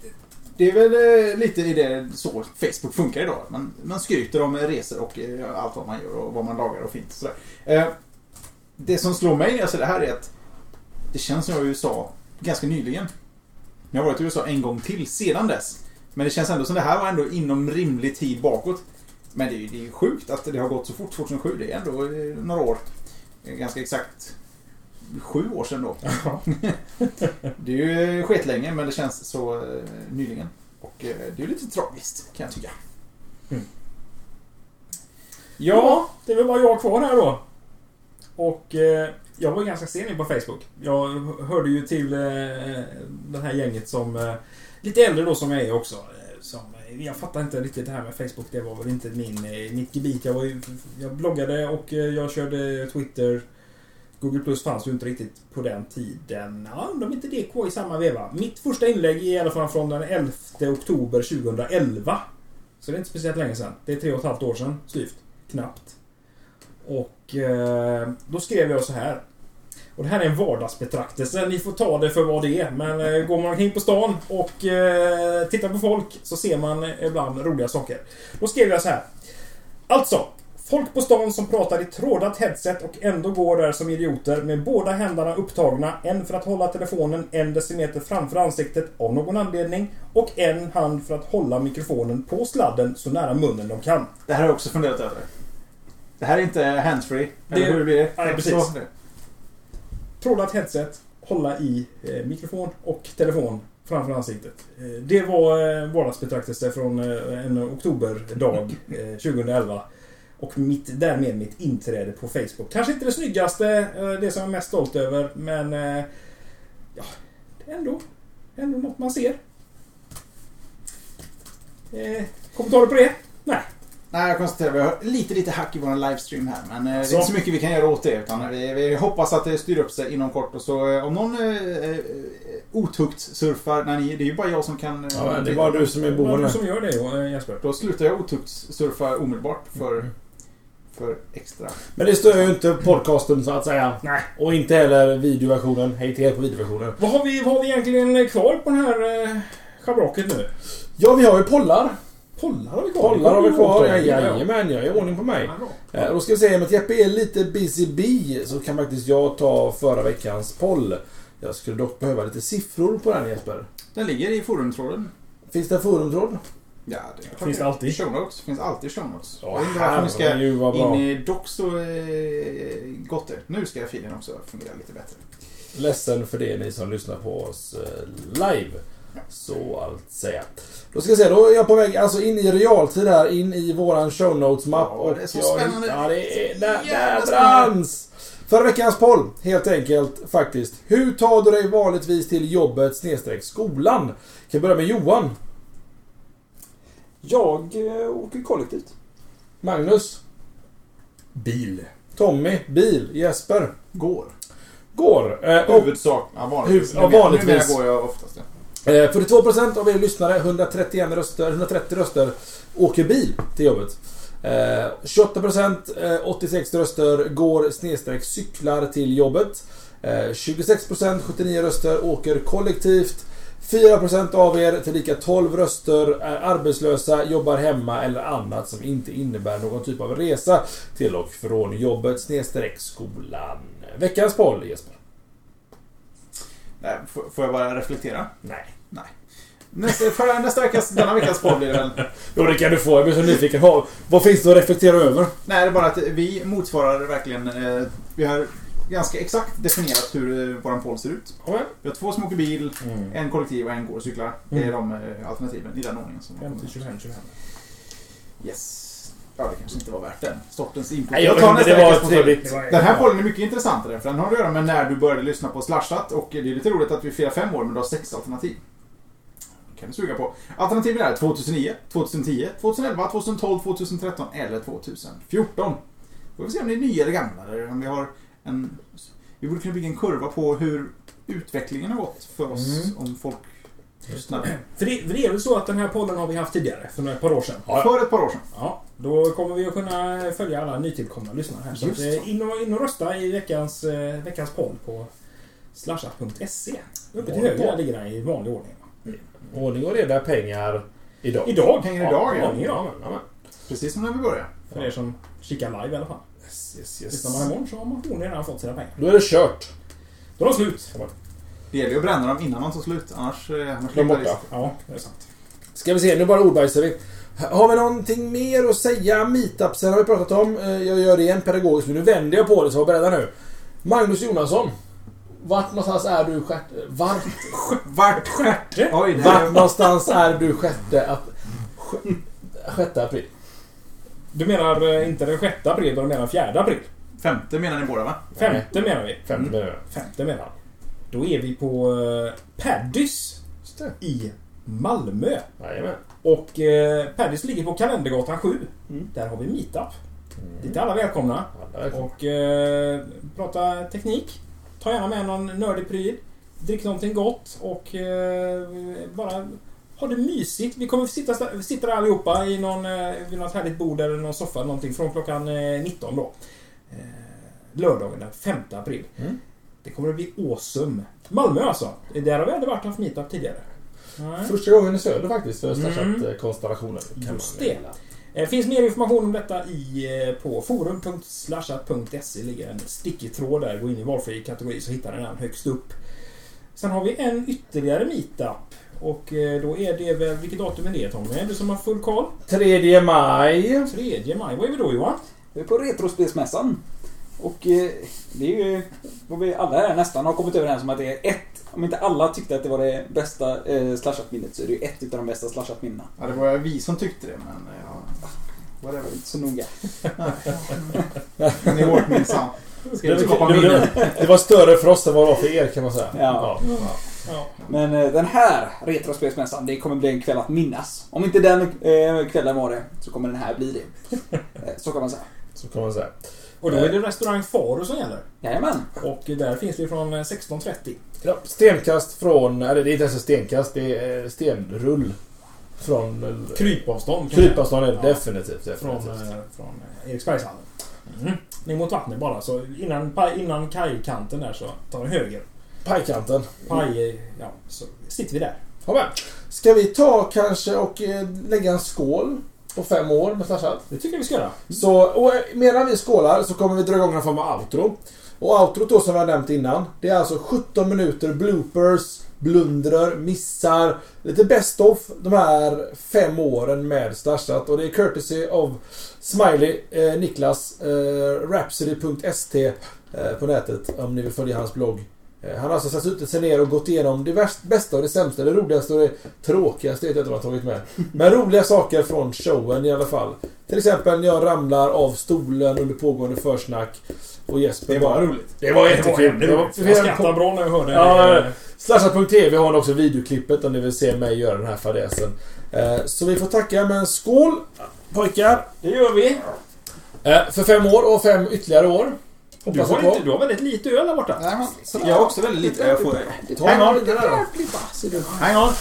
C: det är väl eh, lite i det så Facebook funkar idag. Man, man skryter om resor och eh, allt vad man gör och vad man lagar och fint och sådär. Eh, Det som slår mig när jag ser det här är att det känns som jag var i USA ganska nyligen. Jag har varit i USA en gång till sedan dess. Men det känns ändå som det här var ändå inom rimlig tid bakåt. Men det är ju det är ju sjukt att det har gått så fort, 2007. Det är ändå eh, några år. Eh, Ganska exakt sju år sedan då. Det är ju skett länge men det känns så eh, nyligen. Och eh, det är ju lite tragiskt kan jag tycka.
B: Ja, det är väl bara jag kvar här då. Och eh, jag var ganska sen in på Facebook. Jag hörde ju till eh, det här gänget som... Eh, lite äldre då som jag är också. Eh, som, eh, jag fattar inte riktigt det här med Facebook. Det var väl inte min, eh, mitt gebit. Jag, var ju, jag bloggade och eh, jag körde Twitter. Google Plus fanns ju inte riktigt på den tiden. Ja, undrar om inte det i samma veva. Mitt första inlägg är i alla fall från den 11 oktober 2011. Så det är inte speciellt länge sedan. Det är tre och ett halvt år sedan, styvt. Knappt. Och eh, då skrev jag så här. Och det här är en vardagsbetraktelse. Ni får ta det för vad det är. Men eh, går man omkring på stan och eh, tittar på folk så ser man eh, ibland roliga saker. Då skrev jag så här. Alltså. Folk på stan som pratar i trådat headset och ändå går där som idioter med båda händerna upptagna. En för att hålla telefonen en decimeter framför ansiktet av någon anledning. Och en hand för att hålla mikrofonen på sladden så nära munnen de kan.
C: Det här har jag också funderat över. Det här är inte handsfree. Eller
B: Det-
C: hur blir det?
B: Nej,
C: Jag
B: precis.
C: förstår det.
B: trådat headset, hålla i eh, mikrofon och telefon framför ansiktet. Eh, det var eh, vardagsbetraktelse från eh, en oktoberdag eh, 2011. Och mitt, därmed mitt inträde på Facebook. Kanske inte det snyggaste, eh, det som jag är mest stolt över, men... eh, Ja, det är ändå, ändå något man ser. Eh, kommentarer på det? Nej.
C: Nej, jag konstaterar vi har lite, lite hack i vår livestream här. Men eh, det är
B: Så.
C: inte så mycket vi kan göra åt det. Utan eh, vi, vi hoppas att det styr upp sig inom kort. Och så eh, om någon eh, eh, otukt surfar. Nej, ni- det är ju bara jag som kan... eh,
A: Ja, det är bara du som är
B: Det var du
A: boende.
B: som gör det eh, Jesper.
C: Då slutar jag otukt surfa omedelbart
A: Mm.
C: för, för extra.
A: Men det stör ju inte podcasten så att säga.
B: Nej.
A: Och inte heller videoversionen. Hej till er på videoversionen.
B: Vad har vi, vad har vi egentligen kvar på den här eh, schabraket nu?
A: Ja, vi har ju pollar.
B: Pollar har vi kvar.
A: Pollar har vi kvar. Ja,
B: Ja, ja, ja.
A: Jajamän, jag är i ordning på mig.
B: Ja, bra.
A: Eh, Då ska vi se, om att Jeppe är lite busy bee så kan faktiskt jag ta förra veckans poll. Jag skulle dock behöva lite siffror på den Jesper.
C: Den ligger i forumtråden.
A: Finns det en forumtråd?
C: Ja, det
B: Finns det alltid?
C: Show notes. Finns alltid show notes.
A: Ja,
C: Jag undrar varför vi ska
A: herregud, vad bra.
C: in i Docs och eh, Gotter. Nu ska filen också fungera lite bättre.
A: Ledsen för det ni som lyssnar på oss eh, live. Så att säga. Då ska vi se, då är jag på väg alltså in i realtid här, in i våran show notes-mapp.
C: Ja, det är så
A: jag
C: spännande.
A: hittar- Ja, det är... Där,
C: Jävla
A: där
C: spännande.
A: branns! Förra veckans poll, helt enkelt, faktiskt. Hur tar du dig vanligtvis till jobbet snedstreck skolan? Kan börja med Johan.
D: Jag eh, åker kollektivt.
A: Magnus.
B: Bil.
A: Tommy. Bil. Jesper.
C: Går.
A: Går. Eh, och
C: Huvudsak. Ja, vanligtvis.
A: Huv- ja, vanligtvis.
C: Numera går jag oftast det.
A: eh, 42% av er lyssnare, 131 röster, 130 röster, åker bil till jobbet. Eh, 28% eh, 86 röster går snedstreck cyklar till jobbet. Eh, 26% 79 röster åker kollektivt. 4% av er, tillika 12 röster, är arbetslösa, jobbar hemma eller annat som inte innebär någon typ av resa till och från jobbet snedstreck skolan. Veckans poll Jesper.
C: Nej, får, får jag bara reflektera?
A: Nej.
C: Nästa, för, nästa veckas, denna veckas podd blir det väl...
A: Jo, det kan du få. Jag blir så nyfiken. Ha, vad finns det att reflektera över?
C: Nej, det är bara att vi motsvarar verkligen... Eh, vi har ganska exakt definierat hur eh, våran poll ser ut. Vi har två som åker bil,
B: Mm.
C: en kollektiv och en går och cyklar. Det är
A: Mm.
C: de eh, alternativen i den ordningen. Som
B: 50, 25, 25.
C: Yes. Ja, det kanske inte var värt den sortens input.
A: Nej, jag tar nästa
C: veckas
A: Det var
C: sponsor.
A: trevligt.
C: Den här pollen är mycket intressantare för den har att göra med när du började lyssna på Slashat och det är lite roligt att vi firar fem år men du har sex alternativ. Det kan du suga på. Alternativen är 2009, 2010, 2011, 2012, 2013 eller 2014. Då får vi se om ni är nya eller gamla. Eller om vi, har en... vi borde kunna bygga en kurva på hur utvecklingen har gått för oss
B: Mm.
C: om folk lyssnar.
B: För det, för det är väl så att den här pollen har vi haft tidigare, för några- ett par år sedan.
C: För ett par år sedan.
B: Ja, då kommer vi att kunna följa alla nytillkomna lyssnare här. Så
C: Just
B: att, eh, in, och, in och rösta i veckans, eh, veckans poll på slashat.se. Uppe till höger där ligger den i vanlig ordning.
A: Ordning och reda pengar. Idag.
B: Idag!
C: Hänger idag,
B: ja.
C: ja.
B: ordning Idag. ja.
C: Precis som när vi började.
B: För er som kikar live i alla fall.
A: Yes, yes,
B: Lyssnar man imorgon så har man förmodligen redan fått sina pengar.
A: Då är det kört.
B: Då är de slut.
C: Det gäller ju att bränna dem innan man tar slut annars... eh, annars
A: De är
C: blir
A: borta.
B: Ja, det är sant.
A: Ska vi se, nu bara ordbajsar vi. Har vi någonting mer att säga? Meetupsen har vi pratat om. Eh, Jag gör det igen pedagogiskt, men nu vänder jag på det så var beredda nu. Magnus Jonasson. Vart någonstans är du sjätte... Vart,
C: Vart stjärte? Oj, det
A: vart
C: här,
A: någonstans är du sjätte... Ap sj- sjätte april?
B: Du menar eh, inte den 6 april, utan du menar 4 april.
C: femte menar ni båda va?
B: Femte menar vi. Mm.
A: Femte menar jag.
B: Femte menar han. Då är vi på eh, Paddys
A: Just det.
B: i Malmö.
A: Jajamän.
B: Och eh, Paddys ligger på Kalendergatan 7.
D: Mm.
B: Där har vi meetup.
A: Mm.
B: Dit är alla välkomna.
A: Ja, där kom-
B: Och eh, prata teknik. Ta gärna med någon nördig pryl. Drick någonting gott och eh, bara ha det mysigt. Vi kommer sitta, sta- sitta där allihopa i någon, eh, vid något härligt bord eller någon soffa eller någonting från klockan eh, 19 då. Eh, lördagen den 5 april.
A: Mm.
B: Det kommer att bli awesome. Malmö alltså. Där har vi aldrig varit haft meetup tidigare. Nej.
A: Första gången i söder faktiskt för
B: Mm.
A: Slashat-konstellationen.
B: Just det. Eh, finns mer information om detta i, eh, på forum.slashat.se. ligger en stickig tråd där. Gå in i valfri kategori så hittar ni den högst upp. Sen har vi en ytterligare meetup. Och eh, då är det väl... Vilket datum är det Tommy? Är du som har full koll?
A: 3 maj.
B: 3 maj. Vad är vi då Johan?
D: Vi är på Retrospelsmässan. Och eh, det är ju vad vi alla här nästan har kommit överens om att det är ett. Om inte alla tyckte att det var det bästa eh, slashat-minnet så är det ju ett utav de bästa slashat-minnena.
C: Ja, det var vi som tyckte det, men... Ja,
D: Det
C: whatever.
D: var inte så noga.
C: Ni åt minsann. Ska
A: Det,
C: vi skapa
A: var- det,
C: minnen?
A: var- det var större för oss än vad det var för er kan man säga.
D: Ja.
B: Ja.
D: Men eh, den här Retrospelsmässan, det kommer bli en kväll att minnas. Om inte den eh, kvällen var det, så kommer den här bli det. Eh, så kan man säga.
A: Så kan man säga.
B: Och då är det restaurang Faro som gäller.
D: Jajamän.
B: Och där finns vi från eh, 16.30.
A: Ja, stenkast från, eller det är inte ens stenkast, det är stenrull. Från...
B: Krypavstånd. kan man säga.
A: Krypavstånd är det
B: Ja.
A: definitivt.
B: Från,
A: definitivt.
B: eh, från eh, Eriksbergshallen. Mm. Ner mot vattnet bara, så innan, pa- innan kajkanten där så tar vi höger.
A: Pajkanten.
B: Paj, eh, ja, så sitter vi där.
A: Ja, men. Ska vi ta kanske och eh, lägga en skål på fem år med Slashat?
B: Det tycker jag vi ska göra.
A: Så, och eh, medan vi skålar så kommer vi dra igång någon form av outro. Och outrot då som vi har nämnt innan, det är alltså 17 minuter bloopers, blundrar, missar, lite best of de här fem åren med Stashat. Och det är courtesy of Smiley, eh, Niklas, eh, Rhapsody.st eh, på nätet om ni vill följa hans blogg. Eh, Han har alltså satt ut sig ner och gått igenom det värst, bästa och det sämsta, det roligaste och det tråkigaste vet jag inte vad han har tagit med. Men roliga saker från showen i alla fall. Till exempel när jag ramlar av stolen under pågående försnack och Jesper
C: Det var roligt.
A: Det var jättekul.
B: jävligt
A: Det var
B: roligt. Jag skrattar bra när jag hör det.
A: Ja,
B: Eh,
A: Slashat.tv har också videoklippet om ni vill se mig göra den här fadäsen. Eh, Så vi får tacka med en skål pojkar.
B: Det gör vi.
A: Eh, För fem år och fem ytterligare år.
B: Du
A: Hoppas
B: har,
A: jag
B: inte,
A: på.
B: du har väldigt lite öl där borta.
C: Nej, men, så- jag har också väldigt lite. Jag får...
A: Ta en av där då.
C: Hang on.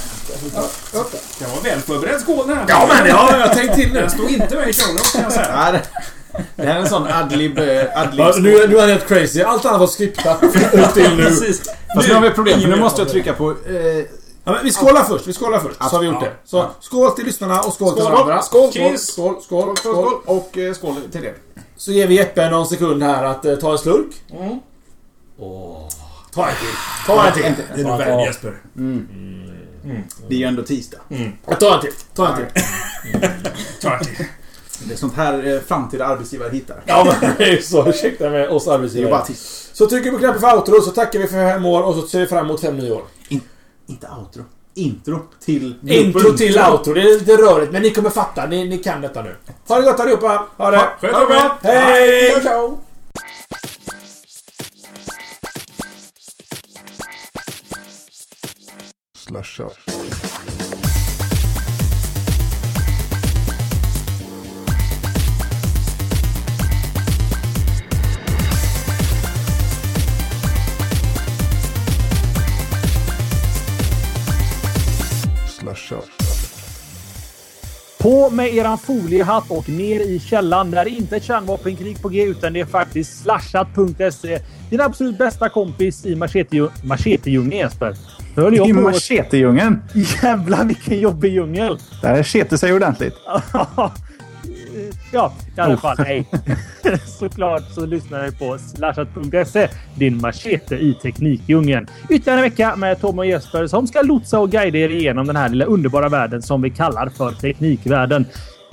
B: Jag var väl förberedd skål den här.
A: Ja men det har jag tänkt till nu.
B: Den stod inte med i show notes, kan jag säga.
C: Nej, det- Det här är en sån adlib... eh, adlib
A: Ja, nu, är- nu är han helt crazy. Allt annat var skriptat. Upp till nu.
C: Precis. Fast nu har vi ett problem, för nu måste jag trycka på... Eh,
A: Ja, men vi skålar först. Vi skålar först. Så har vi gjort det. Så skål till lyssnarna och skål till
C: Skål.
A: varandra. Skål, skål,
B: Cheers.
A: skål, skål,
C: skål,
A: skål.
C: skål och eh, skål till det.
A: Så ger vi Jeppe någon sekund här att eh, ta en slurk. Ta en till. Ta en till.
B: Det är nog värd Jesper.
C: Det är ju ändå tisdag.
A: Ta en till. Ta en till.
B: Ta en till.
F: Det är sånt här eh, framtida arbetsgivare hittar.
A: Ja, men det är ju så. Ursäkta mig, oss
F: Det är ju
A: arbetsgivare.
F: bara tips.
A: Så trycker vi på knappen för outro, så tackar vi för fem år och så ser vi fram emot fem nya år.
F: Inte outro. Intro till...
A: Intro till outro. Det är lite rörigt, men ni kommer fatta. Ni, ni kan detta nu. Ha det gott allihopa! Ha det!
B: Sköt er bra!
A: Hej!
D: Ciao, ciao!
G: slasha. Slasha.
H: På med eran foliehatt och ner i källan. Det är inte ett kärnvapenkrig på G, utan det är faktiskt slashat.se. E. Din absolut bästa kompis i machete- machetedjungeln, Jesper. Nu höll jag
C: I
H: på att...
C: machetedjungeln.
H: Jävlar vilken jobbig djungel!
C: Där sket sig ordentligt.
H: ja, i alla fall. Hej! Såklart så lyssnar ni på slashat.se, din machete i teknikdjungeln. Ytterligare en vecka med Tom och Jesper som ska lotsa och guida er igenom den här lilla underbara världen som vi kallar för teknikvärlden.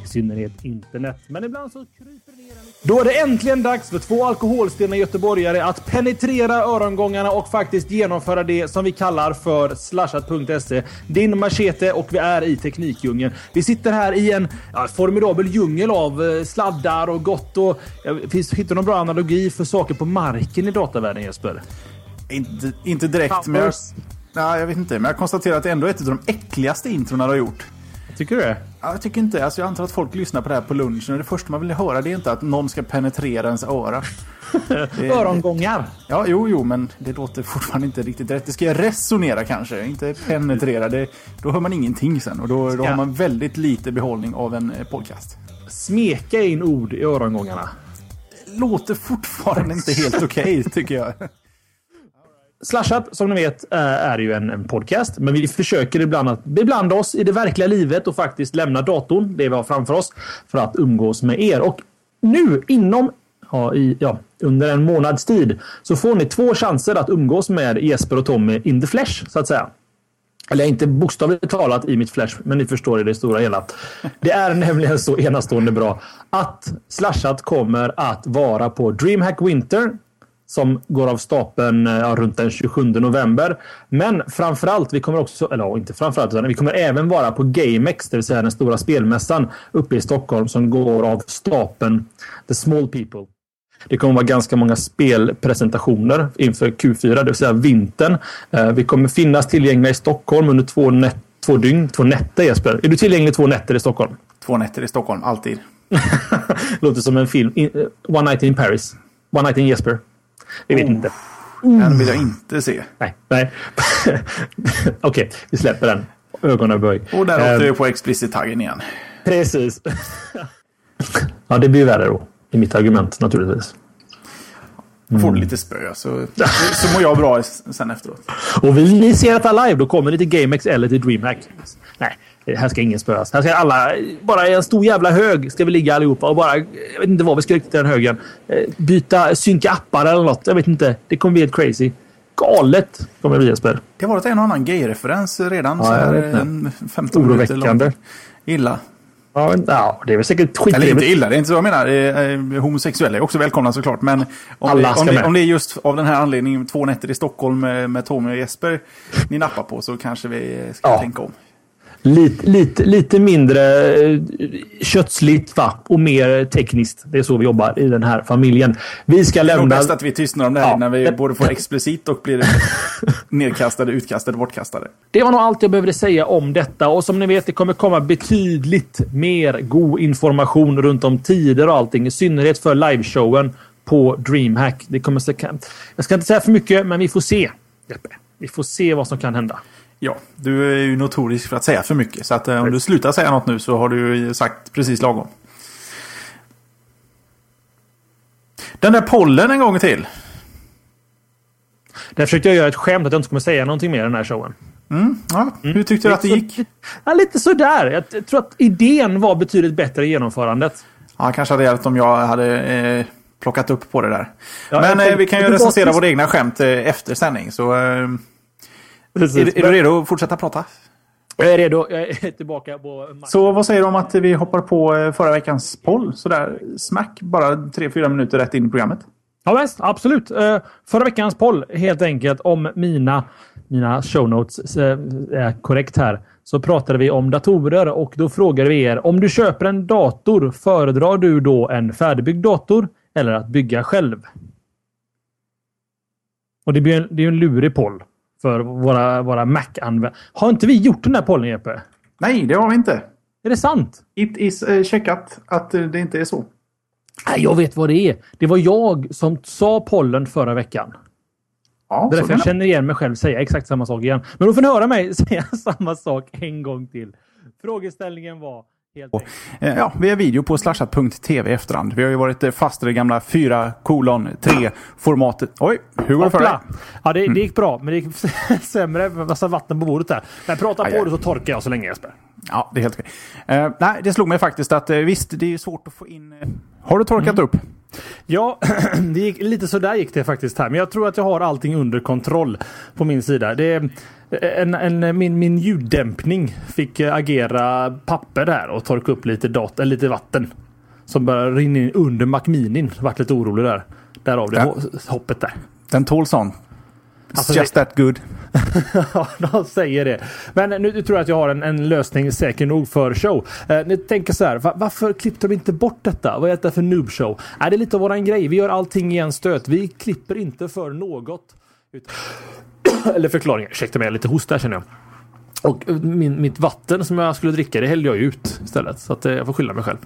H: I synnerhet internet. Men ibland så kryper det ner en då är det äntligen dags för två alkoholstinna göteborgare att penetrera örongångarna och faktiskt genomföra det som vi kallar för slashat.se. Din machete och vi är i teknikdjungeln. Vi sitter här i en ja, formidabel djungel av eh, sladdar och gott och... Ja, finns, hittar du någon bra analogi för saker på marken i datavärlden Jesper?
C: Inte, inte direkt, men jag, nej, jag vet inte. Men jag konstaterar att det ändå är ett av de äckligaste introna du har gjort.
H: Tycker du det?
C: Ja, Jag tycker inte, alltså jag antar att folk lyssnar på det här på lunchen och det första man vill höra det är inte att någon ska penetrera ens öra. Det-
H: Örongångar!
C: Ja, jo, jo, men det låter fortfarande inte riktigt rätt. Det ska jag resonera kanske, inte penetrera. Det, då hör man ingenting sen och då, då har man väldigt lite behållning av en eh, podcast.
H: Smeka in ord i örongångarna.
C: Låter fortfarande inte helt okej, tycker jag.
H: Slashat, som ni vet, eh, är ju en, en podcast. Men vi försöker ibland att beblanda oss i det verkliga livet och faktiskt lämna datorn, det vi har framför oss, för att umgås med er. Och nu, inom, ja, i, ja, under en månads tid, så får ni två chanser att umgås med Jesper och Tommy in the flesh, så att säga. Eller inte bokstavligt talat i mitt flash, men ni förstår i det stora hela. Det är nämligen så enastående bra att Slashat kommer att vara på DreamHack Winter som går av stapeln eh, ja, runt den 27 november. Men framförallt, vi kommer också, eller ja, inte framförallt, utan vi kommer även vara på GameX, det vill säga den stora spelmässan uppe i Stockholm som går av stapeln The Small People. Det kommer vara ganska många spelpresentationer inför Q4, det vill säga vintern. Eh, Vi kommer finnas tillgängliga i Stockholm under två, nä- två dygn, två nätter Jesper. Är du tillgänglig två nätter i Stockholm?
C: Två nätter i Stockholm, alltid.
H: Låter som en film. In, eh, One Night in Paris. One Night in Jesper. Vi vet inte.
C: Den vill jag inte se.
H: Nej, nej. Okej, vi släpper den. Ögonaböj.
C: Och där åkte
H: Eh,
C: vi på explicit-taggen igen.
H: Precis. ja, det blir värre då. I mitt argument naturligtvis.
C: Får
H: Mm.
C: du lite spö så, så mår jag bra sen efteråt.
H: Och vill ni se detta live, då kommer ni till GameX eller till DreamHack. Nej, här ska ingen spöas. Här ska alla... Bara i en stor jävla hög ska vi ligga allihopa och bara... Jag vet inte vad vi ska rikta den högen. Eh, Byta, synka appar eller något. Jag vet inte. Det kommer bli helt crazy. Galet kommer det bli, Jesper.
C: Det har varit en och annan gay-referens redan.
H: Ja,
C: så
H: jag
C: här,
H: vet det.
C: en 15 minuter
H: Oroväckande.
C: lång. Illa.
H: Ja, men- ja, det är väl säkert
C: Eller inte
H: skittrevligt.
C: illa, det är inte så jag menar. Eh, eh, Homosexuella är också välkomna såklart. Men om,
H: Alla
C: det,
H: ska
C: om, det,
H: med.
C: om det är just av den här anledningen, två nätter i Stockholm med, med Tommy och Jesper, ni nappar på så kanske vi ska
H: Ja.
C: tänka om.
H: Lite, lite, lite mindre eh, köttsligt va? och mer tekniskt. Det är så vi jobbar i den här familjen. Vi ska
C: Det är nog
H: lämna...
C: bäst att vi tystnar om det här
H: Ja.
C: innan vi både får explicit och blir nedkastade, utkastade, bortkastade.
H: Det var nog allt jag behövde säga om detta och som ni vet, det kommer komma betydligt mer god information runt om tider och allting, i synnerhet för liveshowen på DreamHack. Det kommer säkert... Jag ska inte säga för mycket, men vi får se. Jeppe. Vi får se vad som kan hända.
C: Ja, du är ju notorisk för att säga för mycket. Så att, eh, om du slutar säga något nu så har du ju sagt precis lagom. Den där pollen en gång till.
H: Där försökte jag göra ett skämt att jag inte kommer säga någonting mer i den här showen.
C: Ja, Hur tyckte du att det gick?
H: Ja, lite sådär. Jag t- tror att idén var betydligt bättre i genomförandet.
C: Ja, kanske hade hjälpt om jag hade eh, plockat upp på det där.
H: Ja, jag
C: Men eh,
H: tänkte-
C: vi kan ju
H: det var-
C: recensera våra egna skämt eh, efter sändning. Så, eh, är, är du redo att fortsätta prata?
H: Jag är redo. Jag är tillbaka på matchen.
C: Så vad säger du om att vi hoppar på eh, förra veckans poll? Sådär smack, bara tre fyra minuter rätt in i programmet.
H: Ja, visst, absolut. Eh, Förra veckans poll helt enkelt om mina, mina show notes eh, är korrekt här. Så pratade vi om datorer och då frågade vi er om du köper en dator föredrar du då en färdigbyggd dator eller att bygga själv? Och det, blir en, det är ju en lurig poll för våra, våra Mac-användare. Har inte vi gjort den här pollen Jeppe?
C: Nej, det har vi inte.
H: Är det sant?
C: It is eh, checkat att eh, det inte är så.
H: Nej, jag vet vad det är. Det var jag som sa pollen förra veckan.
C: Ja, så
H: Det är därför
C: kan
H: jag
C: det.
H: känner igen mig själv säga exakt samma sak igen. Men då får ni höra mig säga samma sak en gång till. Frågeställningen var helt enkelt.
C: Eh, Ja, vi har video på slashat.tv i efterhand. Vi har ju varit eh, fast i det gamla 4 kolon 3 formatet. Oj, hur går det för dig?
H: Hoppla! Ja, det, det gick bra, men det gick sämre. Massa vatten på bordet där. Men prata
C: Aj,
H: på
C: aj.
H: du så torkar jag så länge Jesper.
C: Ja, det är helt okej. Eh, nej, det slog mig faktiskt att eh, visst, det är ju svårt att få in... Eh, har du torkat upp?
H: Ja, det gick, lite sådär gick det faktiskt här. Men jag tror att jag har allting under kontroll på min sida. Det är, eh, en, en, min, min ljuddämpning fick eh, agera papper där och torka upp lite, dat- eller lite vatten. Som bara rinner in under Macminin. Vart lite orolig där. Därav det
C: Ja.
H: ho- hoppet där.
C: Den tål sånt. It's
H: Alltså,
C: just that good.
H: Ja, de säger det. Men nu tror jag att jag har en, en lösning säker nog för show. Eh, ni tänker så här, va, varför klippte de inte bort detta? Vad är detta för noob show? Är det är lite av våran grej? Vi gör allting i en stöt. Vi klipper inte för något. Ut- Eller förklaringar. Ursäkta mig, jag är lite hosta här känner jag. Och eh, min, mitt vatten som jag skulle dricka, det hällde jag ju ut istället. Så att, eh, jag får skylla mig själv.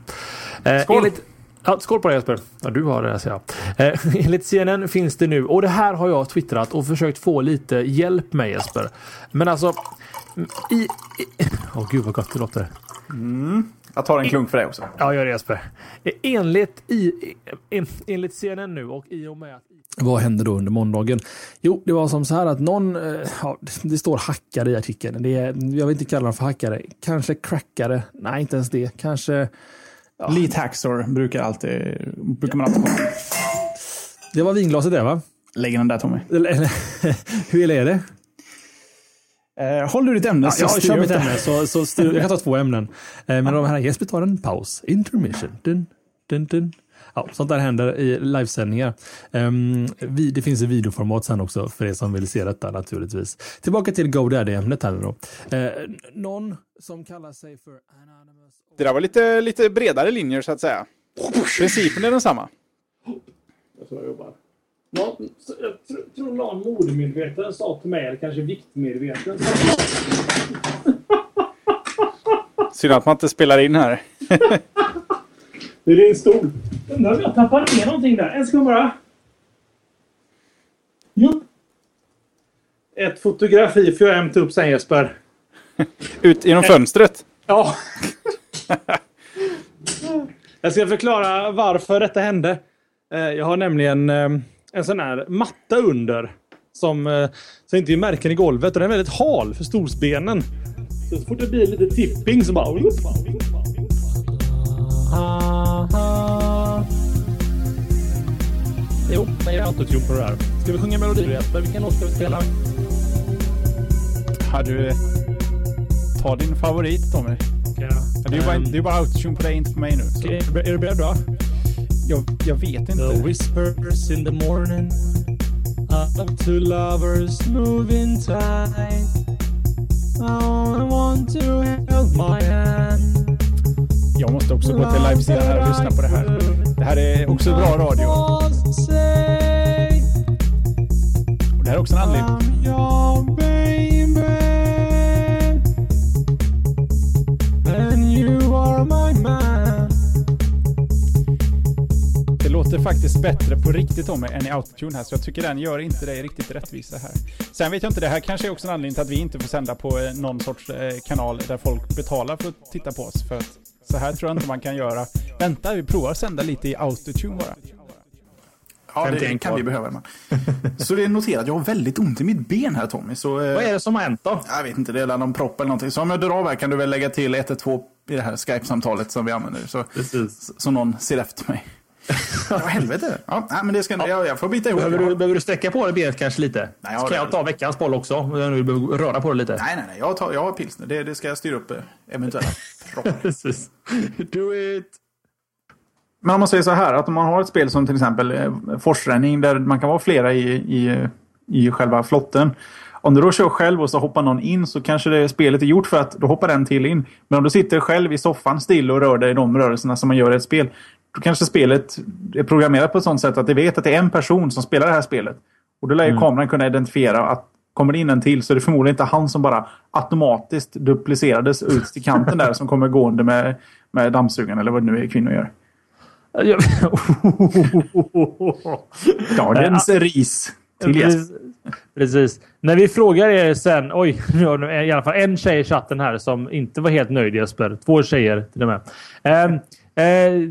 H: Eh,
C: Skål!
H: ja, skål på dig Jesper. Ja, du har det säger jag. Eh, enligt CNN finns det nu, och det här har jag twittrat och försökt få lite hjälp med Jesper. Men alltså... I... i- Åh gud vad gott det låter.
C: Jag tar en klunk för dig också.
H: Ja, gör det Jesper. Eh, Enligt, i, en, enligt CNN nu och i och med att... Vad hände då under måndagen? Jo, det var som så här att någon, eh, ja, det står hackare i artikeln. Det är, jag vill inte kalla dem för hackare. Kanske crackare. Nej, inte ens det. Kanske...
C: Lee Taxor brukar, alltid, brukar man alltid komma.
H: Det var vinglaset det va?
C: Lägg den där Tommy.
H: Eller, eller, hur illa är det?
C: Eh, håll du ditt ämne så
H: Ja, jag
C: styr
H: kör
C: jag
H: mitt
C: upp det.
H: ämne. Så, så styr, jag kan ta två ämnen. Eh, Men de här Jesper tar en paus. Intermission. Dun, dun, dun. Ja, sånt där händer i livesändningar. Ehm, vi, det finns i videoformat sen också för er som vill se detta naturligtvis. Tillbaka till GoDaddy-ämnet här nu då. Eh, någon som kallar sig för Anonymous...
I: Det där var lite, lite bredare linjer så att säga. Principen är densamma.
J: Ja, så jag tr tror någon modemedveten sa till mig, eller kanske viktmedveten, sa
I: Synd att man inte spelar in här.
J: Det är din stol. Undrar om jag tappar ner någonting där. En sekund bara. Jo.
K: Ett fotografi får jag hämta upp sen Jesper.
I: Ut genom
C: Eh.
I: fönstret.
K: Ja. jag ska förklara varför detta hände. Eh, Jag har nämligen eh, en sån här matta under. Som, eh, som inte är märken i golvet. Och den är väldigt hal för storsbenen. Så fort det blir lite tipping så bara...
H: Jo, men jag har autotune på det här. Ska vi sjunga melodier Jesper? Vilken låt ska vi spela?
C: Ja, du, eh, ta din favorit Tommy. Ja, det, är ju bara, det är ju bara autotune på dig, inte på mig nu. Så
H: Är du beredd då?
C: jag, jag vet inte.
H: The whispers in the morning of two lovers moving tight. I only want to hold my hand.
C: Jag måste också gå till livesidan här och lyssna på det här. Det här är också bra radio.
H: Just say
C: Och det här är också en anledning.
H: I'm your baby. And you are my man.
C: Det låter faktiskt bättre på riktigt Tommy än i autotune här, så jag tycker den gör inte dig riktigt rättvisa här. Sen vet jag inte, det här kanske är också en anledning till att vi inte får sända på eh, någon sorts eh, kanal där folk betalar för att titta på oss, för att så här tror jag inte man kan göra. Vänta, vi provar att sända lite i autotune bara. Ja, det kan vi behöva. Man. Så det är noterat, jag har väldigt ont i mitt ben här Tommy. Så, Vad är det som har hänt då? Jag vet inte, det är väl någon propp eller någonting. Så om jag drar av här kan du väl lägga till 112 i det här Skype-samtalet som vi använder. Så, Precis. så någon ser efter mig.
L: Ja, helvete. Ja, nej, men det ska, jag, jag får bita ihop.
H: Behöver du, behöver du sträcka på dig benet kanske lite?
L: Nej, ja,
H: Så kan
L: det-
H: jag ta veckans boll också? om Du behöver röra på dig lite.
L: Nej, nej, nej. Jag, tar, jag har pilsner. Det, det ska jag styra upp eh, eventuella proppar.
H: Precis. Do it!
L: Men om man säger så här, att om man har ett spel som till exempel eh, forsränning där man kan vara flera i, i, i själva flotten. Om du då kör själv och så hoppar någon in så kanske det spelet är gjort för att då hoppar den till in. Men om du sitter själv i soffan still och rör dig i de rörelserna som man gör i ett spel. Då kanske spelet är programmerat på ett sånt sätt att det vet att det är en person som spelar det här spelet. Och då lär ju kameran kunna identifiera att kommer det in en till så är det förmodligen inte han som bara automatiskt duplicerades ut till kanten där som kommer gående med, med dammsugaren eller vad det nu är kvinnor gör.
H: Jag-
L: Dagens ris till Jesper.
H: Precis. Precis. När vi frågar er sen... Oj, nu har nu i alla fall en tjej i chatten här som inte var helt nöjd Jesper. Två tjejer till och med. Ehm, eh,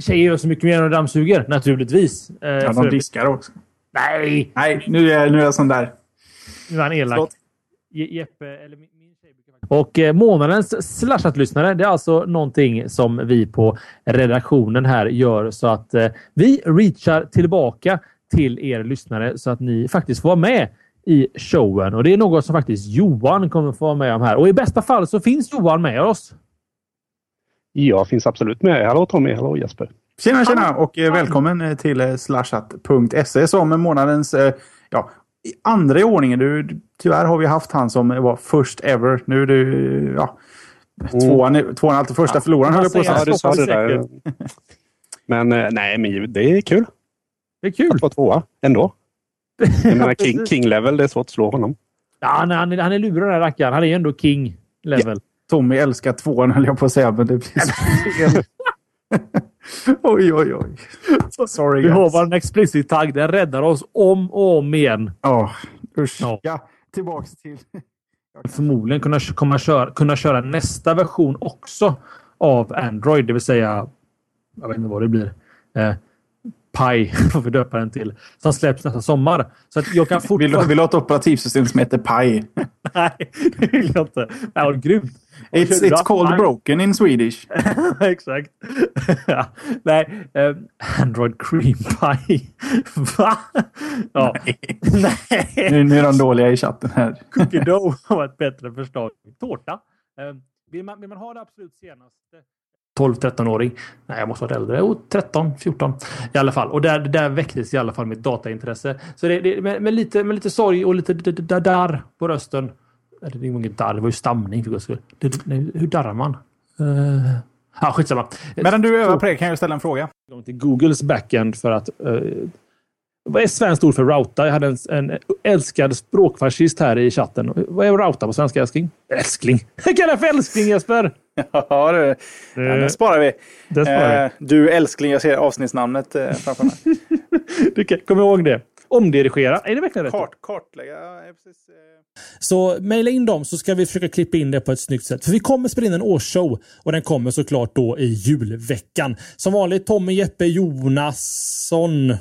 H: tjejer gör så mycket mer än de dammsuger, naturligtvis. Eh,
L: Ja,
H: för-
L: de diskar också.
H: Nej!
L: Nej, nu är, nu är jag sån där.
H: Nu är han elak.
L: Förlåt.
H: Je- Jeppe, eller min, min tjej brukar faktiskt- Och eh, månadens slashat-lyssnare, det är alltså någonting som vi på redaktionen här gör så att eh, vi reachar tillbaka till er lyssnare så att ni faktiskt får vara med i showen. Och det är något som faktiskt Johan kommer få vara med om här. Och i bästa fall så finns Johan med oss.
M: Jag finns absolut med. Hallå Tommy, hallå Jesper.
L: Tjena, tjena och eh, välkommen eh, till eh, slashat.se som är månadens eh, ja, i andra i ordningen. Du, du- tyvärr har vi haft han som var först ever. Nu är du eh, ja, tvåan, är- tvåan är alltid första förloraren höll jag på att
H: Ja,
L: säga.
M: Ja, du sa det
H: hoppas
M: där. Men eh, nej, men det är kul
H: Det är kul.
M: att vara tvåa ändå. Jag menar, king,
H: precis.
M: king level, det är svårt att slå honom.
H: Ja, han, är- han, är- han är lurig den här rackaren. Han är ju ändå king level.
L: Tommy älskar tvåan höll jag på att säga. Men det blir så fel. oj, oj, oj. Sorry
H: Vi
L: guys.
H: har bara en explicit tagg. Den räddar oss om och om igen.
L: Ja, usch.
H: Ja.
L: Ja, tillbaks till...
H: förmodligen kunna, komma köra, kunna köra nästa version också av Android. Det vill säga, jag vet inte vad det blir. Eh, Pi får vi döpa den till. Som släpps nästa sommar. Så att jag kan
L: Vill
H: fortfarande...
L: du, vill du ha ett operativsystem som heter Pi?
H: Nej, det vill jag inte. Det här var grymt.
L: It's,
H: Kul,
L: it's
H: va?
L: called
H: Nej.
L: broken in Swedish.
H: Exakt. ja. Nej, eh, Android cream pie. Va? Ja. Nej.
L: Nu, nu är de dåliga i chatten här.
H: Cookie dough var ett bättre förslag. Tårta. Eh, vill, man, vill man ha det absolut senaste? 12-13-åring. Nej, jag måste ha varit äldre. Jo, 13, 14 i alla fall. Och där, där väcktes i alla fall mitt dataintresse. Så det, det, med, med, lite, med lite sorg och lite d- d- d- darr på rösten. Eller det var inget darr, det var ju stamning för guds skull. Det- det- nej, Hur darrar man? Uh, ah, skitsamma.
L: Medan du övar på det kan jag ställa en fråga.
H: Tillgång till Googles backend för att... eh, vad är svenskt ord för routa? Jag hade en, en älskad språkfascist här i chatten. Vad är routa på svenska, älskling? Älskling? Jag kallar det för älskling, Jesper!
L: Ja, du.
H: Eh,
L: sparar vi.
N: Eh.
L: Eh,
H: det sparar
L: du älskling, jag ser avsnittsnamnet eh, framför mig.
H: Du kan- Kom ihåg det. Omdirigera. Är det verkligen rätt?
L: kartlägga. eh.
N: Så mejla in dem så ska vi försöka klippa in det på ett snyggt sätt. För vi kommer spela in en årsshow och den kommer såklart då i julveckan. Som vanligt Tommy, Jeppe, Jonasson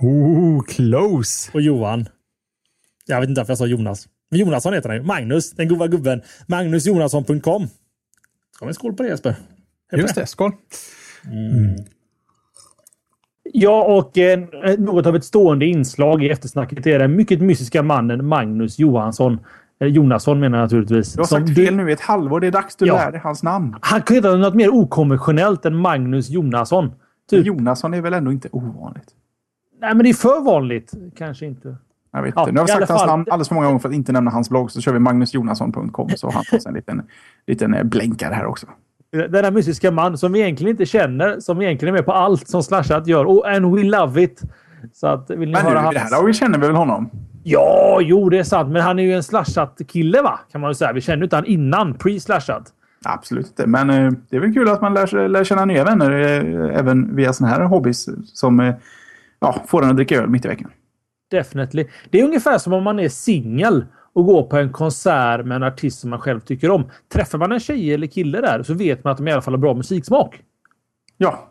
L: Oh, close!
N: och Johan. Jag vet inte varför jag sa Jonas. Men Jonasson heter han ju. Magnus, den goda gubben. Magnusjonasson.com. Ska vi en skål på det Jesper?
L: Just det, skål.
H: Ja, och eh, något av ett stående inslag i eftersnacket är den mycket mystiska mannen Magnus Johansson. Eller Jonasson menar jag naturligtvis.
L: Du har
H: Som
L: sagt fel nu i ett halvår. Det är dags du
H: Ja.
L: lär dig hans namn.
H: Han kunde hitta något mer okonventionellt än Magnus Jonasson. Typ.
L: Jonasson är väl ändå inte ovanligt?
H: Nej, men det är för vanligt. Kanske inte.
L: Jag vet
H: Ja,
L: inte. Nu har vi
H: i alla
L: sagt hans
H: fall.
L: namn alldeles för många gånger för att inte nämna hans blogg. Så kör vi magnusjonasson.com så han får sig en liten, liten eh, blänkare här också.
H: Den där mystiska man som vi egentligen inte känner, som egentligen är med på allt som Slashat gör. Och and we love it! Så att, vill ni
L: Men nu,
H: höra
L: i det här laget känner vi väl honom?
H: Ja, jo, det är sant. Men han är ju en Slashat-kille, va? Kan man ju säga. Vi kände ju inte han innan, pre-Slashat.
L: Absolut inte, men eh, det är väl kul att man lär, sig- lär känna nya vänner eh, även via såna här hobbys som eh, ja, får en att dricka öl mitt i veckan.
H: Definitely. Det är ungefär som om man är singel och går på en konsert med en artist som man själv tycker om. Träffar man en tjej eller kille där så vet man att de i alla fall har bra musiksmak.
L: Ja,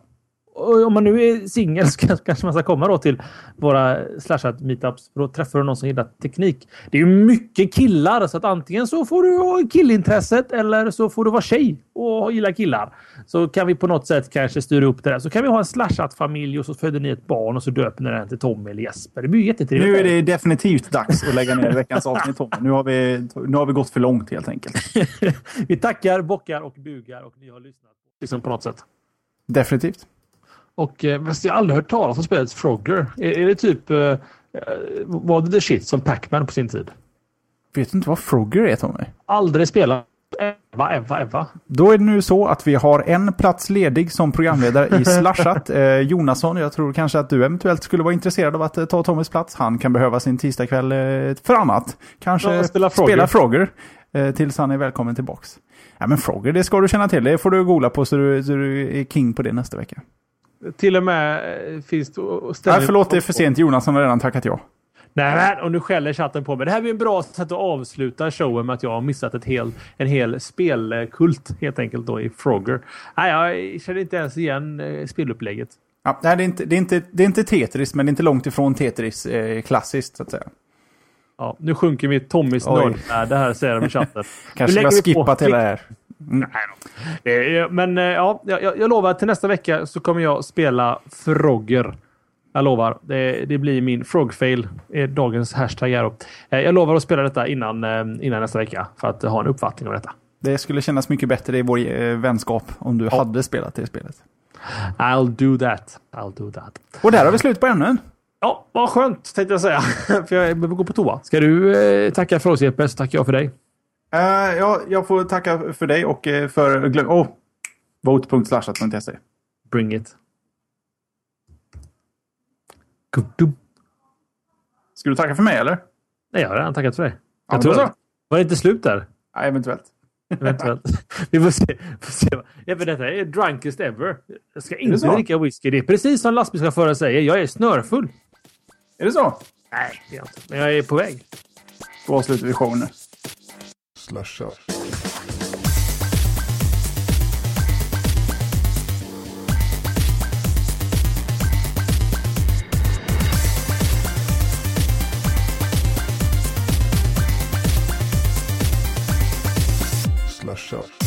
L: och om man nu är singel så kanske kanske man ska komma då till våra slashat meetups. För då träffar du någon som gillar teknik. Det är ju mycket killar så att antingen så får du ha killintresset eller så får du vara tjej och gilla killar. Så kan vi på något sätt kanske styra upp det där. Så kan vi ha en slashat familj och så föder ni ett barn och så döper ni den till Tommy eller Jesper. Det blir ju jättetrevligt.
C: Nu är det definitivt dags att lägga ner veckans avsnitt, Tommy. Nu har vi, nu har vi gått för långt helt enkelt.
L: Vi tackar, bockar och bugar och ni har lyssnat. Liksom på något sätt.
C: Definitivt.
H: Och eh, fast jag har aldrig hört talas om spelet Frogger. Är, är det typ... Eh, eh, var det the shit som Pac-Man på sin tid?
C: Vet du inte vad Frogger är, Tommy?
H: Aldrig spelat. Eva, Eva, Eva.
C: Då är det nu så att vi har en plats ledig som programledare i Slashat. Eh, Jonasson, jag tror kanske att du eventuellt skulle vara intresserad av att eh, ta Tommys plats. Han kan behöva sin tisdagkväll eh, för annat. Kanske
H: Ja,
C: spela
H: spela
C: Frogger,
H: Frogger.
C: eh, tills han är välkommen tillbaks. Ja, men Frogger, det ska du känna till. Det får du googla på så du, så du är king på det nästa vecka.
H: Till och med eh, finns det... och- och ställer-
C: Nej, förlåt, det är för sent. Jonasson har redan tackat ja.
H: Nej, men, och nu skäller chatten på mig. Det här blir en bra sätt att avsluta showen med att jag har missat ett hel, en hel spelkult helt enkelt då i Frogger. Nej, jag känner inte ens igen eh, spelupplägget.
C: ja nej, det, är inte, det, är inte, det är inte Tetris, men det är inte långt ifrån Tetris eh, klassiskt, så att säga.
H: Ja, nu sjunker mitt Tommys
C: Oj.
H: nördvärde här, säger de i chatten. Nu
C: Kanske skulle
H: lägger
C: jag
H: vi på-
C: skippat hela det här.
H: Nej då. Eh, Men eh, ja, jag, jag jag lovar att till nästa vecka så kommer jag spela Frogger. Jag lovar. Det, det blir min Frogfail. är Dagens hashtag här. då. Eh, Jag lovar att spela detta innan, eh, innan nästa vecka för att eh, ha en uppfattning om detta.
C: Det skulle kännas mycket bättre i vår eh, vänskap om du hade spelat det spelet.
H: I'll do that. I'll do that.
C: Och där har vi slut på ämnen.
H: Ja, vad skönt tänkte jag säga. för jag behöver gå på toa. Ska du eh, tacka för oss Jeppe, så tackar jag för dig.
C: Eh, ja, jag får tacka för dig och eh, för... Glöm, oh, vote.slashat.se.
H: Bring it.
C: Ska du tacka för mig eller?
H: Nej, jag har redan tackat för dig.
C: Ja,
H: Jag
C: men då
H: tror
C: så.
H: att- Var det inte slut där?
C: Ja, eventuellt.
H: Eventuellt. Vi får se. Får se. vad- Ja, men detta är drunkest ever. Jag ska
C: det
H: inte
C: så?
H: dricka whisky. Det är precis som lastbilschauffören säger. Jag är snörfull.
C: Är det så?
H: Nej, det är jag inte. Men jag är på väg.
C: Då avslutar vi showen nu.
O: Slashat. Slashat.